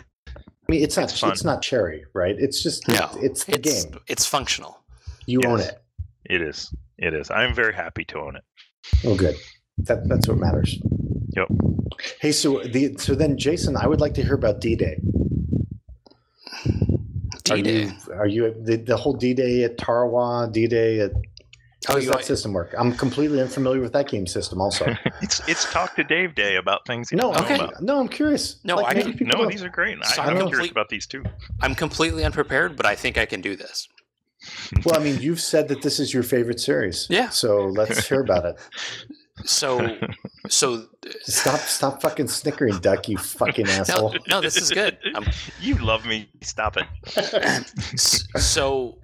mean, it's not.
It's
It's,
fun.
not cherry, right? It's just.
No.
It's the
it's
game.
it's functional.
You own
Yes.
it.
it is. It is. I'm very happy to own it.
Oh, good. That, that's what matters.
Yep.
Hey, so the so then, Jason, I would like to hear about D Day. Are
D-Day.
you are you the, the whole D Day at Tarawa? D Day at how
Oh,
does
you
that system work? I'm completely unfamiliar with that game system. Also,
It's it's talk to Dave Day about things. You
no,
don't
Okay.
know
I'm,
about.
no, I'm curious.
No, I
maybe
can-
people
No,
don't-
these are great.
So
I,
I'm
I'm
complete-
curious about these too.
I'm completely unprepared, but I think I can do this.
Well, I mean, you've said that this is your favorite series.
Yeah.
So let's hear about it.
So, so
Stop, stop fucking snickering, duck. You fucking
no,
asshole.
no, this is good. I'm,
You love me. Stop it.
S- so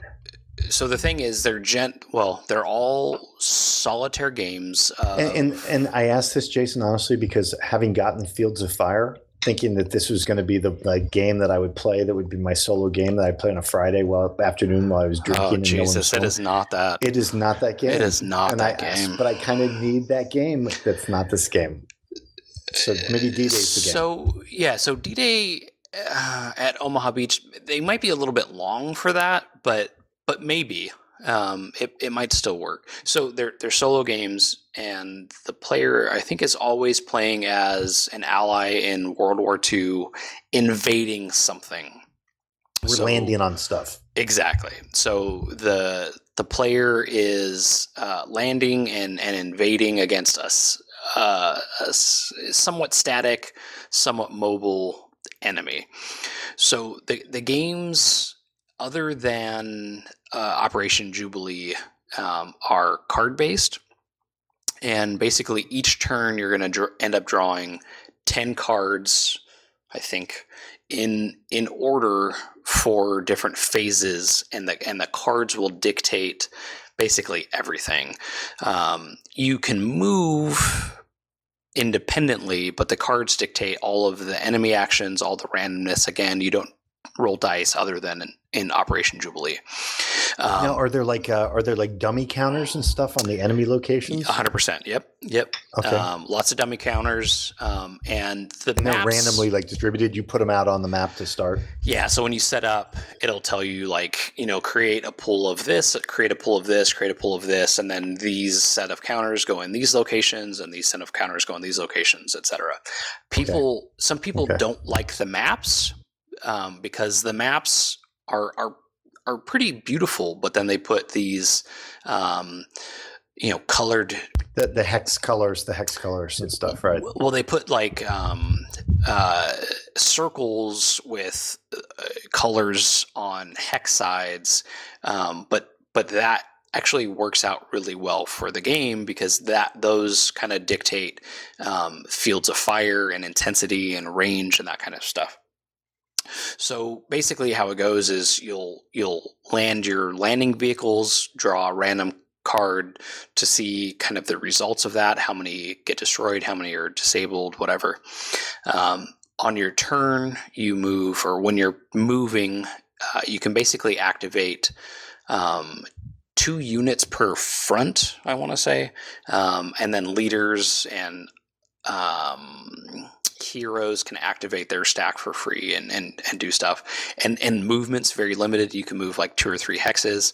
so the thing is they're gent well they're all solitaire games uh,
And, and and I asked this, Jason, honestly, because having gotten Fields of Fire, thinking that this was going to be the like, game that I would play, that would be my solo game that I play on a Friday while afternoon while I was drinking.
oh
and no one was
jesus it
home.
is not that
It is not that game.
it is not
and I
that game
asked, but I kind of need that game. That's not this game. So maybe D Day's the game.
so yeah so d-day uh, at omaha beach they might be a little bit long for that but but maybe um, it, it might still work so they're, they're solo games and the player i think is always playing as an ally in world war ii invading something
We're
So-
landing on stuff.
Exactly. So the the player is uh, landing and, and invading against us, uh, a s- somewhat static, somewhat mobile enemy. So the the games other than uh, Operation Jubilee um, are card based, and basically each turn you're going to dr- end up drawing ten cards. I think in in order for different phases, and the and the cards will dictate basically everything. Um, you can move independently, but the cards dictate all of the enemy actions, all the randomness. Again, you don't roll dice other than in, in Operation Jubilee. Um,
now, are there like uh, are there like dummy counters and stuff on the enemy locations?
100%. Yep. Yep.
Okay.
Um, lots of dummy counters. Um, and the
and they're
maps-
randomly like distributed. You put them out on the map to start.
Yeah, so when you set up, it'll tell you like, you know, create a pool of this, create a pool of this, create a pool of this, and then these set of counters go in these locations and these set of counters go in these locations, etc. People some people
Okay.
don't like the maps um, because the maps are are are pretty beautiful, but then they put these um, you know, colored
The, the hex colors, the hex colors and stuff, right?
W- Well, they put like um, uh, circles with uh, colors on hex sides, um, but but that actually works out really well for the game because that those kind of dictate um, fields of fire and intensity and range and that kind of stuff. So basically, how it goes is you'll you'll land your landing vehicles, draw a random card to see kind of the results of that, how many get destroyed, how many are disabled, whatever. Um, on your turn, you move, or when you're moving, uh, you can basically activate um, two units per front, I want to say, um, and then leaders and um, heroes can activate their stack for free and, and, and do stuff. And and movement's very limited. You can move like two or three hexes.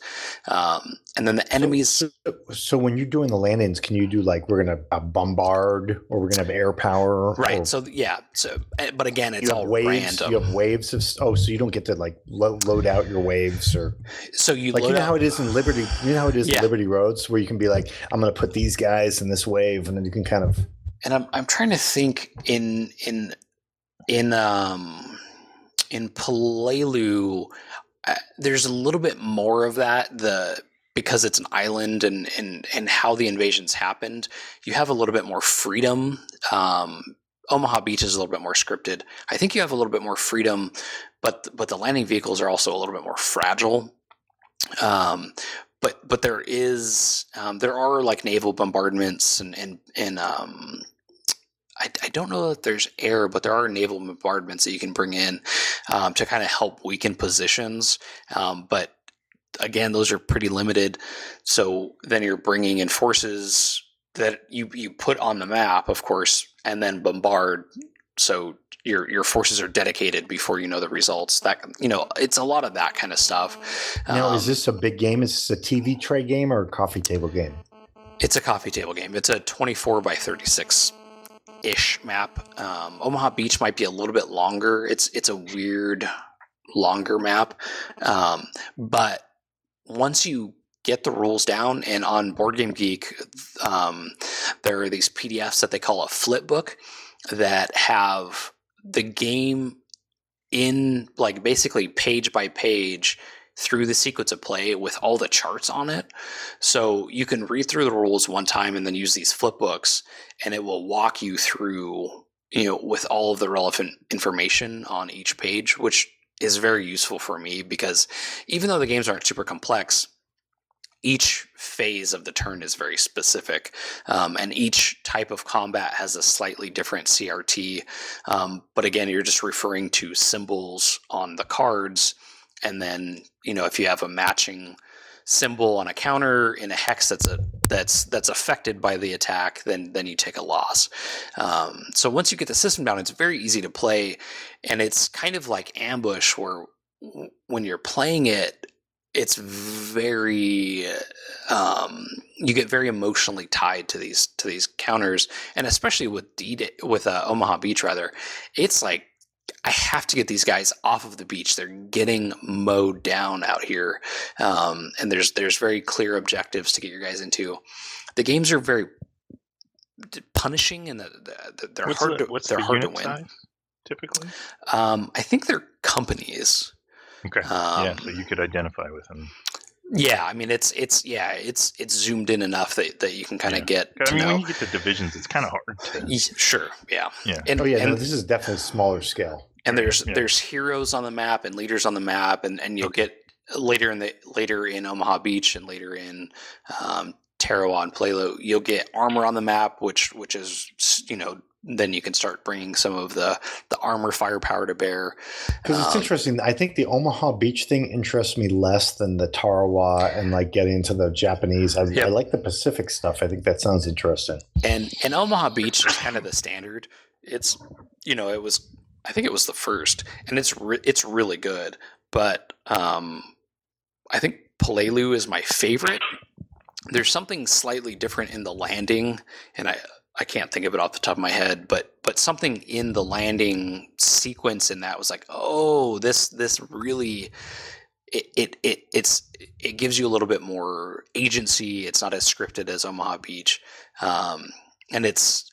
Um, and then the enemies.
So, so when you're doing the landings, can you do like we're gonna uh, bombard or we're gonna have air power?
right.
or-
So yeah. So eh, but again, it's
Oh. you have
all
waves.
random.
You have waves of oh, so you don't get to like lo- load out your waves or
so you
like you
load
know
up-
how it is in Liberty. You know how it is
Yeah.
in Liberty Roads where you can be like, I'm going to put these guys in this wave, and then you can kind of
and I'm I'm trying to think in in in um in Palelu, uh, there's a little bit more of that the because it's an island and and and how the invasions happened. You have a little bit more freedom. Um, Omaha Beach is a little bit more scripted. I think you have a little bit more freedom, but but the landing vehicles are also a little bit more fragile. Um, but but there is um, there are like naval bombardments and and and um, I, I don't know if there's air, but there are naval bombardments that you can bring in um, to kind of help weaken positions. Um, but again, those are pretty limited. So then you're bringing in forces that you you put on the map, of course, and then bombard. So your your forces are dedicated before you know the results. That you know, it's a lot of that kind of stuff.
now
Um,
is this a big game? Is this a TV tray game or a coffee table game?
It's a coffee table game. It's a 24 by 36 ish map. Um, Omaha Beach might be a little bit longer. It's it's a weird longer map, um, but once you get the rules down and on Board Game Geek, um, there are these PDFs that they call a flip book that have the game in like basically page by page through the sequence of play with all the charts on it so you can read through the rules one time and then use these flip books, and it will walk you through, you know, with all of the relevant information on each page, which is very useful for me because even though the games aren't super complex, each phase of the turn is very specific, um, and each type of combat has a slightly different CRT. Um, but again, you're just referring to symbols on the cards, and then you know if you have a matching symbol on a counter in a hex that's a that's that's affected by the attack, then then you take a loss. Um, so once you get the system down, it's very easy to play, and it's kind of like ambush, where w- when you're playing it, it's very um, you get very emotionally tied to these to these counters, and especially with D with uh, Omaha Beach, rather, it's like. I have to get these guys off of the beach. They're getting mowed down out here um, and there's there's very clear objectives to get your guys into. The games are very d- punishing, and the, the, the, they're
what's
hard
the,
to
what's
they're
the
hard to
unit
win.
size typically?
Um, I think they're companies.
Okay.
Um,
yeah, so you could identify with them.
Yeah, I mean it's it's yeah it's it's zoomed in enough that, that you can kind of
Yeah.
get.
I
To
mean, when
know.
you get to divisions, it's kind of hard.
Y-
To,
Sure. Yeah.
Yeah.
And,
Oh yeah,
and
no, this is definitely smaller scale.
and there's
Yeah.
there's heroes on the map and leaders on the map and and you'll get later in the later in Omaha Beach and later in um, Tarawa and Playlo you'll get armor on the map which which is you know then you can start bringing some of the the armor firepower to bear
Because it's
Um,
interesting. I think the Omaha Beach thing interests me less than the Tarawa and like getting into the Japanese. I,
Yeah.
I like the Pacific stuff. I think that sounds interesting.
and and Omaha Beach is kind of the standard. It's you know it was I think it was the first, and it's re- it's really good. But um, I think Palelu is my favorite. There's something slightly different in the landing, and I I can't think of it off the top of my head, but but something in the landing sequence in that was like, oh, this this really it, it, it it's it gives you a little bit more agency. It's not as scripted as Omaha Beach, um, and it's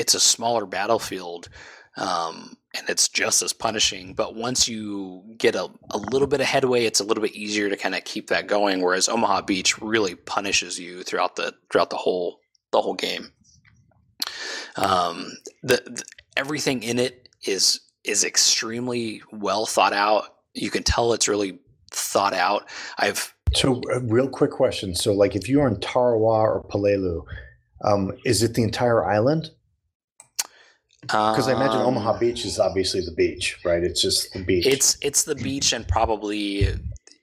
it's a smaller battlefield. Um, and it's just as punishing. But once you get a, a little bit of headway, it's a little bit easier to kind of keep that going. Whereas Omaha Beach really punishes you throughout the throughout the whole the whole game. Um, the, the everything in it is is extremely well thought out. You can tell it's really thought out. I've
So, a real quick question. So, like, if you're in Tarawa or Palelu, um, is it the entire island? Because I imagine
um,
Omaha Beach is obviously the beach, right? It's just the beach.
It's it's the beach and probably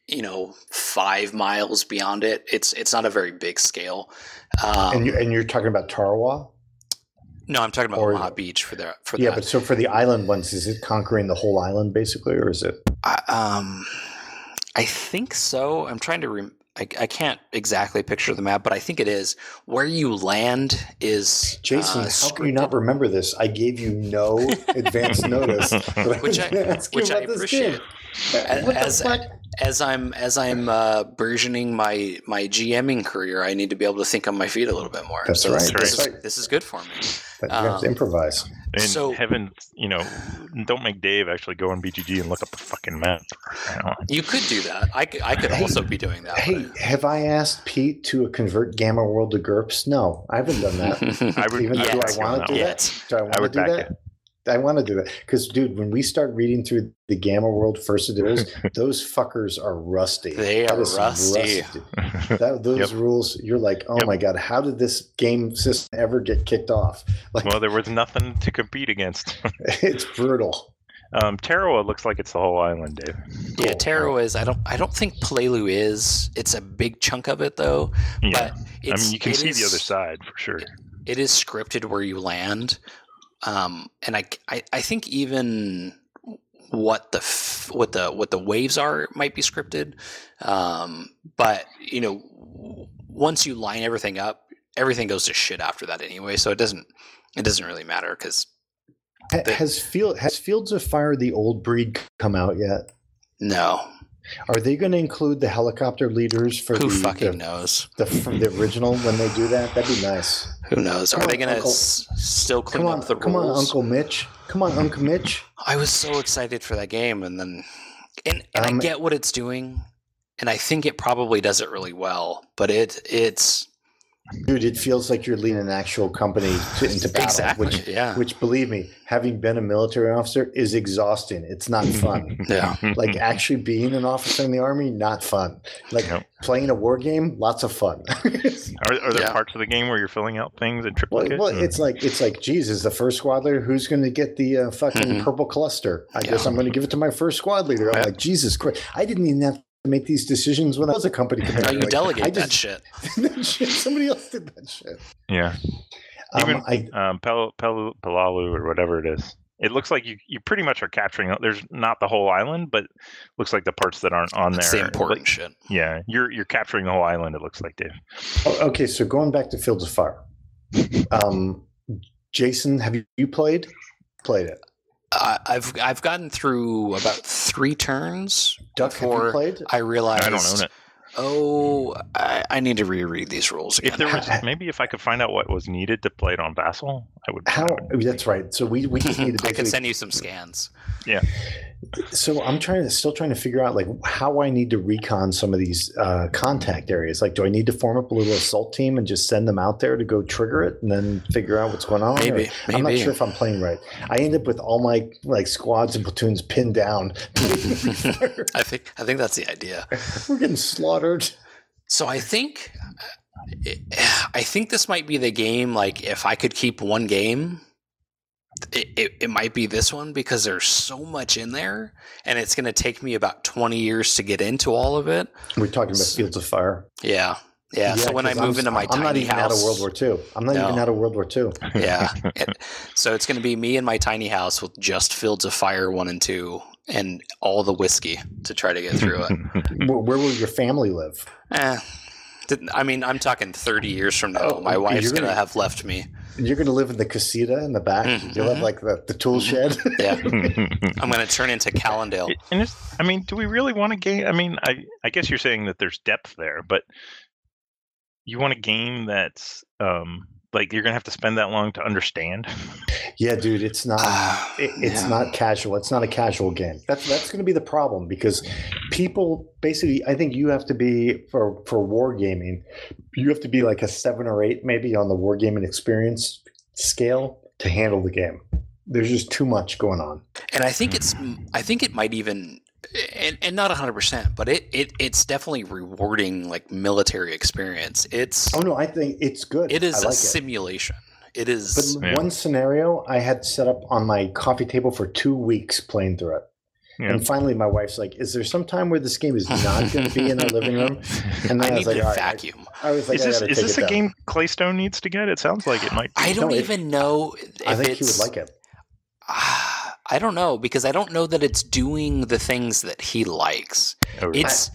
you know five miles beyond it. It's it's not a very big scale. Um,
and, you, and you're talking about Tarawa?
no, I'm talking about
or-
Omaha Beach for the for
yeah,
that.
but so for the island ones, is it conquering the whole island basically, or is it?
I, um, I think so. I'm trying to. Rem- I, I can't exactly picture the map, but I think it is where you land is
Jason,
uh,
how can
scripted.
you not remember this? I gave you no advance notice.
Which I- which I appreciate. A- as- as I'm as I'm uh, burgeoning my my GMing career, I need to be able to think on my feet a little bit more.
That's
so This,
right.
this,
That's
Is,
right.
this is good for me.
You have
Um,
to improvise.
And
So-
heaven, you know, don't make Dave actually go on BGG and look up the fucking map. I don't know.
You could do that. I could, I could
Hey,
also be doing that.
Hey, have I asked Pete to convert Gamma World to GURPS? No, I haven't done that.
but-
I would,
Even
I
though
would
I
back you on
wanna
that
do
one.
that.
yet.
Do I want
I
to
would
do
back
that?
it.
I want to do that because, dude, when we start reading through the Gamma World first editions, those fuckers are rusty.
They
That
are
is
rusty.
That, those rules, you're like, oh
Yep.
my god, how did this game system ever get kicked off? Like,
well, there was nothing to compete against.
it's brutal.
Um, Tarawa looks like it's the whole island, Dave.
Yeah, Taro is. I don't. I don't think Palelu is. It's a big chunk of it though.
Yeah,
But
I
it's,
mean, you can
it
see the
is-
other side for sure.
It is scripted where you land, um, and I, I, I think even what the f- what the what the waves are might be scripted, um, but you know, w- once you line everything up, everything goes to shit after that anyway. So it doesn't it doesn't really matter because
Ha-
They-
Has Field has Fields of Fire the old breed come out yet?
no,
Are they going to include the helicopter leaders for
who
the, uh,
fucking
the,
knows?
the from the original when they do that? That'd be nice.
Who knows? Are
Come
they
on,
gonna
Uncle.
s- still clean
Come on,
up the
come
rules?
on, Uncle Mitch. Come on, Uncle Mitch.
I was so excited for that game, and then and, and
Um,
I get what it's doing, and I think it probably does it really well. But it it's
Dude, it feels like you're leading an actual company to, into battle,
exactly
which,
yeah
which, believe me, having been a military officer is exhausting. It's not fun.
yeah
like actually being an officer in the army, not fun. Like
Yep.
playing a war game, lots of fun.
Are, are there
Yeah.
parts of the game where you're filling out things and
well,
triplicate?
well,
Hmm.
and-
it's like it's like Jesus, the first squad leader. Who's going to get the uh, fucking
Mhm.
purple cluster? I guess
Yeah.
I'm going to give it to my first squad leader. I'm
Yeah.
like Jesus Christ! I didn't even have to make these decisions when I was a company commander.
Now you
Like,
delegate
I
that
just-
shit.
that shit. Somebody else did that shit.
yeah,
Um,
Even-
I,
um, Pel, Pel, Pelalu or whatever it is. It looks like you, you pretty much are capturing. There's not the whole island, but looks like the parts that aren't on
That's
there.
the important shit.
Like, yeah, you're you're capturing the whole island. It looks like Dave.
oh, okay, so going back to Fields of Fire, um, Jason, have you, you played? Played it.
I, I've I've gotten through about three turns
Duck, have you
before
played?
I realized
I don't own it.
oh I, I need to reread these rules again.
If there was
Ha-
maybe if I could find out what was needed to play it on Vassal, I would. I
How?
would-
That's right. So we, we just need to
I could
basically-
send you some scans.
so i'm trying to still trying to figure out like how i need to recon some of these uh, contact areas like do i need to form up a little assault team and just send them out there to go trigger it and then figure out what's going on Or-
Maybe, maybe.
i'm not sure if i'm playing right i end up with all my like squads and platoons pinned down
I think I think that's the idea.
we're getting slaughtered
So I think I think this might be the game. Like, if I could keep one game, it, it, it might be this one because there's so much in there, and it's going to take me about 20 years to get into all of it.
we're talking about fields of fire
Yeah, yeah. so when I
'cause
move
I'm,
into my
I'm
tiny
not even
house,
out of world war ii i'm not
No.
even out of world war ii
yeah. It- so it's going to be me in my tiny house with just Fields of Fire one and two, and all the whiskey to try to get through it.
where, where will your family live
eh, didn't, I mean, I'm talking 30 years from now.
Oh,
my
you're
wife's going to
gonna-
have left me.
you're going to live in the casita in the back
Mhm.
you'll have like the, the tool shed
Yeah. I'm going to turn into Calendale.
It- and it's, I mean, do we really want to game? I mean, I I guess you're saying that there's depth there, but you want a game that's um, like you're gonna have to spend that long to understand.
Yeah, dude, it's not
Ah,
it, it's not casual. It's not a casual game. That's that's going to be the problem because people basically. I think you have to be for for wargaming. You have to be like a seven or eight maybe on the wargaming experience scale to handle the game. There's just too much going on.
and I think it's I think it might even and, and not 100% but it, it it's definitely rewarding like military experience it's
Oh no, I think it's good.
it is
I
a
like
simulation it is
But
Yeah.
one scenario I had set up on my coffee table for two weeks playing through it.
Yeah.
And finally, my wife's like, "Is there some time where this game is not going to be in our living room?" And then
I
I,
need
was like,
the
"All right."
vacuum
I was like,
is
"I
this
gotta
is
take
this
it
a
down."
game Claystone needs to get? It sounds like it might. Be.
I don't
No, it-
even know
I
if
think he
it's
would like it.
Ah, I don't know because I don't know that it's doing the things that he likes
Oh, really?
it's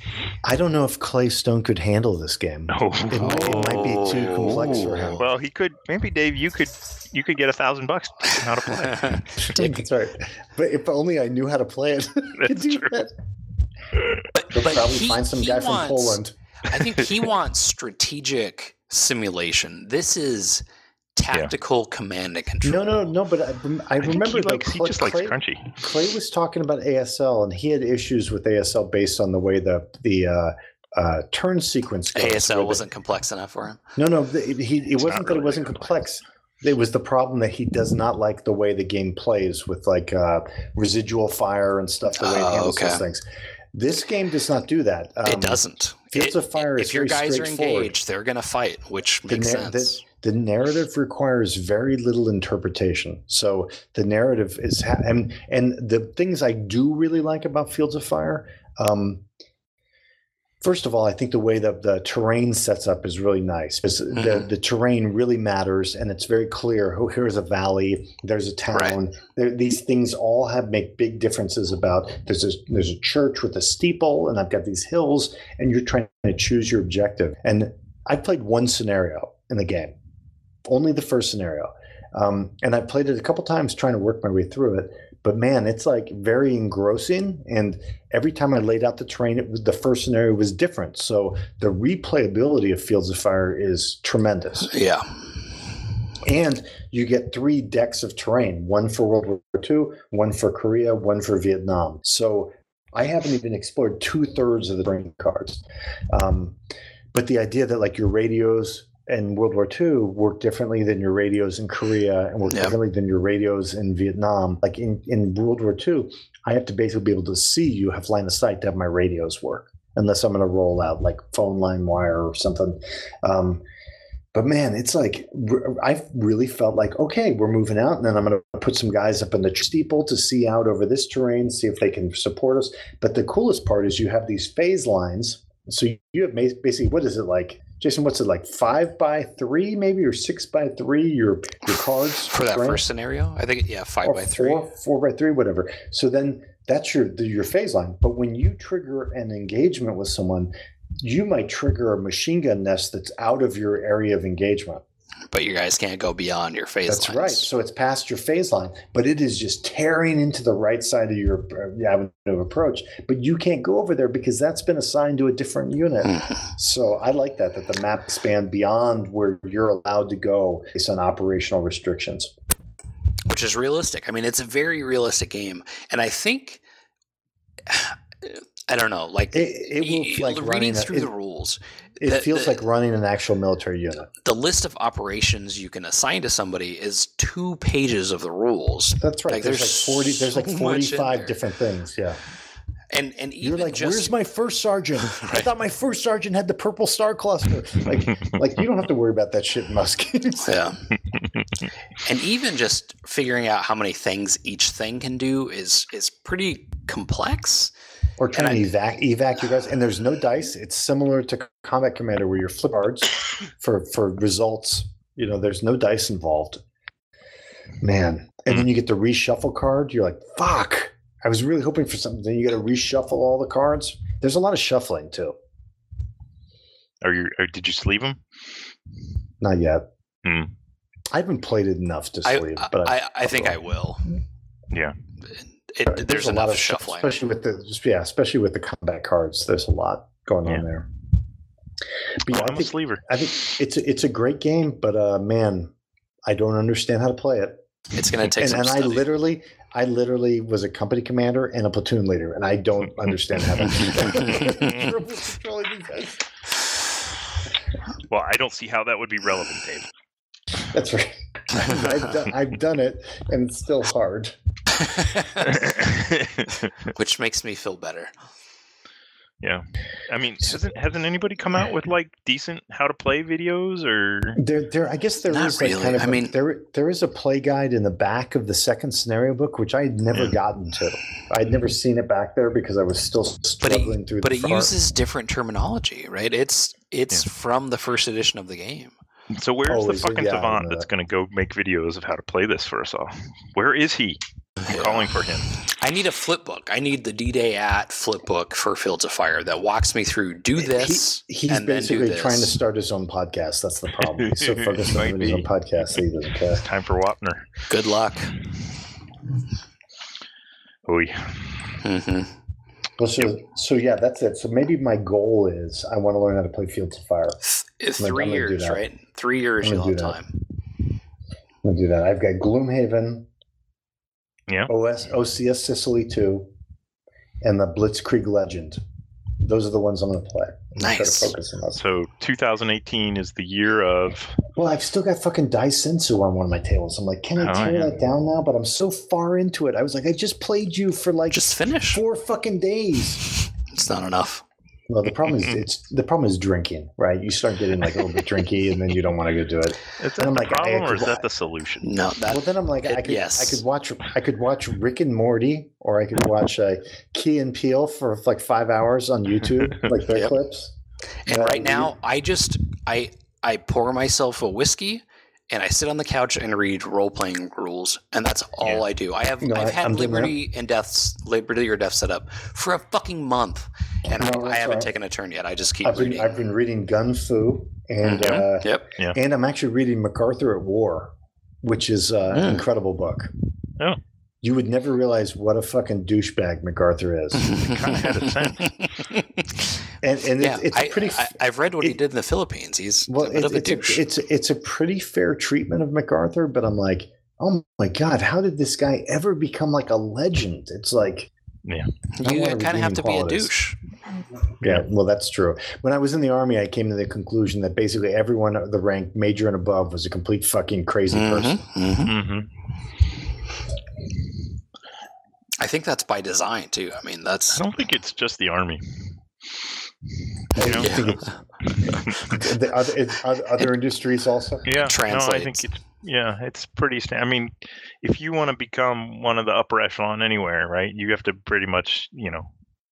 I don't know if Clay Stone could handle this game.
No.
It might, it might be too
Oh.
complex for him.
Well, he could. Maybe Dave, you could. You could get a thousand bucks how to play.
That's right. But if only I knew how to play it, I could
That's
do
true.
that.
but,
They'll
but
probably
he-
find some
he
guy
wants-
from Poland.
I think he wants strategic simulation. This is tactical command and
No,
control.
no, no. But I, rem- I
I think
remember
he,
though,
likes, he
Clay-
just likes
Clay-
crunchy.
Clay was talking about ASL, and he had issues with ASL based on the way the the uh, uh, turn sequence goes. with
ASL
it.
wasn't complex enough for him.
No, no, the, it- he, it
It's
wasn't
not
that it
really
wasn't complex.
complex.
It was the problem that he does not like the way the game plays with like uh, residual fire and stuff. The way
Oh,
it handles
okay.
those things. This game does not is not do that. Um,
it doesn't.
Fields
It-
of Fire is
if your
very
guys are
straightforward.
engaged, they're gonna fight, which
The,
makes
nar- the,
sense.
the narrative requires very little interpretation. So the narrative is, ha- and and the things I do really like about Fields of Fire. Um, First of all, I think the way that the terrain sets up is really nice. 'cause The,
Mhm.
the terrain really matters, and it's very clear. Oh, here's a valley. There's a town. There, these things all have make big differences about. There's a, there's a church with a steeple, and I've got these hills, and you're trying to choose your objective. And I played one scenario in the game, only the first scenario, um, and I played it a couple times trying to work my way through it. But man, it's like very engrossing, and every time I laid out the terrain, it was, the first scenario was different. So the replayability of Fields of Fire is tremendous.
yeah.
And you get three decks of terrain one for World War II, one for Korea, one for Vietnam. So I haven't even explored two thirds of the terrain cards. Um, but the idea that like your radios in World War II work differently than your radios in Korea and work
Yeah.
differently than your radios in Vietnam, like in, in World War II, I have to basically be able to see you have line of sight to have my radios work, unless I'm going to roll out like phone line wire or something. Um, but man, it's like r- I really felt like okay, we're moving out, and then I'm going to put some guys up in the steeple to see out over this terrain, see if they can support us. But the coolest part is you have these phase lines, so you have ma- basically what is it like, Jason? What's it like, five by three, maybe or six by three? Your your cards
For that
terrain?
first scenario, I think yeah, five
or
by three.
four, four by three, whatever. So then that's your the, your phase line. But when you trigger an engagement with someone, you might trigger a machine gun nest that's out of your area of engagement.
But you guys can't go beyond your phase
That's
lines.
right. So it's past your phase line, but it is just tearing into the right side of your uh, avenue of approach. But you can't go over there because that's been assigned to a different unit.
Mhm.
So I like that that the map span beyond where you're allowed to go based on operational restrictions.
Which is realistic. I mean, it's a very realistic game, and I think I don't know, like
It, it
y-
will
y-
like
reading
running. a-
through
it-
the rules.
it
the-
feels
the-
like running an actual military unit.
the list of operations you can assign to somebody is two pages of the rules.
That's right.
Like,
there's,
there's
like forty. There's like
so much in
forty-five
there.
different things. Yeah.
And and
You're
even
like,
just
where's my first sergeant? I
Right.
thought my first sergeant had the purple star cluster. Like, like you don't have to worry about that shit in most games.
yeah. and even just figuring out how many things each thing can do is is pretty complex.
Or trying
And
to evac evac you guys. And there's no dice. It's similar to Combat Commander where you're flip cards for for results. You know, there's no dice involved. Man. And then you get the reshuffle card. You're like, fuck. I was really hoping for something. Then you got to reshuffle all the cards. There's a lot of shuffling too.
Are you? Or did you sleeve him?
Not yet.
Hmm.
I haven't played it enough to
I uh,
sleep,
I,
but
I, I think I will.
Yeah.
It, there's, enough shuffling.
especially with the just- yeah, especially with the combat cards. There's a lot going
Yeah.
on there.
Well,
yeah, I
I'm a
think-
sleever.
I think it's a, it's a great game, but uh, man, I don't understand how to play it.
It's going to take
and
some
and I
study.
literally, I literally was a company commander and a platoon leader, and I don't understand how to. Triple controlling these guys.
Well, I don't see how that would be relevant, Dave.
That's right. I've done, I've done it, and it's still hard.
Which makes me feel better.
I mean, hasn't hasn't anybody come out with like decent how to play videos or?
There, there. I guess there is
Not
like
really.
kind of.
I
I
mean-
mean, there, there is a play guide in the back of the second scenario book, which I had never
Yeah.
gotten to. I'd never seen it back there because I was still struggling through.
But
the
it
far-
uses different terminology, right? It's it's from the first edition of the game.
So where's
Oh,
the
is it?
fucking
Yeah, I
savant
know
that's
that.
going to go make videos of how to play this for us all? Where is he? I'm calling for him.
I need a flip book. I need the D Day at flip book for Fields of Fire that walks me through do this.
He, he's
and then do
basically trying to
this.
start his own podcast. That's the problem. He's so focused on
Might
doing his own
be.
podcast that he doesn't care.
It's time for Wapner.
Good luck.
Oy.
hmm
Well, so, so yeah, that's it. So maybe my goal is I want to learn how to play Fields of Fire. I'm
Three
gonna do
years,
that.
right? Three years,
I'm
you'll
gonna
have
do that.
time.
I'm gonna do that. I've got Gloomhaven,
Yeah.
OS OCS Sicily two, and the Blitzkrieg Legend. Those are the ones I'm gonna play. I'm gonna try
Nice.
To focus on those.
So 2018 is the year of.
Well, I've still got fucking Daisensu on one of my tables. I'm like, can I
Oh,
tear
yeah.
that down now? But I'm so far into it. I was like, I just played you for like
Just finish.
four fucking days.
It's not enough.
Well, the problem is it's the problem is drinking, right? You start getting like a little bit drinky, and then you don't want to go do it.
Is that
And I'm
the
like, Oh I
problem or is
could-
that the solution?
No, that
well, then I'm like, I
it-
could,
yes.
I could watch, I could watch Rick and Morty, or I could watch uh, Key and Peele for like five hours on YouTube, like their
Yep.
clips.
And
Yeah,
right
we-
now, I just I I pour myself a whiskey and I sit on the couch and read role playing rules, and that's all
Yeah.
I do. I have
No,
I've
I-
had
I'm doing that.
liberty and deaths liberty or death set up for a fucking month, and
No,
I- I
that's
haven't
right.
taken a turn yet. I just keep
I've been,
reading.
I've been reading Gun Fu, and
Mhm.
uh,
yep.
and I'm actually reading MacArthur at War, which is uh,
Mm.
an incredible book.
Oh.
You would never realize what a fucking douchebag MacArthur is,
kinda had a sense.
and and
yeah,
it's, it's
I,
pretty.
I, have read what he
it-
did in the Philippines. He's
Well,
a bit
it,
of a
it's,
douche.
a, it's it's a pretty fair treatment of MacArthur, but I'm like, oh my god, how did this guy ever become like a legend? It's like, I
you
wanna
kind of
redeem
have to be a
qualities.
douche.
yeah, well, that's true. When I was in the army, I came to the conclusion that basically everyone of the rank major and above was a complete fucking crazy person.
Mhm, mhm.
hmm
I think that's by design too. I mean,
I
that's
don't think it's just the army.
I
You know?
think it's- The other, it's other, other industries also.
Yeah, no, I
translates.
think it's yeah, it's pretty. Sta- I mean, if you want to become one of the upper echelon anywhere, right, you have to pretty much, you know,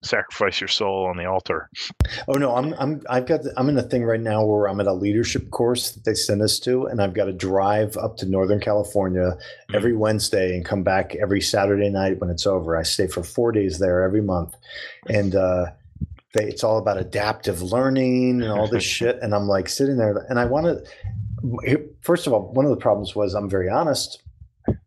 sacrifice your soul on the altar.
Oh no, I'm I'm I've got I'm in a thing right now where I'm at a leadership course that they send us to, and I've got to drive up to Northern California every Wednesday and come back every Saturday night when it's over. I stay for four days there every month, and uh, they, it's all about adaptive learning and all this shit. And I'm like sitting there, and I want to. First of all, one of the problems was I'm very honest.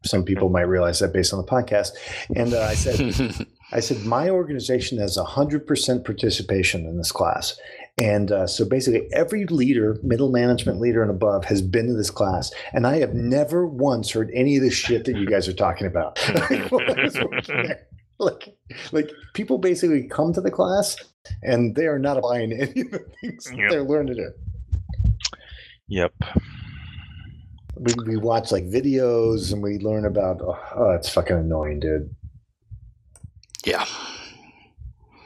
Some people might realize that based on the podcast, and uh, I said. I said, my organization has 100% participation in this class. And uh, so basically, every leader, middle management leader and above, has been to this class. And I have never once heard any of the shit that you guys are talking about. like, while I was working there. like, like, people basically come to the class and they are not applying any of the things that
Yep.
they're learning here.
Yep.
We, we watch like videos and we learn about, oh, oh, it's fucking annoying, dude.
yeah,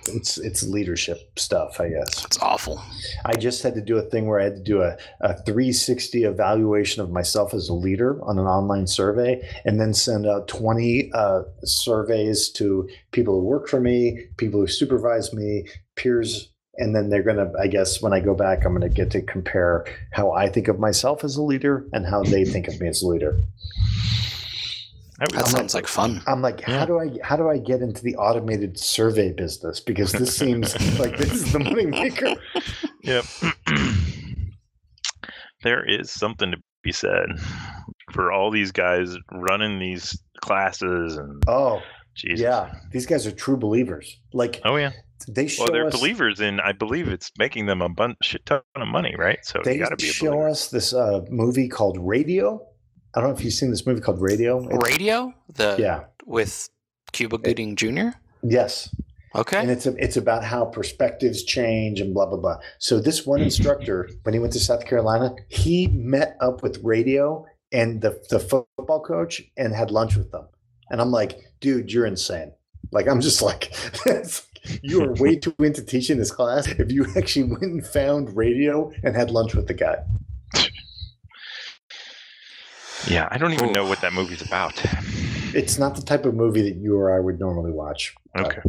It's, it's leadership stuff, I guess.
it's awful.
I just had to do a thing where I had to do a, a 360 evaluation of myself as a leader on an online survey and then send out 20 uh, surveys to people who work for me, people who supervise me, peers. And then they're going to, I guess, when I go back, I'm going to get to compare how I think of myself as a leader and how they think of me as a leader.
That
That
was,
sounds like fun.
I'm like, how do I how do I get into the automated survey business? Because this seems like this is the money maker.
yep. there is something to be said for all these guys running these classes and
Oh,
Jesus.
Yeah, these guys are true believers. Like
Oh yeah.
they show
Well, they're
us,
believers in. I believe it's making them a bunch shit ton of money, right? So
they
you got to be a
show
believer.
us this uh, movie called Radio. I don't know if you've seen this movie called Radio. It's-
Radio, the
Yeah.
with Cuba Gooding Jr.
Yes.
Okay,
and it's it's about how perspectives change and blah blah blah. So this
Mm-hmm.
one instructor, when he went to South Carolina, he met up with radio and the the football coach and had lunch with them. And I'm like, dude, you're insane. Like I'm just like, it's- you are way too into teaching this class. If you actually went and found radio and had lunch with the guy,
Yeah, I don't even
Ooh.
know what that movie's about.
it's not the type of movie that you or I would normally watch. Uh,
Okay,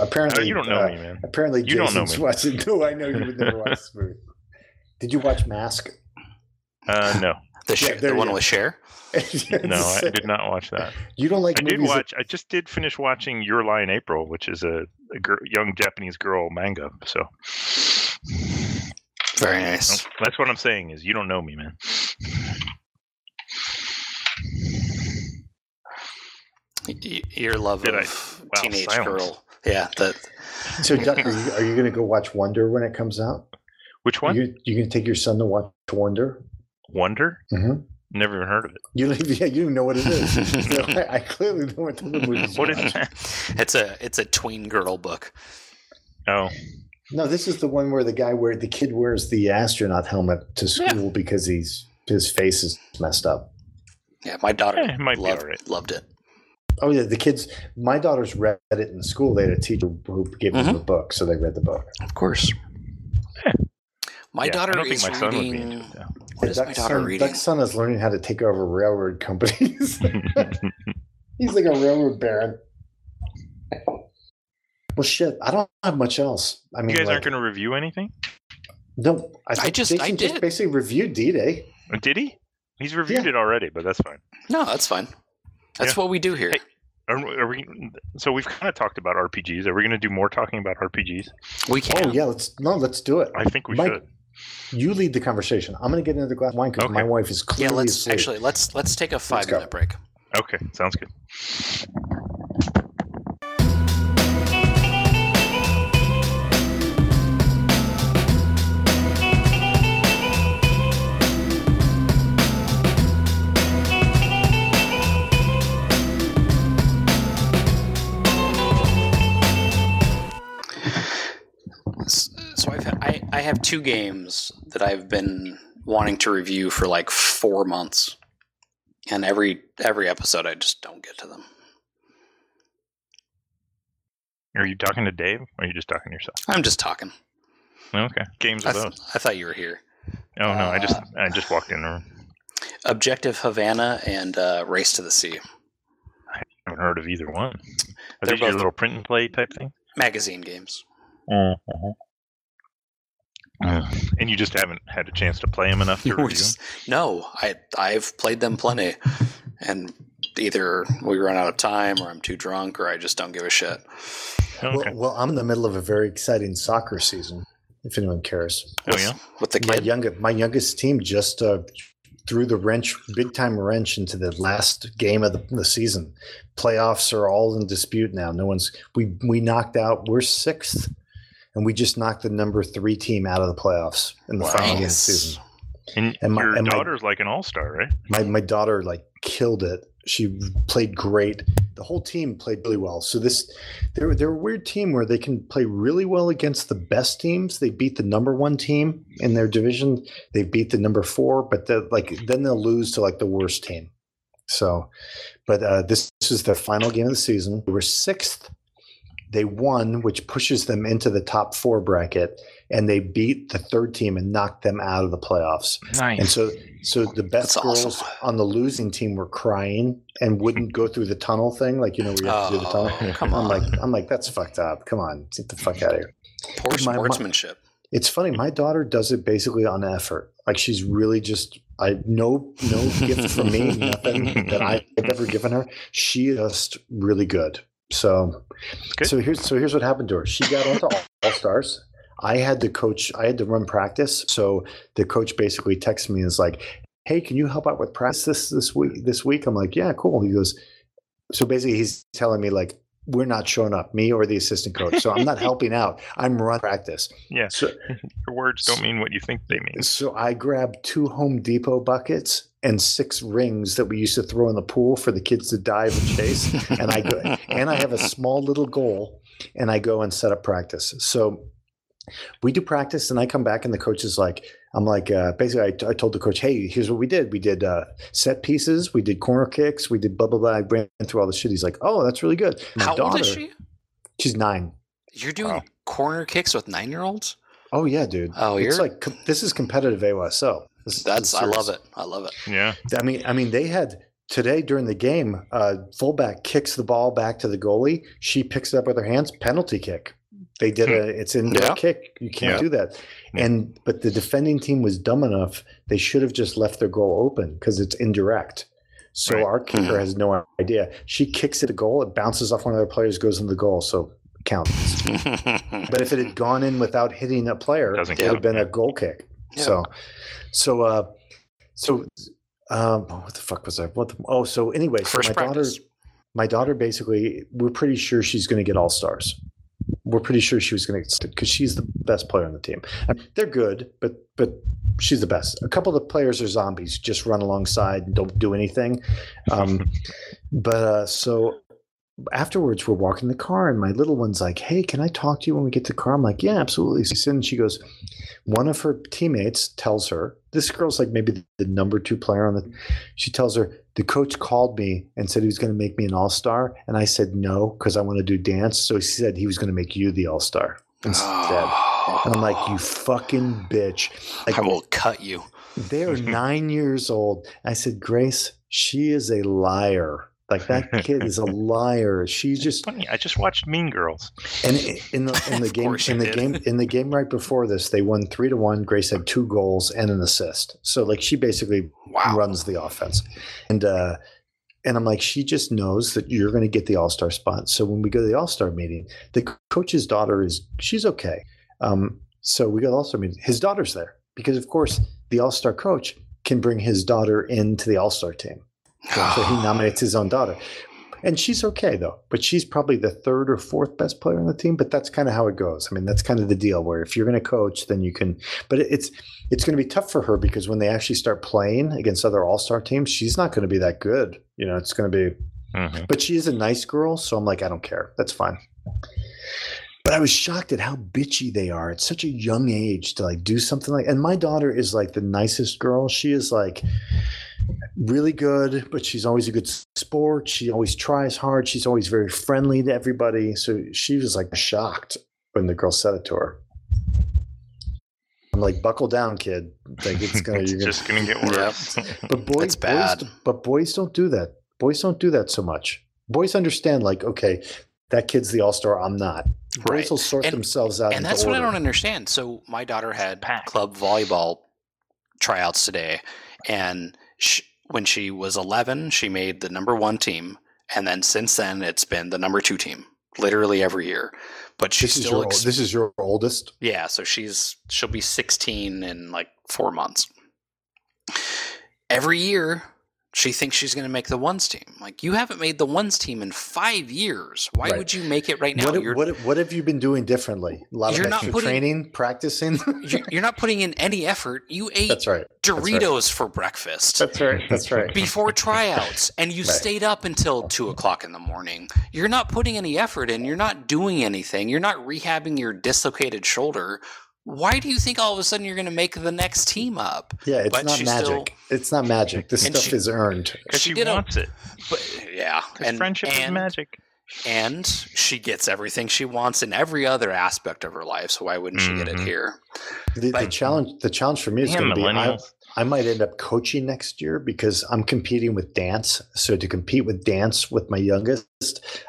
Apparently,
Oh, you don't know
uh,
me, man.
Apparently,
You don't know
Jason's
me.
watching. No, I know you would never watch this movie. Did you watch Mask?
Uh, no,
the Cher-
there
the
you
one
go.
with Cher.
no, I did not watch that.
uh, You don't like
I did
movies that-
watch. I just did finish watching Your Lie in April, which is a, a gir young Japanese girl manga. So oh,
Very nice.
that's what I'm saying is you don't know me, man.
Y- y- Your love
Did I-
of
Wow,
teenage
silence.
girl. Yeah, the,
so, Doc, are you, are you going to go watch Wonder when it comes out?
Which
Are
one?
you, you going to take your son to watch Wonder?
Wonder.
Mhm.
Never even heard of it.
You don't, even- yeah, you don't know what it is. So I, I clearly know what the movie is.
What is that?
it's a it's a tween girl book.
Oh,
No, this is the one where the guy where the kid wears the astronaut helmet to school because he's his face is messed up.
Yeah, my daughter
Eh, it might be
loved,
alright.
loved it.
Oh yeah, the kids. My daughters read it in school. They had a teacher who gave them
Mm-hmm.
the book, so they read the book.
Of course. My
yeah,
daughter
I don't think
is
my son would be
reading.
into it. Though.
what is my
Duck's
daughter
son,
reading?
Duck's son is learning how to take over railroad companies. He's like a railroad baron. Well, shit. I don't have much else. I mean,
you guys aren't
like,
going to review anything?
No, I, think
just-
Jason
I
just
did.
basically reviewed D Day.
Uh, Did he? He's reviewed it already, but that's fine.
No, that's fine. That's
Yeah.
what we do here.
Hey. Are, are we? So we've kind of talked about RPGs. Are we going to do more talking about RPGs?
We can.
Oh yeah, let's no, let's do it.
I think we
Mike,
should.
You lead the conversation. I'm gonna get another glass of wine because
Okay.
my wife is
yeah,
clearly
let's
asleep.
actually let's let's take a five
go.
minute break.
Okay, sounds good.
S- So I've had, I I have two games that I've been wanting to review for like four months, and every every episode I just don't get to them.
Are you talking to Dave? Or are you just talking to yourself?
I'm just talking.
Okay. Games
I,
of
th-
those.
I thought you were here.
Oh no, I just
uh,
I just walked in the room.
Objective Havana and uh, Race to the Sea
I haven't heard of either one. Are
They're
these your
both-
little print and play type thing?
magazine games.
Uh-huh.
Mm. And you just haven't had a chance to play them enough to
We
review. 'em?
just- no, I I've played them plenty, and either we run out of time, or I'm too drunk, or I just don't give a shit.
Oh, Okay.
Well, well, I'm in the middle of a very exciting soccer season. If anyone cares.
oh yeah.
With the
my
kid,
youngest my youngest team just uh, threw the wrench big time wrench into the last game of the, the season playoffs are all in dispute now no one's we we knocked out we're sixth and we just knocked the number three team out of the playoffs in the
Wow.
final game of the
Nice.
season
And,
And my-
your
and my-
daughter's like an all star, right?
my, my daughter like killed it she played great the whole team played really well so this they're, they're a weird team where they can play really well against the best teams they beat the number one team in their division they beat the number four but they're, like then they'll lose to like the worst team so but uh, this, this is their final game of the season they were sixth they won which pushes them into the top four bracket and they beat the third team and knocked them out of the playoffs and
Nice.
so, so the best
That's
girls
awesome.
on the losing team were crying and wouldn't go through the tunnel thing, like you know, where you have to do the tunnel.
oh, come
I'm
on,
like, I'm like, that's fucked up. Come on, get the fuck out of here.
poor
my- my-
sportsmanship.
It's funny. My daughter does it basically on effort. Like she's really just, I no, no gift from me, nothing that I've ever given her. She is just really good. So,
Good.
so here's so here's what happened to her. She got onto All, all Stars. I had to coach. I had to run practice. So the coach basically texts me and is like, "Hey, can you help out with practice this this week? This week?" I'm like, "Yeah, cool." He goes, So basically, he's telling me like we're not showing up, me or the assistant coach. So I'm not helping out. I'm run practice.
Yes.
So
Your words don't mean what you think they mean.
so I grabbed two Home Depot buckets and six rings that we used to throw in the pool for the kids to dive and chase. and I go and I have a small little goal and I go and set up practice. So we do practice and I come back and the coach is like, I'm like, uh, basically, I, I told the coach, hey, here's what we did. We did uh, set pieces, we did corner kicks, we did blah, blah, blah. I ran through all the shit. He's like, oh, that's really good. My
How old is
daughter- Oh.
she?
She's nine.
You're doing
Wow.
corner kicks with nine year olds?
Oh, yeah, dude.
Oh,
it's
you're
like, com- this is competitive AOSO. This, this
that's I
serious.
love it. I love it.
Yeah.
I mean, I mean, they had today during the game. Uh, fullback kicks the ball back to the goalie. She picks it up with her hands. Penalty kick. They did a. It's in
Yeah.
the kick. You can't
Hmm. Yeah.
do that.
Yeah.
And but the defending team was dumb enough. They should have just left their goal open because it's indirect. So
Right.
our kicker
Mhm.
has no idea. She kicks it a goal. It bounces off one of their players, goes in the goal. So count. But if it had gone in without hitting a player,
Doesn't
it would have
count,
been
yeah.
a goal kick.
Yeah.
So, so, uh, so, um, oh, what the fuck was I? What? The, oh, so anyway, so
First
my
practice.
daughter, my daughter, basically, we're pretty sure she's going to get all stars. We're pretty sure she was going to get because she's the best player on the team. I mean, they're good, but but she's the best. A couple of the players are zombies, just run alongside and don't do anything. Um, but uh, so afterwards we're walking the car and my little one's like hey can i talk to you when we get to the car i'm like yeah absolutely so and she goes one of her teammates tells her this girl's like maybe the number two player on the she tells her the coach called me and said he was going to make me an all-star and i said no because i want to do dance so he said he was going to make you the all-star instead and i'm
Ah.
like you fucking bitch like
I will cut you.
they are nine years old. I said, Grace, she is a liar. Like that kid is a liar. She just
Funny. I just watched Mean Girls.
and i- in the in the
Of
game
course you
in the
did.
game in the game right before this, they won three to one. Grace had two goals and an assist. So like she basically
Wow.
runs the offense. And uh and I'm like, she just knows that you're going to get the All Star spot. So when we go to the All Star meeting, the co- coach's daughter is she's okay. Um, so we go to the All Star meeting. His daughter's there because, of course, the All Star coach can bring his daughter into the All Star team. So he nominates his own daughter. And she's okay though, but she's probably the third or fourth best player on the team. But that's kind of how it goes. I mean, that's kind of the deal where if you're going to coach, then you can. But it- it's it's going to be tough for her because when they actually start playing against other All Star teams, she's not going to be that good. You know, it's going to be.
Mhm.
But she is a nice girl, so I'm like, I don't care. That's fine. But I was shocked at how bitchy they are at such a young age to like do something like. And my daughter is like the nicest girl. She is like really good, but she's always a good sport. She always tries hard. She's always very friendly to everybody. So she was like shocked when the girl said it to her. I'm like, buckle down, kid. Like it's gonna,
It's
you're gonna
just going to get
Yep.
worse.
but boys,
That's bad.
boys, but boys don't do that. Boys don't do that so much. Boys understand, like, okay, that kid's the all star. I'm not. Boys
Right.
will sort
And-
themselves out.
and
into
that's what I
order.
don't understand. So my daughter had
Pack.
club volleyball tryouts today, and sh when she was 11, she made the number one team, and then since then it's been the number two team, literally every year. But she's
This is,
still
your,
ex-
this is your oldest.
yeah, so she's she'll be 16 in like 4 months. Every year she thinks she's going to make the ones team. Like you haven't made the ones team in 5 years. Why
Right.
would you make it right now?
What,
You're-
what, what have you been doing differently? A lot
You're
of
not
extra
putting-
training, practicing.
you're you're not putting in any effort. You ate
that's right. right.
Doritos for breakfast
That's right. That's right.
before tryouts, and you
Right.
stayed up until two o'clock in the morning. You're not putting any effort in. You're not doing anything. You're not rehabbing your dislocated shoulder. Why do you think all of a sudden you're going to make the next team up?
Yeah, it's
But
not
she's
magic.
still-
it's not magic. This
And
stuff
she-
is earned.
Because
She
she,
did a-
wants it.
But yeah,
'Cause friendship is
and-
magic.
and she gets everything she wants in every other aspect of her life. So why wouldn't she get it
Mhm.
here?
The, the
Like-
challenge. The challenge for me is
Damn
going to be. I,
millennials.
I might end up coaching next year because I'm competing with dance. So to compete with dance with my youngest,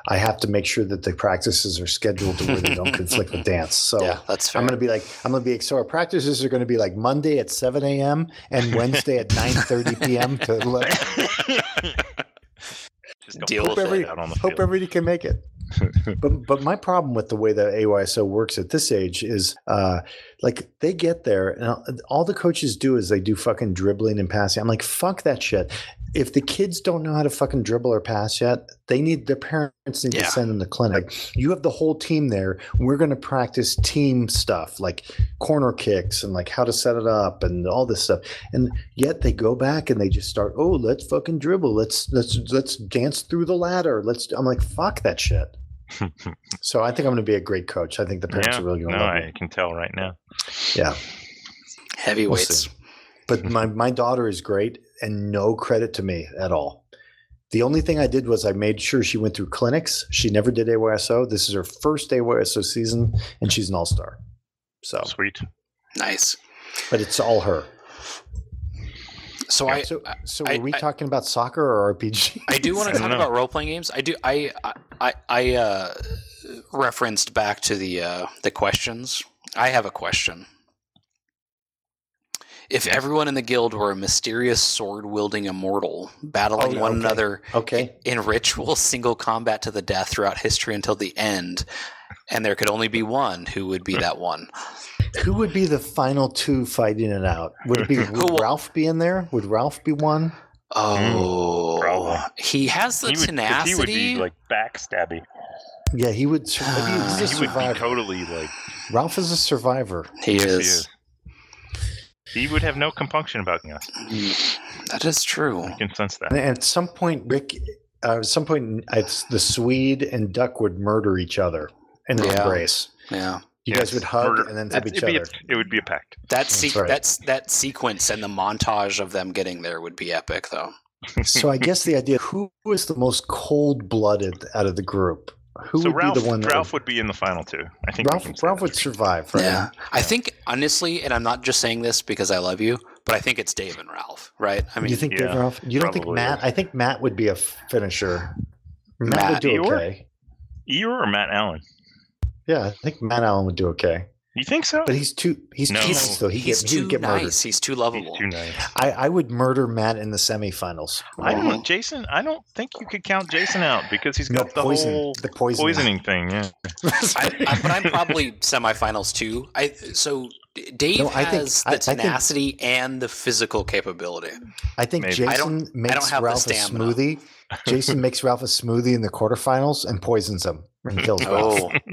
I have to make sure that the practices are scheduled to where they don't conflict with dance. So
yeah, that's fair.
I'm going to be like, I'm going to be like, so our practices are going to be like Monday at 7 a.m. and Wednesday at 9:30 p.m. to look,
Just don't
Deal
put
with
that
it.
out on the
hope
field.
everybody can make it. But but my problem with the way that AYSO works at this age is, uh, like they get there and all- all the coaches do is they do fucking dribbling and passing. I'm like, fuck that shit. if the kids don't know how to fucking dribble or pass yet, they need their parents need
Yeah.
to send them to clinic. You have the whole team there. We're going to practice team stuff like corner kicks and like how to set it up and all this stuff. And yet they go back and they just start, "Oh, let's fucking dribble. Let's let's let's dance through the ladder. Let's I'm like, "Fuck that shit." so I think I'm going to be a great coach. I think the parents
Yeah.
are really going
no,
to love me.
I can tell right now.
Yeah.
Heavyweights.
but my, my daughter is great and no credit to me at all. The only thing I did was I made sure she went through clinics. She never did AYSO. This is her first AYSO season and she's an all star. So,
Sweet.
Nice.
but it's all her.
So I,
so, so
I-
were we
I-
talking about soccer or RPG?
I do want
I
to
don't
talk
know.
about role playing games. I do. I I I uh, referenced back to the uh, the questions. I have a question. If everyone in the guild were a mysterious sword wielding immortal, battling
Oh,
one
okay.
another
Okay.
in ritual single combat to the death throughout history until the end, and there could only be one, who would be that one?
Who would be the final two fighting it out? Would it be would
Who-
Ralph be in there? Would Ralph be one?
Oh,
Hmm, probably.
he has the
he would, 'cause
tenacity.
he would be like backstabby.
Yeah, he would. sur-
Ah.
He's a
He would be
survivor.
totally like
Ralph is a survivor.
He
Yes, he
is.
is. he would have no compunction about us.
Mm, That is true.
I can sense that.
And at some point, Rick, uh, at some point, it's the Swede and Duck would murder each other in an
Yeah.
embrace.
Yeah.
You
Yes,
guys would hug
murder.
and then
That's-
flip each
it'd be a-
other.
it would be a pact.
That se-
That's right.
that's that sequence and the montage of them getting there would be epic, though.
so I guess the idea: who was the most cold-blooded out of the group? Who
so
would
Ralph,
be the one? that
Ralph would be in the final two. I think we can
Ralph,
say
Ralph
that.
would survive, right?
I think honestly, and I'm not just saying this because I love you, but I think it's Dave and Ralph, right? I mean,
you think
yeah,
Dave Ralph? You don't think
probably.
Matt? I think Matt would be a finisher. Matt, would
Matt
do
Eeyore?
okay.
Eeyore or Matt Allen?
Yeah, I think Matt Allen would do okay.
You think so?
But he's too he's
No.
too nice though. He
he's
get,
too
he'd get
nice.
murdered.
He's too
He's
lovable.
too nice.
I, I would murder Matt in the semifinals.
I
Wow.
don't, Jason. I don't think you could count Jason out because he's
No
got the
poison.
whole
the poison.
poisoning thing. Yeah.
I, I- but I'm probably semifinals too. I so D- Dave
No, I think-
has
I- I
the
think-
tenacity and the physical capability.
I think
Maybe.
Jason
I don't-
makes
have the
Ralph a
stamina.
smoothie. Jason makes Ralph a smoothie in the quarterfinals and poisons him and kills Ralph.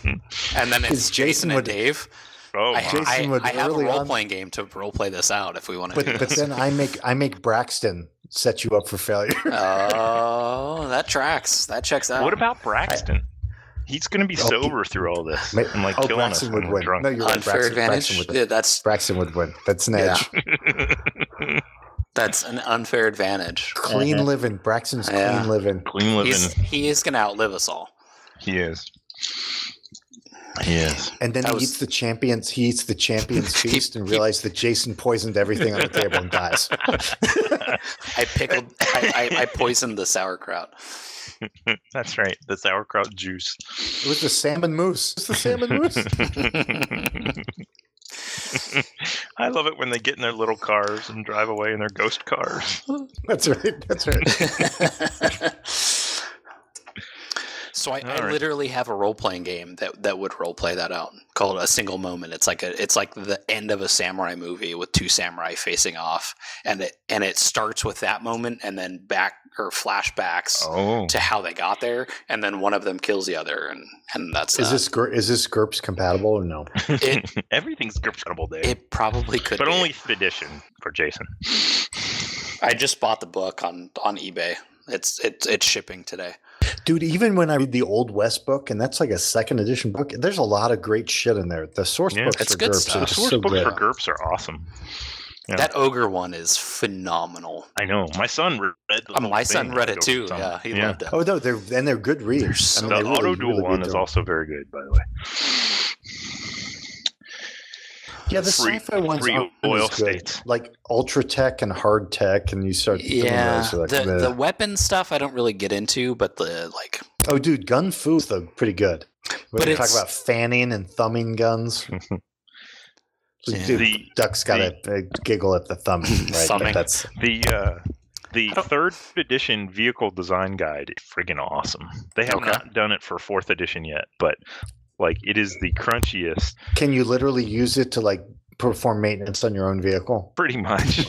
Oh, and then it's
Because Jason
Jason and
would-
Dave.
Oh,
I,
my.
Jason
I,
would
I have a
early
role
on-
playing game to role play this out if we want to.
But
do
but
this.
then I make I make Braxton set you up for failure.
Oh, that tracks. That checks out.
what about Braxton? he's going to be
Uh, Oh,
sober through all this
Ma-
and like
oh,
killing us
Braxton
when
would
we're
win.
drunk.
No, you're right.
unfair
Braxton,
advantage?
Braxton would
Yeah,
win.
that's
Braxton would win. That's an edge.
Uh-huh.
that's an unfair advantage.
Clean living. Braxton's
Yeah.
clean living.
Clean living.
He's, he is going to outlive us all.
He is. He is.
And then
That
he
was-
eats the champions. He eats the champions
He-
feast and realizes that Jason poisoned everything on the table and dies.
I pickled. I, I, I poisoned the sauerkraut.
That's right. The sauerkraut juice.
It was the salmon moose. It's the salmon moose.
I love it when they get in their little cars and drive away in their ghost cars.
That's right. That's right.
so I,
All
I
right.
literally have a role playing game that that would role play that out called a single moment. It's like a it's like the end of a samurai movie with two samurai facing off, and it and it starts with that moment and then back or flashbacks.
Oh.
to how they got there, and then one of them kills the other, and and that's
Is
that.
this Ger- is this GURPS compatible or no?
It-
Everything's grippable there.
It probably could,
but
be.
only fifth edition for Jason.
I just bought the book on on eBay. It's it's it's shipping today.
Dude, even when I read the Old West book, and that's like a second edition book, there's a lot of great shit in there. The source
Yeah.
books
It's
for
good
GURPS
stuff.
are
The
just
source
so
books
good.
for GURPS are awesome. Yeah.
That ogre one is phenomenal.
I know. My son read the
Uh,
whole
my son
thing
read
like
it
over
too.
the summer.
Yeah, he loved it.
Oh no, they're and they're good readers.
so-
I
The
mean, they really,
auto duel
really
one
do.
is also very good, by the way.
yeah. The
free-
sci-fi ones
free
aren't
oil
as good.
states.
like ultra tech and hard tech, and you start. doing
Yeah,
those, you're like,
the
"Bleh."
the weapon stuff I don't really get into, but the like
oh, dude, gun foo's though pretty good. When
But
we talk
it's-
about fanning and thumbing guns.
Yeah.
Dude,
The-
Duck's got a, a giggle at the thumb. Right? But
Thumbing.
That's
The uh, the
I don't-
third edition vehicle design guide is friggin' awesome. They have
Okay.
not done it for fourth edition yet, but like it is the crunchiest.
Can you literally use it to like perform maintenance on your own vehicle.
Pretty much.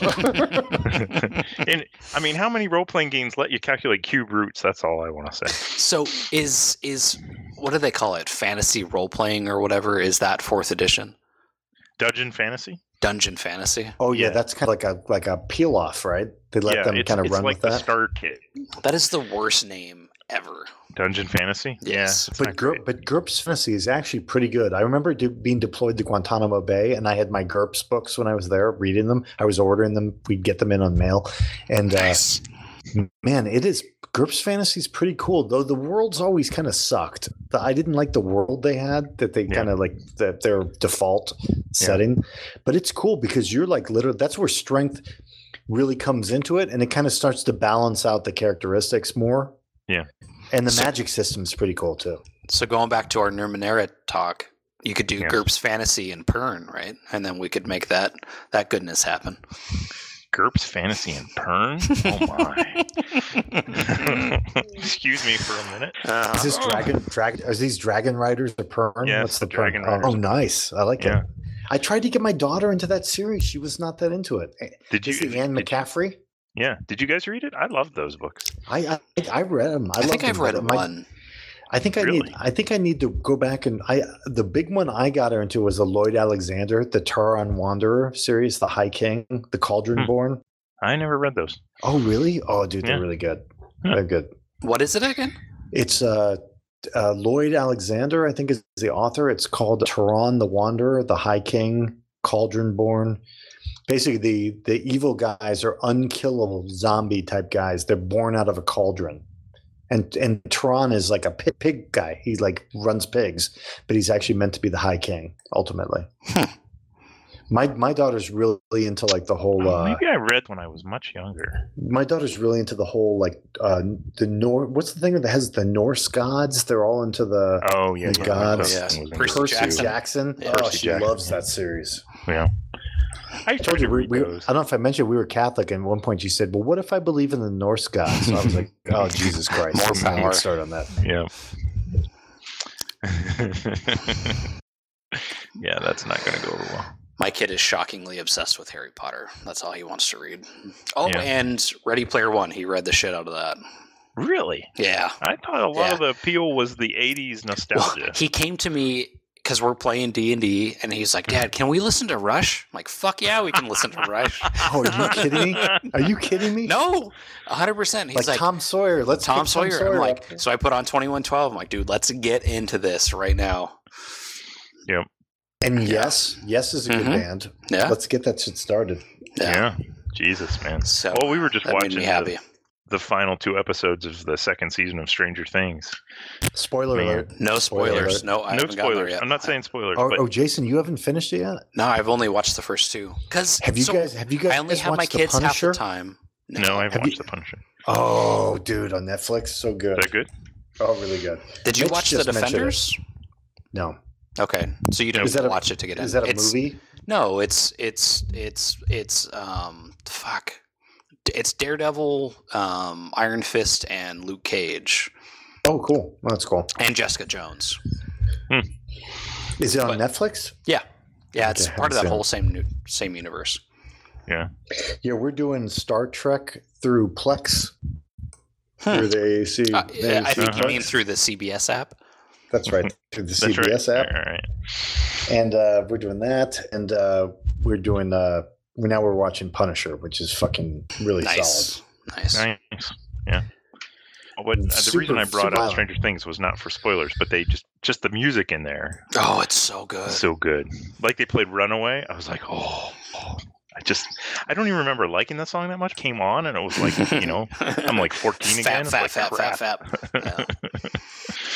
and I mean, how many role playing games let you calculate cube roots? That's all I want to say.
So is is what do they call it? Fantasy role playing or whatever? Is that fourth edition?
Dungeon fantasy.
Dungeon fantasy.
Oh yeah,
Yeah.
that's kind of like a like a peel off, right? They let
yeah,
them
it's,
kind of
it's
run
like
with
the
that.
starter kit.
That is the worst name ever.
Dungeon fantasy.
Yes.
Yeah, it's
but
not
Ger-
great.
but GURPS fantasy is actually pretty good. I remember de- being deployed to Guantanamo Bay, and I had my GURPS books when I was there, reading them. I was ordering them. We'd get them in on mail, and uh,
Nice.
man, it is GURPS fantasy is pretty cool. Though the world's always kind of sucked. The- I didn't like the world they had that they
Yeah.
kind of like that their default setting, but it's cool because you're like literally that's where strength really comes into it, and it kind of starts to balance out the characteristics more.
Yeah.
and the
So-
magic system's pretty cool too.
So going back to our Numenera talk, you could do
Yeah.
GURPS fantasy and Pern, right? And then we could make that that goodness happen.
GURPS fantasy and Pern. Oh my. Excuse me for a minute.
Uh,
Is this
Oh.
dragon? Dragon? Are these dragon riders the Pern?
Yes,
What's the,
the Dragon
Pern?
Riders.
Oh, nice. I like
Yeah.
it. I tried to get my daughter into that series. She was not that into it. Eh,
Did you?
Is it Anne
did-
McCaffrey?
yeah. Did you guys read it? I love those books.
I I, I read them. I,
I, think
loved
I've
'em.
read
My-
one.
I think I need.
Really?
I think I need to go back and I. The big one I got her into was the Lloyd Alexander, the Turon Wanderer series, the High King, the Cauldron
Hmm.
Born.
I never read those.
Oh really? Oh dude, they're
Yeah. Hmm.
really good.
Yeah.
They're good.
What is it again?
It's uh, uh, Lloyd Alexander, I think, is the author. It's called Tehran the Wanderer, the High King, Cauldron Born. Basically, the the evil guys are unkillable zombie type guys. They're born out of a cauldron, and and Tehran is like a pig, pig guy. He like runs pigs, but he's actually meant to be the High King ultimately.
Hmm.
My my daughter's really into like the whole.
Oh,
Uh,
maybe I read when I was much younger.
my daughter's really into the whole like uh the Nor. What's the thing that has the Norse gods? They're all into the
Oh yeah,
The
yeah,
gods.
that was-
Yeah.
was in
Uh, Percy
Percy.
Jackson. Yeah.
Oh,
Percy
she
Jackson.
loves that series.
Yeah. I
I told you, we,
read
we, I
those.
don't know if I mentioned we were Catholic. And at one point, she said, "Well, what if I believe in the Norse gods?" So I was like, "Oh, Jesus Christ!
More
Let's not
power.
start on that."
Yeah. yeah, that's not going to go over well.
My kid is shockingly obsessed with Harry Potter. That's all he wants to read. Oh,
Yeah.
and Ready Player One. He read the shit out of that.
Really?
Yeah.
I thought a lot of the appeal was the 80s
Well,
nostalgia.
he came to me because we're playing D and D, and he's like,
Mm-hmm.
"Dad, can we listen to Rush?" I'm like, "Fuck yeah, we can listen to Rush."
Oh, are you kidding me? Are you kidding me?
no, hundred percent.
like,
He's like,
Tom Sawyer. Let's
Tom
pick
Sawyer. I'm
up.
like, so I put on twenty one twelve. I'm like, dude, let's get into this right now.
and yes, yes is a good
Mhm.
band.
Yeah,
Let's get that shit started.
yeah.
yeah. Jesus, man.
So
Well, we were just
that made
watching
me
the-
happy.
the final two episodes of the second season of Stranger Things.
Spoiler
Man.
alert.
No spoilers.
alert.
No, I
no
haven't gotten there
spoilers.
yet.
I'm not saying spoilers,
Oh,
but
oh, Jason, you haven't finished it yet.
No, I've only watched the first two. Because
Have you guys? Have you guys?
I only have my
watched The
kids half the
Punisher?
time.
no, I haven't
Have you-
watched The Punisher.
Oh, dude, on Netflix, so good.
Is that good?
Oh, really good.
Did you
Mitch
watch The
just mentioned it.
Defenders?
No,
Okay, so you
Is
didn't
that a-
watch it to get in.
is that a
It's-
movie?
No, it's it's it's it's um fuck. D- It's Daredevil, um, Iron Fist, and Luke Cage,
Oh, cool. Well, that's cool.
and Jessica Jones.
Is it on
But-
Netflix?
Yeah, it's
Okay,
part of
I
that
see.
whole same nu- same universe.
Yeah, we're doing Star Trek through Plex
Hmm.
through the AC.
Uh, yeah, I
AC
think you
Uh-huh.
mean through the CBS app.
that's right through the
That's
CBS
right.
app,
All right.
and uh, we're doing that, and uh, we're doing. Uh, we now we're watching Punisher, which is fucking really solid.
Nice, nice.
Nice. Yeah. What, uh, the
Super-
reason I
super
brought up
violent.
Stranger Things was not for spoilers, but they just just the music in there
Oh, it's so good.
is so good. Like they played Runaway, I was like, oh, oh. I just I don't even remember liking that song that much. Came on and it was like, you know, I'm like 14 again.
fat,
I'm
fat,
like,
fat,
crap.
fat, fat, Yeah.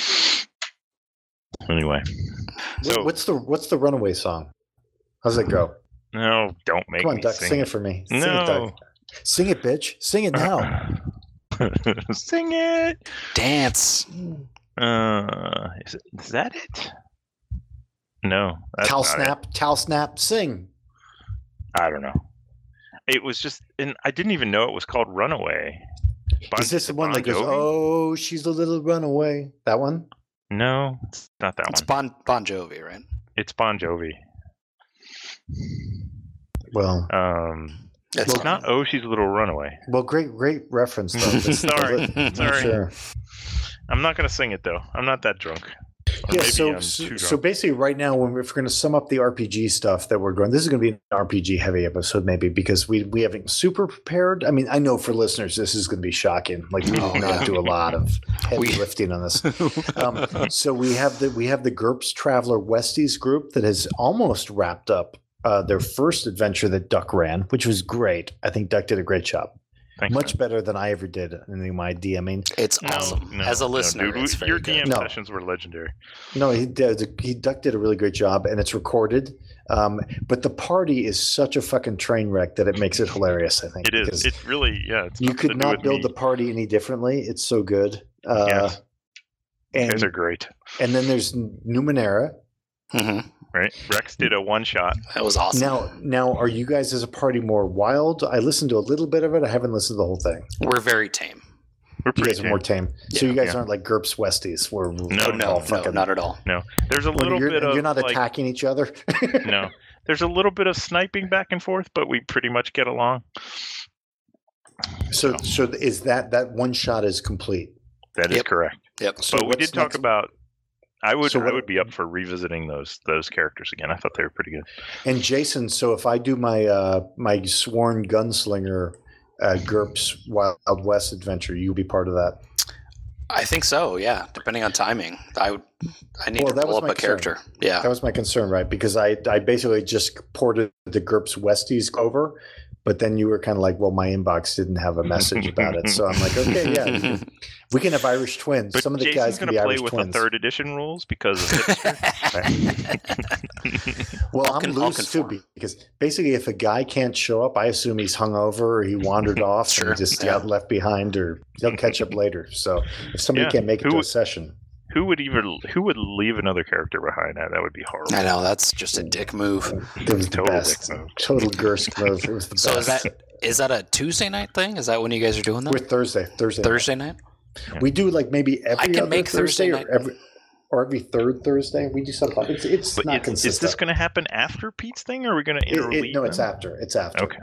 Anyway,
What-
So-
what's the what's the Runaway song? How's it go?
no, don't make
Come on,
me
Duck, sing,
sing.
it for me. Sing it, Duck.
No,
Sing it, bitch. Sing it now.
sing it.
Dance.
Uh, is, it, is that it? No, that's
towel
not it.
snap, towel snap, sing.
I don't know. It was just, and I didn't even know it was called Runaway. Bon-
Is this the one
Bon
that goes,
Jovi?
"Oh, she's a little runaway"? That one?
No, it's not that
It's
one.
Bon Bon Jovi, right?
It's Bon Jovi.
Well,
Um,
That's
it's not Oh, She's a Little Runaway.
well, great, great reference. Though. Let's-
Sorry.
not-
Sorry.
Sure.
I'm not going to sing it, though. I'm not that drunk. Or
Yeah.
maybe
So,
I'm
so,
too
so
drunk.
basically, right now, when we're, if we're going to sum up the RPG stuff that we're going, this is going to be an RPG heavy episode, maybe because we we haven't super prepared. I mean, I know for listeners, this is going to be shocking. Like, we did
Oh,
not
yeah.
do a lot of heavy
We-
lifting on this. Um, so we have the we have the GURPS Traveler Westies group that has almost wrapped up uh, their first adventure that Duck ran, which was great. I think Duck did a great job,
Thanks,
much
man.
better than I ever did in my DMing.
it's
No,
awesome.
no,
As a
no,
listener,
dude,
it's
we-
very
your
good.
DM
No.
sessions were legendary.
No, he did. He Duck did a really great job, and it's recorded. Um, but the party is such a fucking train wreck that it makes it hilarious. I think
It is.
because
It's really yeah. It's
you
nothing to
could
do
not
with
build
me.
the party any differently. It's so good. Uh,
Yes. You
And
guys are great,
and then there's Numenera,
Mhm.
right? Rex did a one shot.
That was awesome.
Now, now, are you guys as a party more wild? I listened to a little bit of it. I haven't listened to the whole thing.
We're very tame.
We're
You
pretty.
guys are more
tame.
tame, so
Yeah.
you guys
Yeah.
aren't like GURPS Westies. Where
Oh, No,
No,
no, no, not at all.
There's a little
you're,
bit of
you're not
like,
attacking each other.
no. There's a little bit of sniping back and forth, but we pretty much get along.
So, so is that that one shot is complete?
That is
Yep.
correct.
Yep.
So
but we
what's
did talk
next?
about. I would
So
I
what-
would be up for revisiting those those characters again. I thought they were pretty good.
And Jason, so if I do my uh, my sworn gunslinger uh, GURPS Wild West adventure, you'll be part of that.
I think so. Yeah, depending on timing, I would. I need
Well,
to
that
pull
was
up
my
a character. Yeah.
That was my concern, right? Because I, I basically just ported the GURPS Westies over, but then you were kind of like, well, my inbox didn't have a message about it. So I'm like, okay, yeah, we can- we can have Irish twins.
But
Some of the
Jason's
guys can
gonna
be
play
Irish
with
twins.
the third edition rules because of hipster.
well,
I'll
I'm
con- I'll
loose too
conform.
because basically, if a guy can't show up, I assume he's hungover or he wandered off
Sure,
and just
yeah.
got left behind, or he'll catch up later. So if somebody
Yeah,
can't make it to
who-
a session,
who would even who would leave another character behind? That that would be horrible.
I know that's just a dick move.
it was the
Total
best.
dick move.
Total GURPS move. It was the
So is
best.
that is that a Tuesday night thing? Is that when you guys are doing that?
We're Thursday. Thursday. night.
Thursday night?
We do like maybe every
can
other
make Thursday
Thursday,
night.
or every or every third Thursday. We do something. It's it's
But
not
is- is,
consistent.
this going to happen after Pete's thing, or are we going to
It-
interleave?
it- no, it's
them?
after. It's after.
Okay.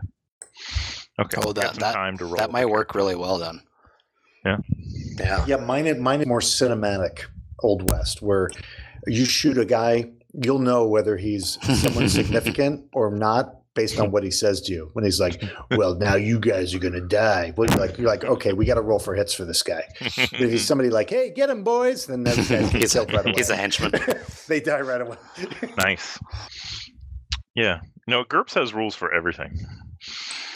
Okay.
Oh,
we've
that-
got some
that-
time to roll.
That might work really well then.
Yeah.
Yeah.
Yeah, mine is mine is more cinematic old west where you shoot a guy, you'll know whether he's someone significant or not based on what he says to you. When he's like, "Well, now you guys are gonna die," well, you're like, "You're like, okay, we got to roll for hits for this guy." But if he's somebody like, "Hey, get him, boys," then that guy gets
Mm-hmm. He's a,
killed right away.
he's a henchman.
they die right away.
nice. Yeah. No, GURPS has rules for everything.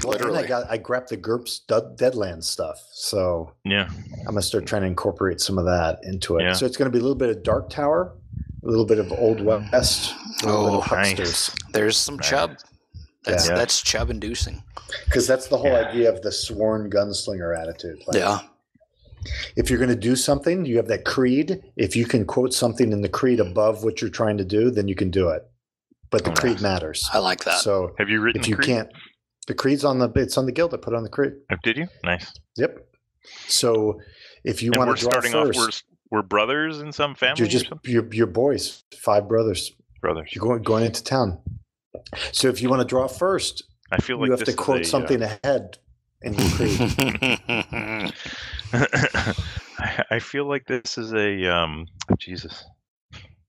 Well, then
Literally.
I got I grabbed the GURPS Dud- Deadlands stuff, so
Yeah.
I'm gonna start trying to incorporate some of that into it.
Yeah.
So it's gonna be a little bit of Dark Tower, a little bit of Old West, a little bit
Oh,
of Hucksters,
There's some
Nice.
chub. That's
Yeah.
that's chub inducing.
because that's the whole
Yeah.
idea of the sworn gunslinger attitude. Like,
Yeah.
If you're gonna do something, you have that creed. If you can quote something in the creed above what you're trying to do, then you can do it. But the
Oh,
creed matters.
I like that.
So
Have you written?
if you
Creed?
can't, the creed's on the it's on the guild. I put it on the creed.
Oh, did you? Nice.
Yep. So if you
and
want
we're
to draw
starting
first,
off. We're s- we're brothers in some family.
you're
or
just
something?
you're, you're boys, five brothers.
brothers.
You're going going into town. So if you want to draw first,
I feel like
you have
this
to
is a, uh,
quote something ahead in your creed.
I I feel like this is a um Jesus.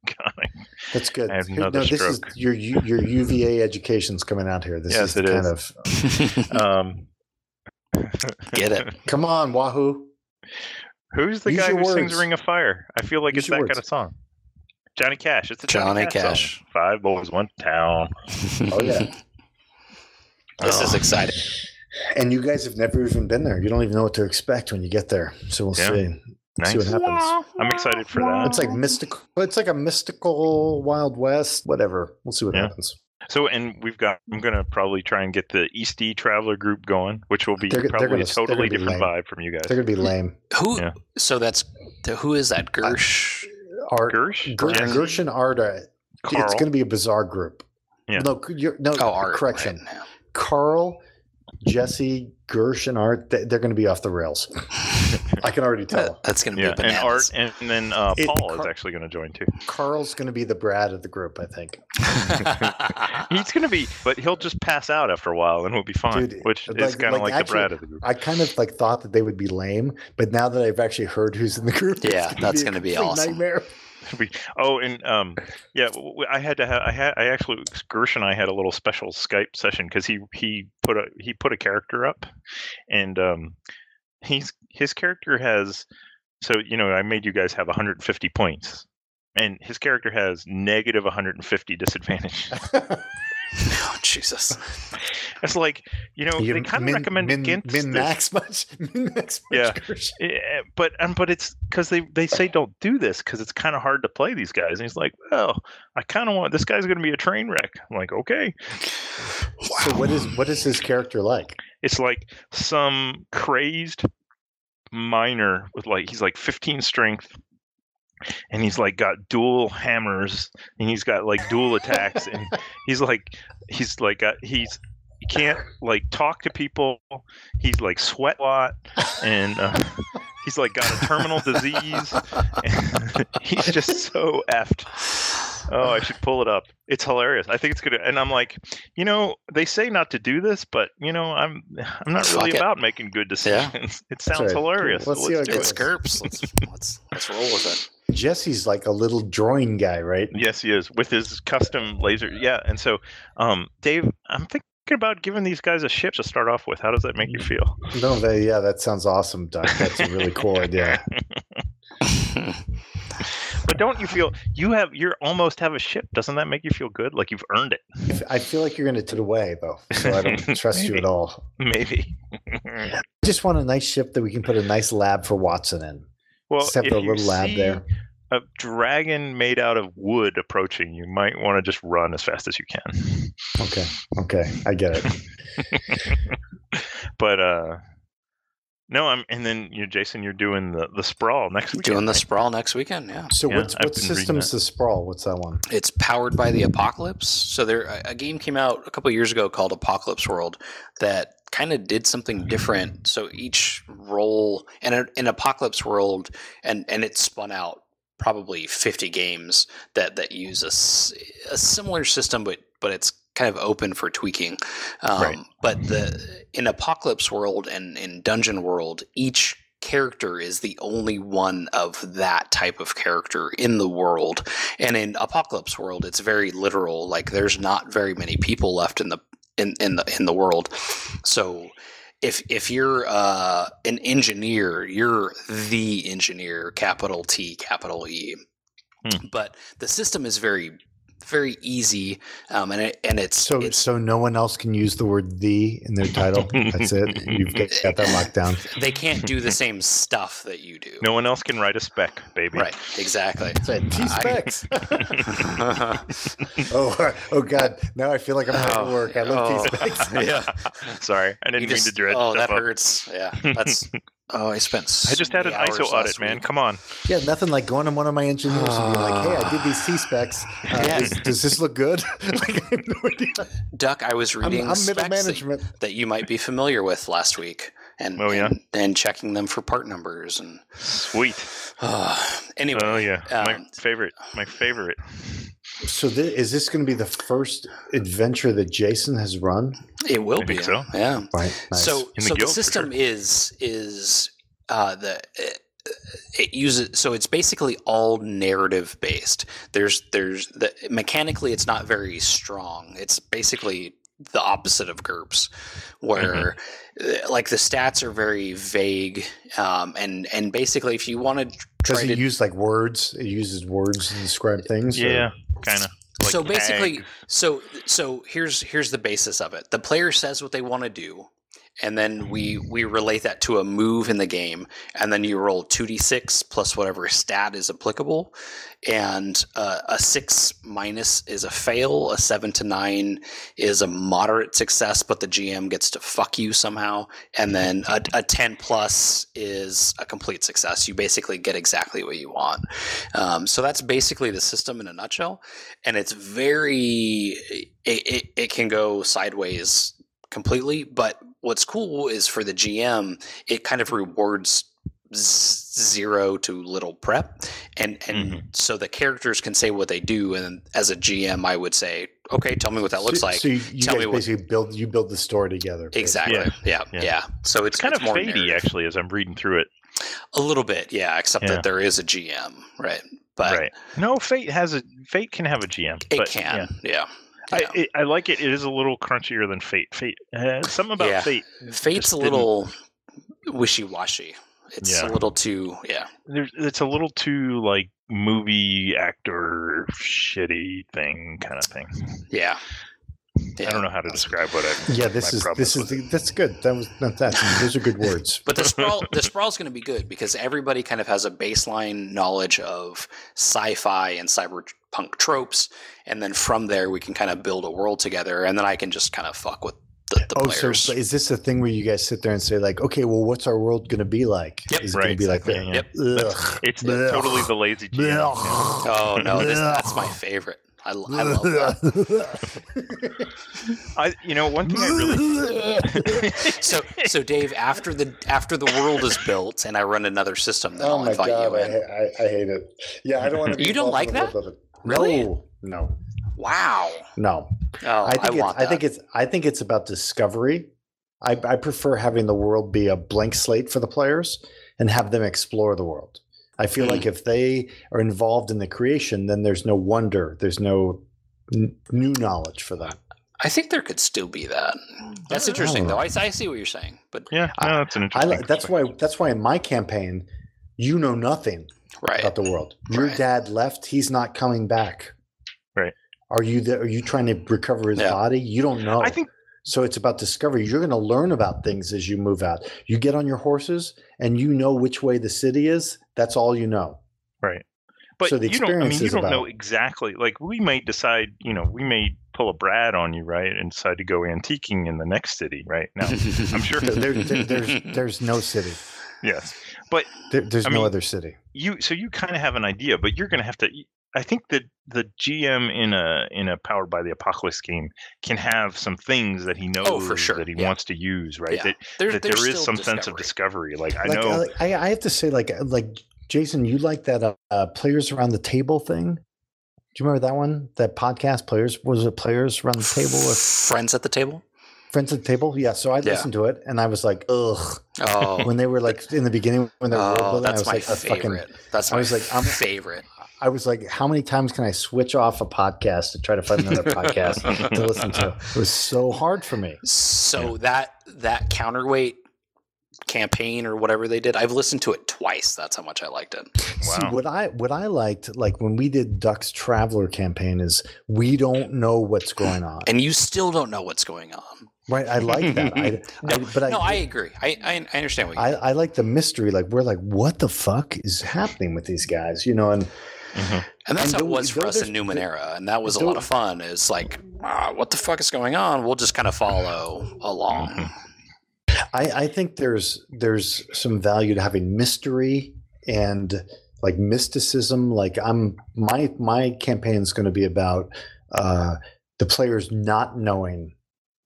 God, I-
That's good.
I have
Here-
another
this is
stroke.
your U- your UVA education's coming out here. This
Yes,
is
it
kind
is.
of
um
Get it.
come on, Wahoo.
Who's the
Use
guy
your
who sings
words.
Ring of Fire? I feel like
Use
it's that
your
kind of
words.
song. Johnny Cash. It's a Johnny,
Johnny
Cash. song.
Cash.
Five boys, one town.
Oh yeah.
This is
Oh.
exciting.
and you guys have never even been there. You don't even know what to expect when you get there. So we'll
Yeah.
see.
Nice.
See what happens.
Oh, I'm excited for that.
It's like mystical. It's like a mystical Wild West. Whatever. We'll see what
Yeah.
happens.
So, and we've got. I'm gonna probably try and get the Eastie Traveler group going, which will be
They're- they're
probably
gonna-
a
they're
totally
gonna be
different
lame.
vibe from you guys.
They're gonna be lame.
Who
Yeah.
so that's who is that? Gersh
Art
Gersh,
Ger-
Yes.
Gersh and Arda.
Carl.
uh, It's going to be a bizarre group.
Yeah.
No, you're, no.
Oh Art
correction.
right.
Carl, Jesse, Gersh, and Art. they- They're going to be off the rails. I can already tell.
That's going to
yeah,
be
and Art,
bananas.
and then uh,
It-
Paul is
Car-
actually going to join too.
Carl's going to be the Brad of the group, I think. Uh,
He's going to be, but he'll just pass out after a while, and we'll be fine.
Dude,
which is
like-
kind of like,
like,
the
actually,
Brad of the group.
I kind of like thought that they would be lame, but now that I've actually heard who's in the group, it's
Yeah, that's
a
gonna be
complete
awesome.
Nightmare.
We- oh, and um, yeah, w- w- I had to have I had I actually Gersh and I had a little special Skype session because he he put a he put a character up, and um, he's his character has so you know I made you guys have 150 points, and his character has negative 150 disadvantage.
oh, Jesus.
it's like you know
You
they kind of
min-
recommend
min,
against
min
this.
max much. Min max much.
Yeah.
Gersh.
Yeah, but um, but it's because they they say don't do this because it's kind of hard to play these guys. And he's like, well, I kind of want this guy's going to be a train wreck. I'm like, okay,
So what is what is his character like?
it's like some crazed miner with like he's like 15 strength, and he's like got dual hammers and he's got like dual attacks and he's like he's like got, he's he can't like talk to people. He's like sweat a lot and. Uh, He's like got a terminal disease. he's just so effed. Oh, I should pull it up. It's hilarious. I think it's gonna. And I'm like, you know, they say not to do this, but you know, I'm I'm not
Fuck
really
it.
about making good decisions. It sounds
right.
hilarious. so
Let's see how it
do
It's
goes.
Gerps. Let's, let's, let's roll with it.
Jesse's like a little drawing guy, right?
Yes, he is with his custom laser. Yeah, and so, um, Dave, I'm thinking about giving these guys a ship to start off with. How does that make
Mm.
you feel?
No, they, yeah, that sounds awesome, Doc. That's a really cool idea.
But don't you feel you have you're almost have a ship? Doesn't that make you feel good? Like you've earned it?
I feel like you're going to take it away though, so I don't trust you
Maybe.
at all.
Maybe.
I just want a nice ship that we can put a nice lab for Watson in.
well,
Just have
if
a
you
little lab
see
there.
A dragon made out of wood approaching. You might want to just run as fast as you can.
Okay, okay, I get it.
but uh, no, I'm. And then you, know, Jason, you're doing the the sprawl next week.
Doing the sprawl next weekend. Yeah.
So
Yeah,
what's
I've
what
been reading
system's the sprawl? What's that one?
it's powered by the apocalypse so there a- a game came out a couple years ago called apocalypse world that kind of did something different so each role and a- in apocalypse world and and it spun out probably 50 games that that use a, s- a similar system but but it's kind of open for tweaking um,
Right.
but the in apocalypse world and in dungeon world each character is the only one of that type of character in the world and in apocalypse world it's very literal like there's not very many people left in the in, in the in the world so if if you're uh, an engineer you're the engineer capital t capital e
Hmm.
but the system is very very easy um, and it, and it's
So
it's
so no one else can use the word the in their title. That's it. You've got, got that locked down.
they can't do the same stuff that you do
No one else can write a spec, baby.
right exactly
T specs. oh, oh God! Now I feel like I'm out of
Oh,
work. I love T
oh.
specs.
Yeah.
Sorry, I didn't
You
mean
just-
to dredge
oh
stuff
that
up.
hurts yeah that's oh i spent
I just had an ISO audit, man. Come on.
Yeah, nothing like going to one of my engineers and being like, "Hey, I did these T specs. Uh,
Yeah.
is- does this look good?" like I have no idea.
Duck, I was
I'm,
reading
I'm middle
specs that-
management.
That, you might be familiar with last week, and
Oh, yeah?
and, and checking them for part numbers and
Sweet.
uh, anyway.
Oh yeah, my
um,
favorite. My favorite.
So thi- is this going to be the first adventure that Jason has run?
It will
I
be.
think so.
Yeah.
Right. nice.
So,
the
so the
guild, for
system is is uh, the it, it uses so it's basically all narrative based. There's there's the mechanically it's not very strong. It's basically the opposite of GURPS, where
Mm-hmm.
uh, like the stats are very vague, um, and and basically if you want to
does
try
it
to
use like words? It uses words to describe things. or-
Yeah, kind of. Like
so basically
ag.
so so here's here's the basis of it the player says what they want to do and then we we relate that to a move in the game and then you roll 2d6 plus whatever stat is applicable and uh, a 6 minus is a fail a 7 to 9 is a moderate success but the gm gets to fuck you somehow and then a, a 10 plus is a complete success you basically get exactly what you want um, so that's basically the system in a nutshell and it's very it, it, it can go sideways completely but what's cool is for the gm it kind of rewards z- zero to little prep and and
Mm-hmm.
so the characters can say what they do and as a gm i would say okay tell me what that looks
so,
like
So you, you
Tell
guys
me what-
basically build you build the story together.
exactly yeah. Yeah,
yeah.
so it's,
It's kind
it's
of
more
fady
narrative.
actually as I'm reading through it.
a little bit yeah except
Yeah.
that there is a gm right but
right. No, Fate has a Fate can have a GM.
it
but, yeah.
can yeah, yeah.
I, it, I like it. It is a little crunchier than Fate. Fate uh, something about
Yeah.
Fate.
fate's
just
a
didn't-
little wishy-washy it's
Yeah.
a little too yeah
There's, it's a little too like movie actor shitty thing kind of thing.
yeah
I don't know how to describe what I.
Yeah, this is this is the, that's good. That was that, that those are good words.
But the sprawl, the sprawl is going to be good because everybody kind of has a baseline knowledge of sci-fi and cyberpunk tropes, and then from there we can kind of build a world together, and then I can just kind of fuck with the, the
Oh, so
players.
so is this the thing where you guys sit there and say like, okay, well, what's our world going to be like?
Yep.
is it going
Right,
to be like
exactly,
that?
yeah.
Ugh.
It's
Blech.
totally the lazy GM. yeah.
oh no, this, that's my favorite. I, l- I love that. Oh,
I, you know, one thing I really.
So, so Dave, after the after the world is built, and I run another system, then
Oh
I'll
my
invite
god,
you
I,
in.
ha- I, I hate it. Yeah, I don't want to. Be
You don't
involved in
like
the world of it.
Really?
No, no,
Wow.
no.
Oh,
I
I,
think it's,
want
I think it's I think it's about discovery. I, I prefer having the world be a blank slate for the players and have them explore the world. I feel
Hmm.
like if they are involved in the creation, then there's no wonder, there's no n- new knowledge for them.
I think there could still be that. That's
I don't
interesting,
Mm. know.
though. I, I see what you're saying, but
Yeah, no, that's an
I
interesting.
li- that's why that's why in my campaign, you know nothing
right.
about the world. Your
Right.
dad left; he's not coming back.
Right.
Are you there? Are you trying to recover his
Yeah.
body? You don't know.
I think
So it's about discovery. You're going to learn about things as you move out. You get on your horses and you know which way the city is. That's all you know.
right, but
so the
you don't. I mean,
experience
you
is
don't know
about-
exactly. Like we may decide, you know, we may pull a Brad on you, right, and decide to go antiquing in the next city, right? Now, I'm sure.
There, there- there- there's there's no city.
yes,
There, there's
I
no
mean-
other city.
you. So you kind of have an idea, but you're going to have to. I think that the GM in a in a Powered by the Apocalypse game can have some things that he knows
Oh, for sure,
that he
yeah.
wants to use, right?
Yeah.
That,
There-
that
there's
there is
still
some sense of discovery. Like I
Like, uh,
know.
I, I, I have to say, like like Jason, you like that uh, uh, players around the table thing. Do you remember that one? That podcast, players was it players around the table or
friends at the table.
friends at the table? Yeah. So I
Yeah.
listened to it and I was like, ugh.
Oh,
When they were like in the beginning, when they were world
oh
building, I
that's
was
my
like, a fucking
favorite. that's
I
my
was like, I'm-
favorite.
I was like, how many times can I switch off a podcast to try to find another podcast to listen to? It was so hard for me.
So that that counterweight campaign or whatever they did, I've listened to it twice. That's how much I liked it.
See,
Wow.
what I what I liked, like when we did Duck's Traveler campaign, is we don't know what's going on.
And you still don't know what's going on.
Right? I like that. I, I but I,
no, I agree. I I, I understand what you.
I I like the mystery. Like we're like, what the fuck is happening with these guys? You know, and
Mm-hmm.
and that's
and
how it
though-
was for
though
us in
there's-
Numenera, and that was a
though-
lot of fun. It's like, ah, what the fuck is going on? We'll just kind of follow along.
Mm-hmm. I, I think there's there's some value to having mystery and like mysticism. Like I'm my my campaign is going to be about uh, the players not knowing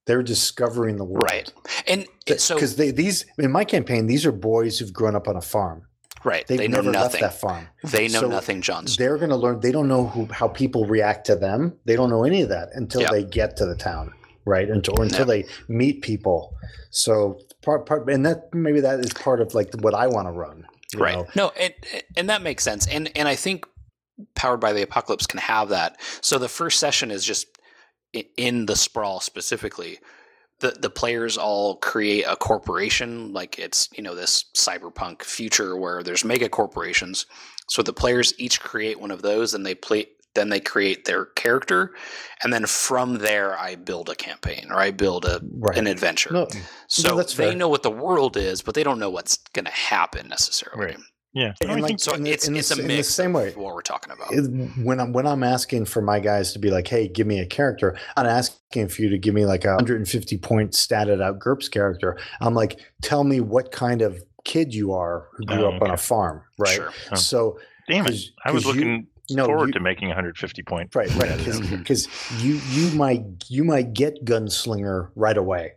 they're discovering the world,
Right. And so,
Because they these in my campaign, these are boys who've grown up on a farm.
right,
They've
they know
never left
nothing.
that farm.
They know
So
nothing, John's
They're going to learn. They don't know who, how people react to them. They don't know any of that until
Yeah.
they get to the town, right? Until, or until they meet people. So part part, and that maybe that is part of like what I want to run. you
right
know?
no and and that makes sense and and i think powered by the apocalypse can have that so the first session is just i- in the sprawl specifically the the players all create a corporation like it's you know this cyberpunk future where there's mega corporations so the players each create one of those and they play then they create their character and then from there i build a campaign or i build a
Right.
an adventure
No,
so
that's
they
fair.
know what the world is but they don't know what's going to happen necessarily
Right. Yeah.
And
I
like-
think-
so
in the-
it's
in the
it's
s-
a
in the
mix
same
of
way-
what we're talking about.
it, when I'm when I'm asking for my guys to be like, hey, give me a character, I'm asking for you to give me like a 150 point statted out GURPS character. I'm like, tell me what kind of kid you are who grew
Oh,
up on
okay.
a farm, right?
Mm. Sure.
Oh.
So
damn it.
'cause-
I was
'cause you-
looking
no,
forward
you-
to making 150 point.
Right, right. Because you you might you might get gunslinger right away,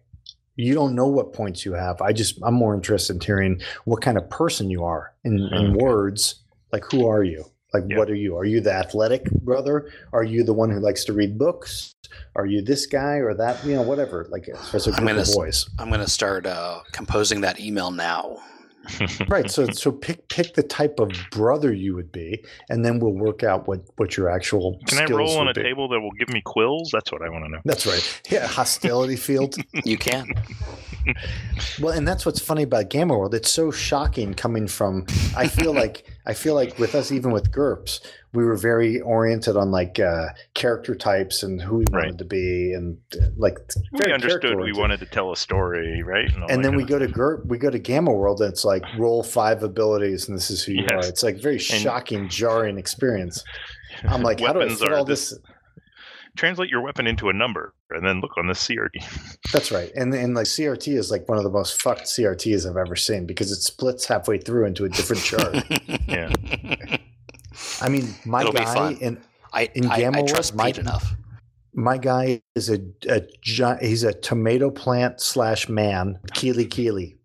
you don't know what points you have. I just I'm more interested in hearing what kind of person you are in, in words. Like who are you? Like
Yeah.
what are you? Are you the athletic brother? Are you the one who likes to read books? Are you this guy or that? You know, whatever. Like as a
I'm
group
gonna
of
s-
boys,
I'm going to start uh, composing that email now.
right? So so pick pick the type of brother you would be, and then we'll work out what what your actual
Can I
skills
roll on
would
a
be.
table that will give me quills? That's what I want to know.
That's right. Yeah, hostility field.
You can.
Well, and that's what's funny about Gamma World. It's so shocking coming from. I feel like I feel like with us, even with GURPS, we were very oriented on like uh, character types and who we wanted
Right.
to be, and uh, like
We understood we
character-oriented.
wanted to tell a story, right? all
And
that
then we
kind
go to GURP, we go to Gamma World, and it's like roll five abilities, and this is who you
Yes.
are. It's like very shocking, jarring experience.
of-
I'm like, how do I
Weapons
fit
are
all this?
Translate your weapon into a number, and then look on the CRD.
That's right. And and like CRT is like one of the most fucked CRTs I've ever seen because it splits halfway through into a different chart.
Yeah.
I mean, my
It'll be
guy
fun.
in
I,
In
I,
Gamma
I
World,
trust
my-
Pete enough.
my guy is a, a gi- he's a tomato plant slash man keely keely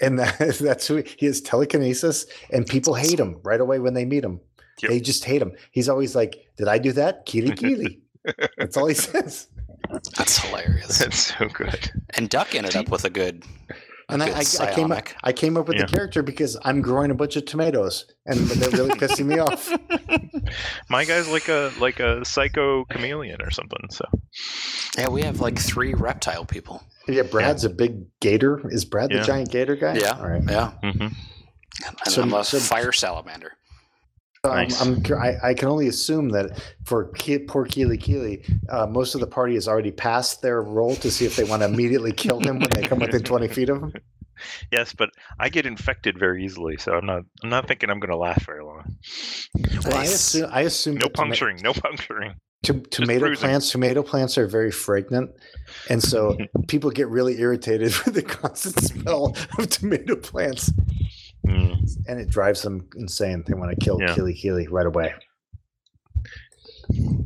and that, that's who he, he is telekinesis and people hate him right away when they meet him
Yep.
they just hate him he's always like did i do that keely keely that's all he says
That's hilarious.
That's so good.
And Duck ended up with a good. a
and I,
good
I, I came up
psionic.
i came up with
Yeah.
the character because i'm growing a bunch of tomatoes and they're really pissing me off
My guy's like a like a psycho chameleon or something. So
Yeah, we have like three reptile people.
yeah brad's a big gator is brad
Yeah.
the giant gator guy
Yeah.
all right
Yeah.
Mhm.
And
So-
I'm a
so-
fire salamander.
Um,
Nice.
I'm, I, I can only assume that for Ke- poor Keely Keely, uh, most of the party has already passed their role to see if they want to immediately kill him when they come within 20 feet of him.
yes, but I get infected very easily, so I'm not I'm not thinking I'm going to last very long.
Well, I
Nice.
assume, I assume
No
that toma-
puncturing, no puncturing.
to- tomato
bruising.
plants, tomato plants are very fragrant, and so people get really irritated with the constant smell of tomato plants,
Mm.
and it drives them insane. They want to kill
Yeah.
Keely Keely right away.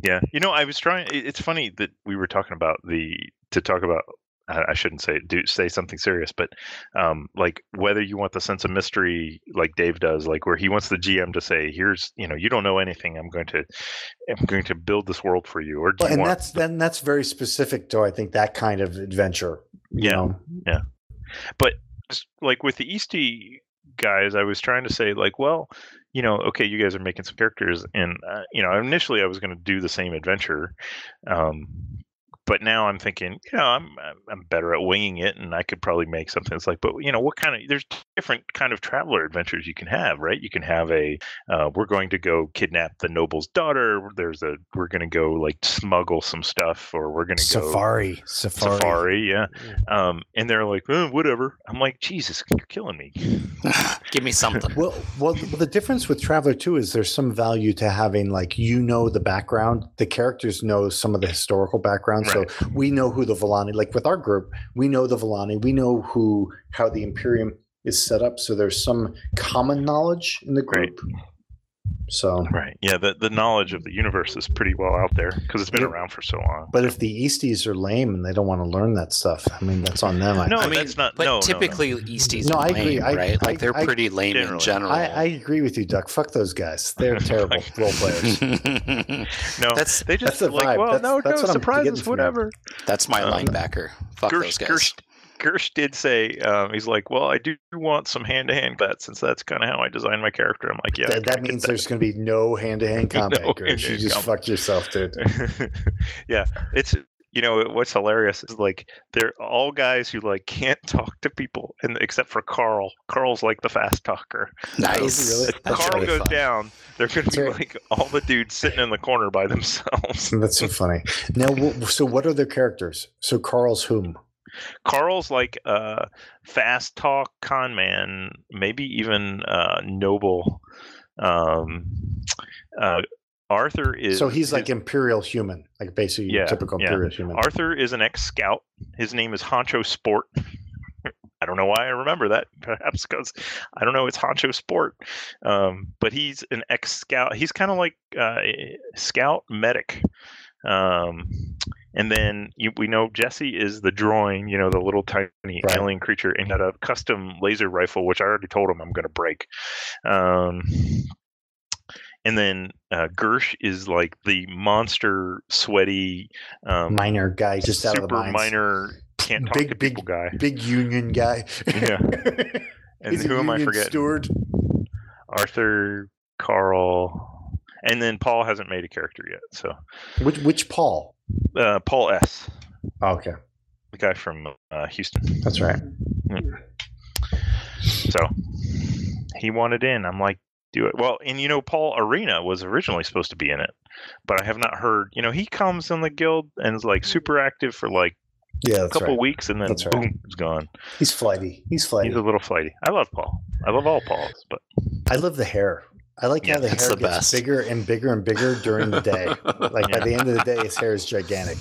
Yeah, you know, I was trying. it- It's funny that we were talking about the to talk about. I I shouldn't say do say something serious, but um, like whether you want the sense of mystery, like Dave does, like where he wants the GM to say, "Here's you know you don't know anything. I'm going to I'm going to build this world for you," or do
Well,
you
and
want?
that's then that's very specific to I think that kind of adventure. You
Yeah.
know?
just like with the Eastie guys, I was trying to say like, well, you know, okay, you guys are making some characters, and uh, you know, initially I was going to do the same adventure, um, but now I'm thinking, you know, I'm I'm- I'm better at winging it, and I could probably make something that's like, but you know, what kind of there's different kind of traveler adventures you can have, right? You can have a uh, we're going to go kidnap the noble's daughter. There's a we're going to go like smuggle some stuff, or we're going to go
Safari, safari.
Safari, yeah. Um, and they're like, "Eh, whatever. I'm like, Jesus, you're killing me.
Give me something.
Well, well, th- the difference with Traveler too is there's some value to having like you know the background, the characters know some of the historical background, so we know who the Volani. Like with our group, we know the Volani, we know who how the Imperium is set up, so there's some common knowledge in the
Right.
group. So,
Right. Yeah. The the knowledge of the universe is pretty well out there because it's been
Yeah.
around for so long.
but if the Easties are lame and they don't want to learn that stuff, I mean that's on them. I
No,
I mean,
that's not-
But
no, no, no.
typically, Easties
No,
are
I
lame,
agree. I-
right?
I-
like they're
I-
pretty lame in
Generally.
general.
I, I agree with you, Duck. Fuck those guys. They're terrible role players.
no,
that's
they just
that's the
like,
vibe.
well,
That's-
no, no,
that's what I'm getting
surprises,
from that.
whatever.
that's my
Uh,
linebacker. Fuck those
Gersh,
guys.
Gersh, Gersh did say um, he's like, well, I do want some hand to hand combat since that's kind of how I designed my character. I'm like, yeah,
that, that means there's going to be no hand-to-hand combat.
No
Gersh. you
hand-to-hand
just
combat.
fucked yourself, dude.
yeah, it's you know what's hilarious is like they're all guys who like can't talk to people, and except for Carl. Carl's like the fast talker.
Nice.
Really?
That's
Carl
really
goes
fun.
down. They're gonna
That's
be
right.
like all the dudes sitting in the corner by themselves.
That's so funny. Now, wh- so what are their characters? So Carl's whom?
Carl's like a fast talk con man, maybe even uh, noble. Um, uh, Arthur is
so he's like
his-
imperial human, like basically your
Yeah,
typical
yeah.
imperial human.
Arthur is an ex scout. His name is Honcho Sport. I don't know why I remember that. Perhaps because I don't know. It's Honcho Sport. Um, but he's an ex scout. He's kind of like uh, scout medic. Um, And then you, we know Jesse is the drawing, you know, the little tiny
Right.
alien creature, and he had a custom laser rifle, which I already told him I'm going to break. Um, and then uh, Gersh is like the monster, sweaty, um,
minor guy just out
super
of the mines.
minor, can't talk
Big-
to
big-
people guy.
big union guy.
Yeah. And
He's a
who am I
union
forgetting?
Steward.
Arthur, Carl, and then Paul hasn't made a character yet. So
Which which Paul? Oh,
uh, Paul S,
Okay,
the guy from uh, Houston.
that's right.
So he wanted in. I'm like, do it. Well, and you know, Paul Arena was originally supposed to be in it, but I have not heard. You know, he comes in the guild and is like super active for like
Yeah,
a
that's
couple
right.
weeks, and then
That's right.
boom, he's gone.
He's flighty. He's flighty.
He's a little flighty. I love Paul. I love all Pauls, but
I love the hair. I like
Yeah,
how the
it's
hair
the
gets
best.
bigger and bigger and bigger during the day. Like
Yeah.
by the end of the day, his hair is gigantic.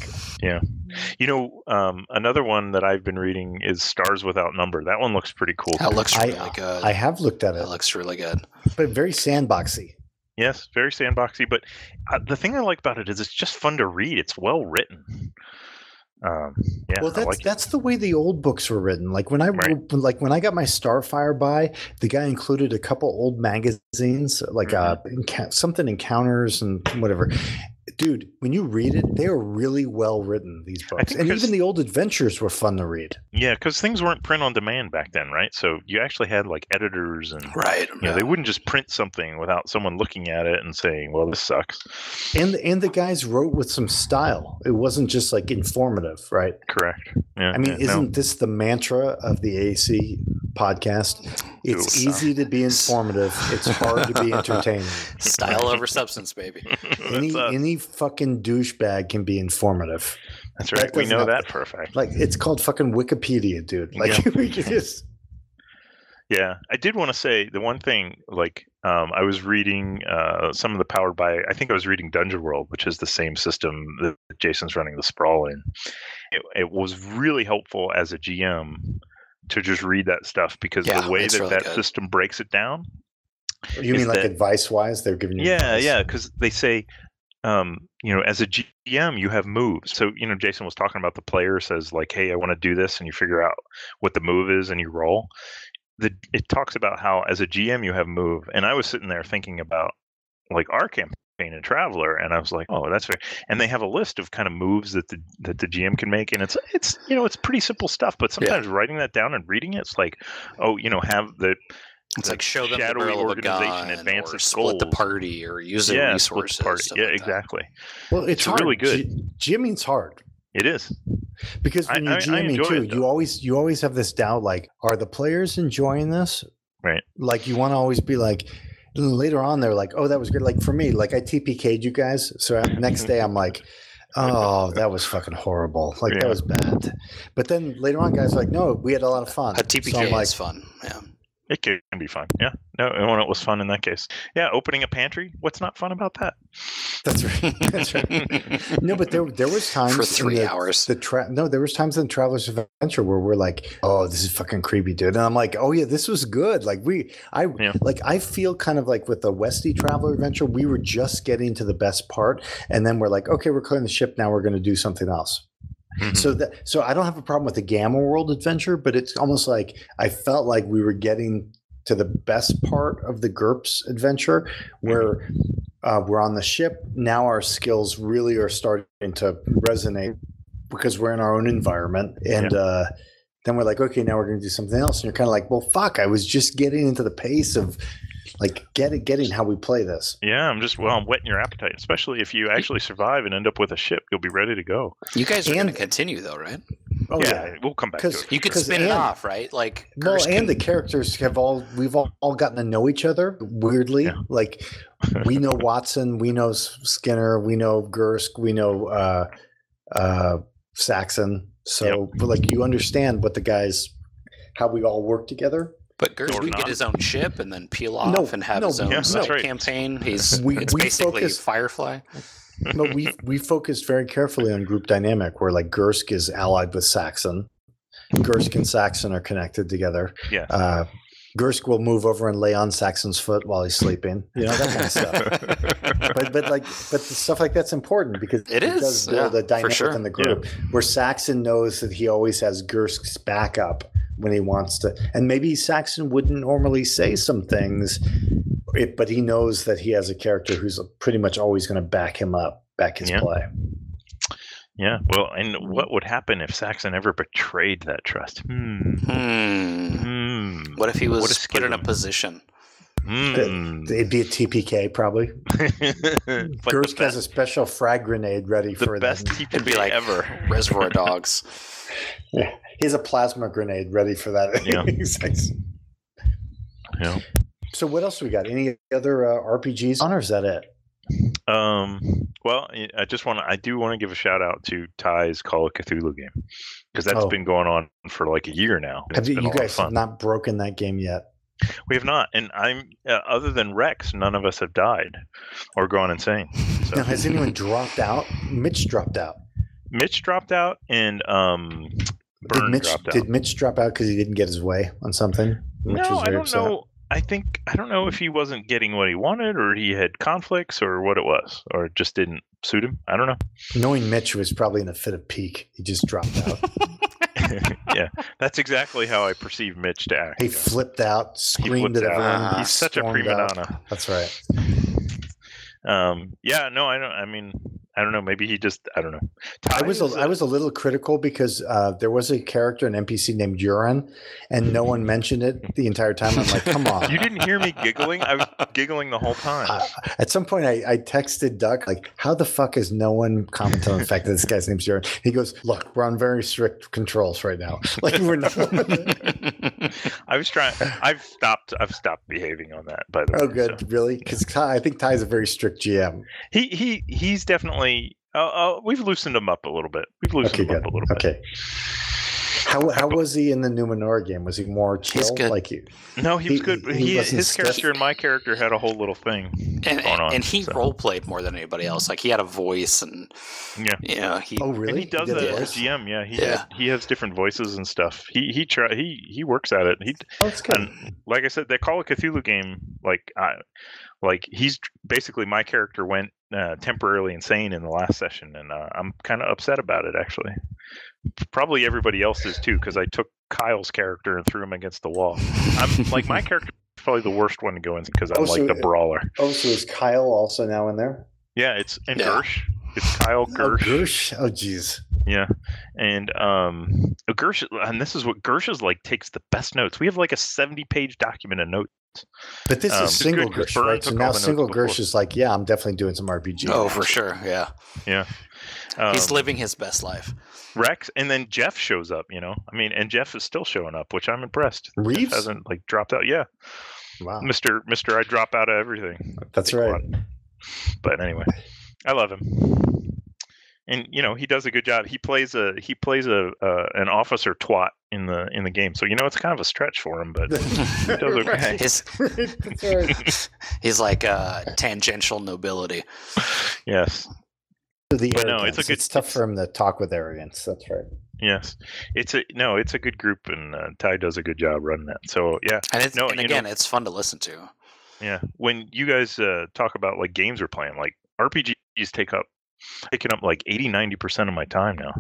you know, um, another one that I've been reading is Stars Without Number. That one looks pretty cool.
that looks
I-
really good.
I have looked at it,
that looks really good.
but very sandboxy.
Yes, very sandboxy. But uh, the thing I like about it is it's just fun to read. It's well written. Um, yeah,
well,
I
that's
like it.
that's the way the old books were written. Like when I
Right.
when- like when I got my Starfire buy, the guy included a couple old magazines, like
Mm-hmm.
uh, enca- something encounters and whatever. Dude, when you read it, they are really well written. These books,
think
and
'cause-
even the old adventures were fun to read.
Yeah, because things weren't print on demand back then, right? So you actually had like editors and.
Right.
You know, they wouldn't just print something without someone looking at it and saying, "Well, this sucks."
And and the guys wrote with some style. It wasn't just like informative, right?
Correct. Yeah.
I mean,
yeah, no.
isn't this the mantra of the AAC podcast? It's
Ooh.
easy to be informative. It's hard to be entertaining.
Style over substance, baby.
Any
that's, uh,
any fucking douchebag can be informative.
that's
that
right. we
does
know
not-
that for a fact.
Like it's called fucking Wikipedia, dude. Like we could just
Yeah, I did want to say the one thing. Like, um, I was reading uh, some of the powered by. I think I was reading Dungeon World, which is the same system that Jason's running the sprawl in. It, it was really helpful as a GM to just read that stuff because
Yeah,
the way
it's
that
really
that
good.
system breaks it down.
you
Is
mean like
that-
advice wise? They're giving you
Yeah,
advice.
yeah, because they say, um, you know, as a GM, you have moves. So you know, Jason was talking about the player says like, "Hey, I want to do this," and you figure out what the move is and you roll. The it talks about how as a GM you have move, and I was sitting there thinking about like our campaign and Traveler, and I was like, "Oh, that's fair." And they have a list of kind of moves that the that the GM can make, and it's it's you know it's pretty simple stuff, but sometimes writing that down and reading it, it's like, oh, you know, have the
It's
the
like show them the
shadowy
barrel of a
organization
gun,
advance
or
its
split the
goals.
party, or use their
yeah, split
resources.
the party.
stuff
Yeah,
like that.
exactly.
Well, it's,
It's
hard.
really good.
G- GMing's hard.
It is.
because
I-
when you're
I- I
GMing
enjoy
too,
it, though.
you always you always have this doubt like, are the players enjoying this?
Right.
Like you want to always be like. Later on, they're like, "Oh, that was good." Like for me, like I TPK'd you guys, so I-
Mm-hmm.
next day I'm like, "Oh, that was fucking horrible. Like that
Yeah.
was bad." But then later on, guys are like, "No, we had a lot of fun."
A TPK
So I'm like,
is fun. Yeah.
It can be fun. Yeah. No, and it was fun in that case. Yeah, opening a pantry. What's not fun about that?
"That's right, that's right." No, but there there was times
For
in
three
the-
hours.
The tra- no, there was times in Traveler's Adventure where we're like, "Oh, this is fucking creepy, dude," and I'm like, "Oh yeah, this was good." Like we, I
Yeah.
like I feel kind of like with the Westy Traveler Adventure, we were just getting to the best part, and then we're like, "Okay, we're clearing the ship now. We're going to do something else."
Mhm.
So that so I don't have a problem with the Gamma World Adventure, but it's almost like I felt like we were getting to the best part of the GURPS adventure where uh, we're on the ship now our skills really are starting to resonate because we're in our own environment and uh, then we're like okay now we're going to do something else and you're kind of like well fuck i was just getting into the pace of like getting getting how we play this
yeah, I'm just well, I'm whetting your appetite, especially if you actually survive and end up with a ship, you'll be ready to go.
You guys are
And-
going to continue though, right?
oh
we'll come back to
'Cause-
it.
You could
Because
spin it
and-
off, right? Like
Well,
Gersh
and
can-
the characters have all we've all, all gotten to know each other weirdly.
Yeah.
Like we know Watson, we know S- Skinner, we know Gersk, we know uh, uh, Saxon. So, but, like, you understand what the guys, how we all work together.
but Gersh
or
could get
not.
his own ship and then peel off
No,
and have
no,
his own
Yeah, that's
side
right.
campaign. He's
We-
it's
we
basically
focus-
Firefly.
But we we focused very carefully on group dynamic, where like Gersk is allied with Saxon. Gersk and Saxon are connected together.
Yeah.
Uh, Gersk will move over and lay on Saxon's foot while he's sleeping. You know that kind of stuff. but but like but the stuff like that's important because
It is,
does build
yeah,
a
for
dynamic
sure.
in the group where Saxon knows that he always has Gersk's backup when he wants to, and maybe Saxon wouldn't normally say some things, it, but he knows that he has a character who's pretty much always going to back him up, back his
Yeah.
play.
yeah. Well,
mm-hmm.
and what would happen if Saxon ever betrayed that trust? Hmm.
Hmm.
Hmm.
What if he
What
was
a
put in a
schism.
position?
Hmm.
It'd be a TPK probably.
But
Gersk
the
has a special frag grenade ready
best, the
for
best
them.
TPK
It'd be like
ever.
Reservoir Dogs.
Yeah. He has a plasma grenade ready for that.
Yeah.
Exact-
Yeah.
So what else we got? Any other uh, RPGs on, or is that it?
Um. Well, I- I just want to. I do want to give a shout out to Ty's Call of Cthulhu game because that's
Oh.
been going on for like a year now.
Have
It's
you,
been a
you
lot of
guys have
fun.
not broken that game yet?
We have not, and I'm uh, other than Rex, none of us have died or gone insane. So
Now, has anyone dropped out? Mitch dropped out.
Mitch dropped out, and um,
Did
Burn
Mitch
dropped out.
did Mitch drop out because he didn't get his way on something? Mitch
no,
was
I
very
don't
upset.
know. I think I don't know if he wasn't getting what he wanted, or he had conflicts, or what it was, or it just didn't suit him. I don't know.
Knowing Mitch was probably in a fit of pique, he just dropped out.
yeah, that's exactly how I perceive Mitch to act.
he flipped out, screamed at
flipped
everyone.
out.
he
He's such a
stormed
prima
out.
donna.
That's right.
Um, yeah, no, I don't. I mean, I don't know. Maybe he just. I don't know.
I was a, I was a little critical because uh, there was a character, an NPC named Uran, and no one mentioned it the entire time. I'm like, come on.
You didn't hear me giggling. I was giggling the whole time.
Uh, at some point, I, I texted Duck like, "How the fuck is no one commenting on the fact that this guy's name's Jared?" He goes, "Look, we're on very strict controls right now. Like we're not."
I was trying. I've stopped. I've stopped behaving on that. By the way,
oh, good,
so.
really? Because Ty, I think Ty's a very strict GM.
He he he's definitely. Oh, oh, we've loosened him up a little bit. We've loosened
Okay,
him up
good.
a little bit.
Okay. How how was he in the Numenor game? Was he more chill?
good.
Like you?
No, he was
He-
good.
he
He,
wasn't
his
stiff.
character and my character had a whole little thing
And,
going on.
and he
so.
role played more than anybody else. Like he had a voice and
Yeah.
you know, he
Oh, really?
And he does
did
that
the
a-
as
voice?
a GM. Yeah, he
Yeah.
he has different voices and stuff. He he try he he works at it. He
Oh, that's good.
and like I said, that Call of Cthulhu game, like I, like he's basically my character went uh, temporarily insane in the last session, and uh, I'm kind of upset about it actually. Probably everybody else is too, because I took Kyle's character and threw him against the wall. I'm like my character is probably the worst one to go in because I'm
Oh,
like
so-
the brawler.
Oh, so is Kyle also now in there?
Yeah, it's and
Yeah.
Gersh. It's Kyle Gersh.
Oh, Gersh. Oh, jeez.
Yeah, and um, Gersh, and this is what Gersh is like. Takes the best notes. We have like a seventy-page document of notes.
But this
Um,
is single
good, 'cause
Gersh,
Burn
right? So
took
now
all the notes
single
before.
Gersh is like, yeah, I'm definitely doing some RPG.
Oh, for sure. Yeah.
Um,
He's living his best life.
Rex, and then Jeff shows up. You know, I mean, and Jeff is still showing up, which I'm impressed. Jeff
Reeves?
hasn't like dropped out. Yeah,
Wow,
Mister Mister, I drop out of everything.
that's
Think a
right.
lot. But anyway, I love him, and you know he does a good job. He plays a he plays a uh, an officer twat in the in the game. So you know it's kind of a stretch for him, but he does okay.
His
That's right.
he's like uh tangential nobility.
Yes.
The
But no, it's a
arrogance.
good-
tough for him to talk with arrogance. That's right.
Yes, it's a no. It's a good group, and uh, Ty does a good job running it. So yeah,
And it's
No,
and
you
again, it's fun to listen to.
yeah. When you guys uh, talk about like games we're playing, like RPGs take up taking up like 80 90 percent of my time now,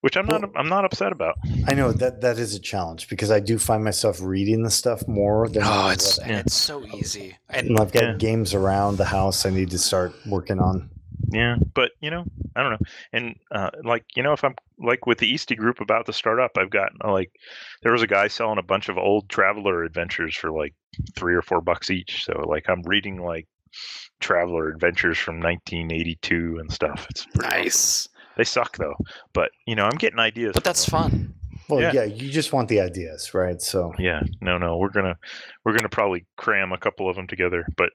which I'm not
Well-
I'm not upset about.
I know that that is a challenge because I do find myself reading the stuff more than
Oh,
I
it's
would.
and it's so easy. And
And I've got
Yeah.
games around the house I need to start working on.
Yeah, but you know, I don't know. And uh, like you know, if I'm like with the Eastie group about to start up, I've got uh, like there was a guy selling a bunch of old Traveler adventures for like three or four bucks each. So like I'm reading like Traveler adventures from 1982 and stuff. It's pretty awesome.
nice.
They suck though, but you know, I'm getting ideas.
But
from
that's
them.
fun.
Well, yeah.
Yeah.
you just want the ideas, right? So
Yeah, no, no, we're gonna we're gonna probably cram a couple of them together. But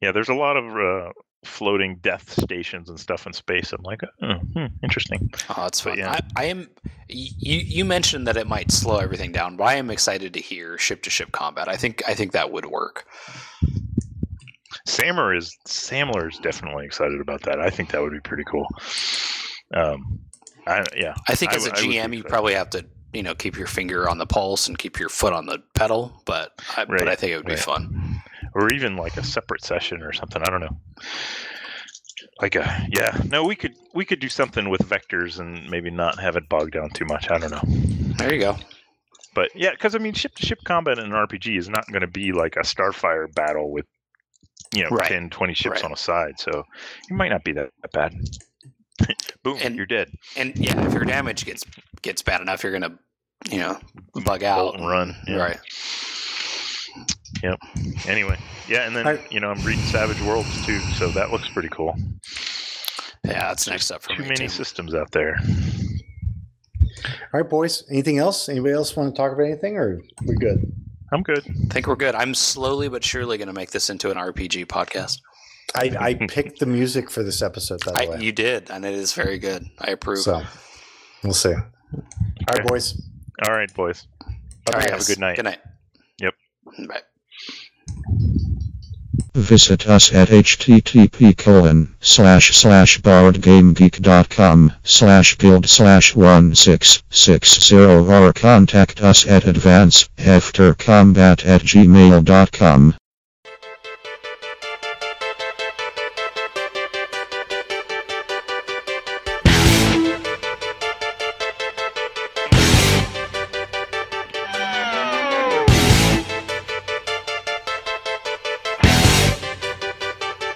yeah, there's a lot of uh, floating death stations and stuff in space. I'm like, oh, hmm, interesting.
Oh, it's
But
fun.
yeah.
I, I am. y- You you mentioned that it might slow everything down, but I am excited to hear ship to ship combat. I think I think that would work.
Sammer is Samler is definitely excited about that. I think that would be pretty cool. Um, I yeah,
I think
I
as a
w- I would be
GM, you
excited.
probably have to you know keep your finger on the pulse and keep your foot on the pedal. But I,
Right,
but I think it would
right.
be fun.
or even like a separate session or something. I don't know. Like a yeah, no, we could we could do something with vectors and maybe not have it bogged down too much. I don't know,
There you go.
but yeah, because I mean, ship to ship combat in an RPG is not going to be like a Starfire battle with you know
Right.
10, 20 ships
Right.
on a side, so it might not be that, that bad. Boom,
And-
you're dead.
And yeah, if your damage gets gets bad enough, you're gonna you know bug out
Bolt and run. yeah.
Right.
Yep. Anyway, yeah, and then
I-
you know I'm reading Savage Worlds too, so that looks pretty cool.
Yeah, that's next up for
Too
Oh, me.
many
too.
systems out there.
All right, boys. Anything else? Anybody else want to talk about anything, or we're good?
I'm good.
I think we're good. I'm slowly but surely going to make this into an RPG podcast.
I, I picked the music for this episode, by
I,
the way.
you did, and it is very good. I approve.
so we'll see. All right,
Okay.
boys.
All right, boys.
All right,
Have a
guys.
good night.
Good night.
Yep.
Bye.
Visit us at http colon slash slash borrowedgamegeek.com slash guild slash 1660 or contact us at advanceheftercombat at gmail.com.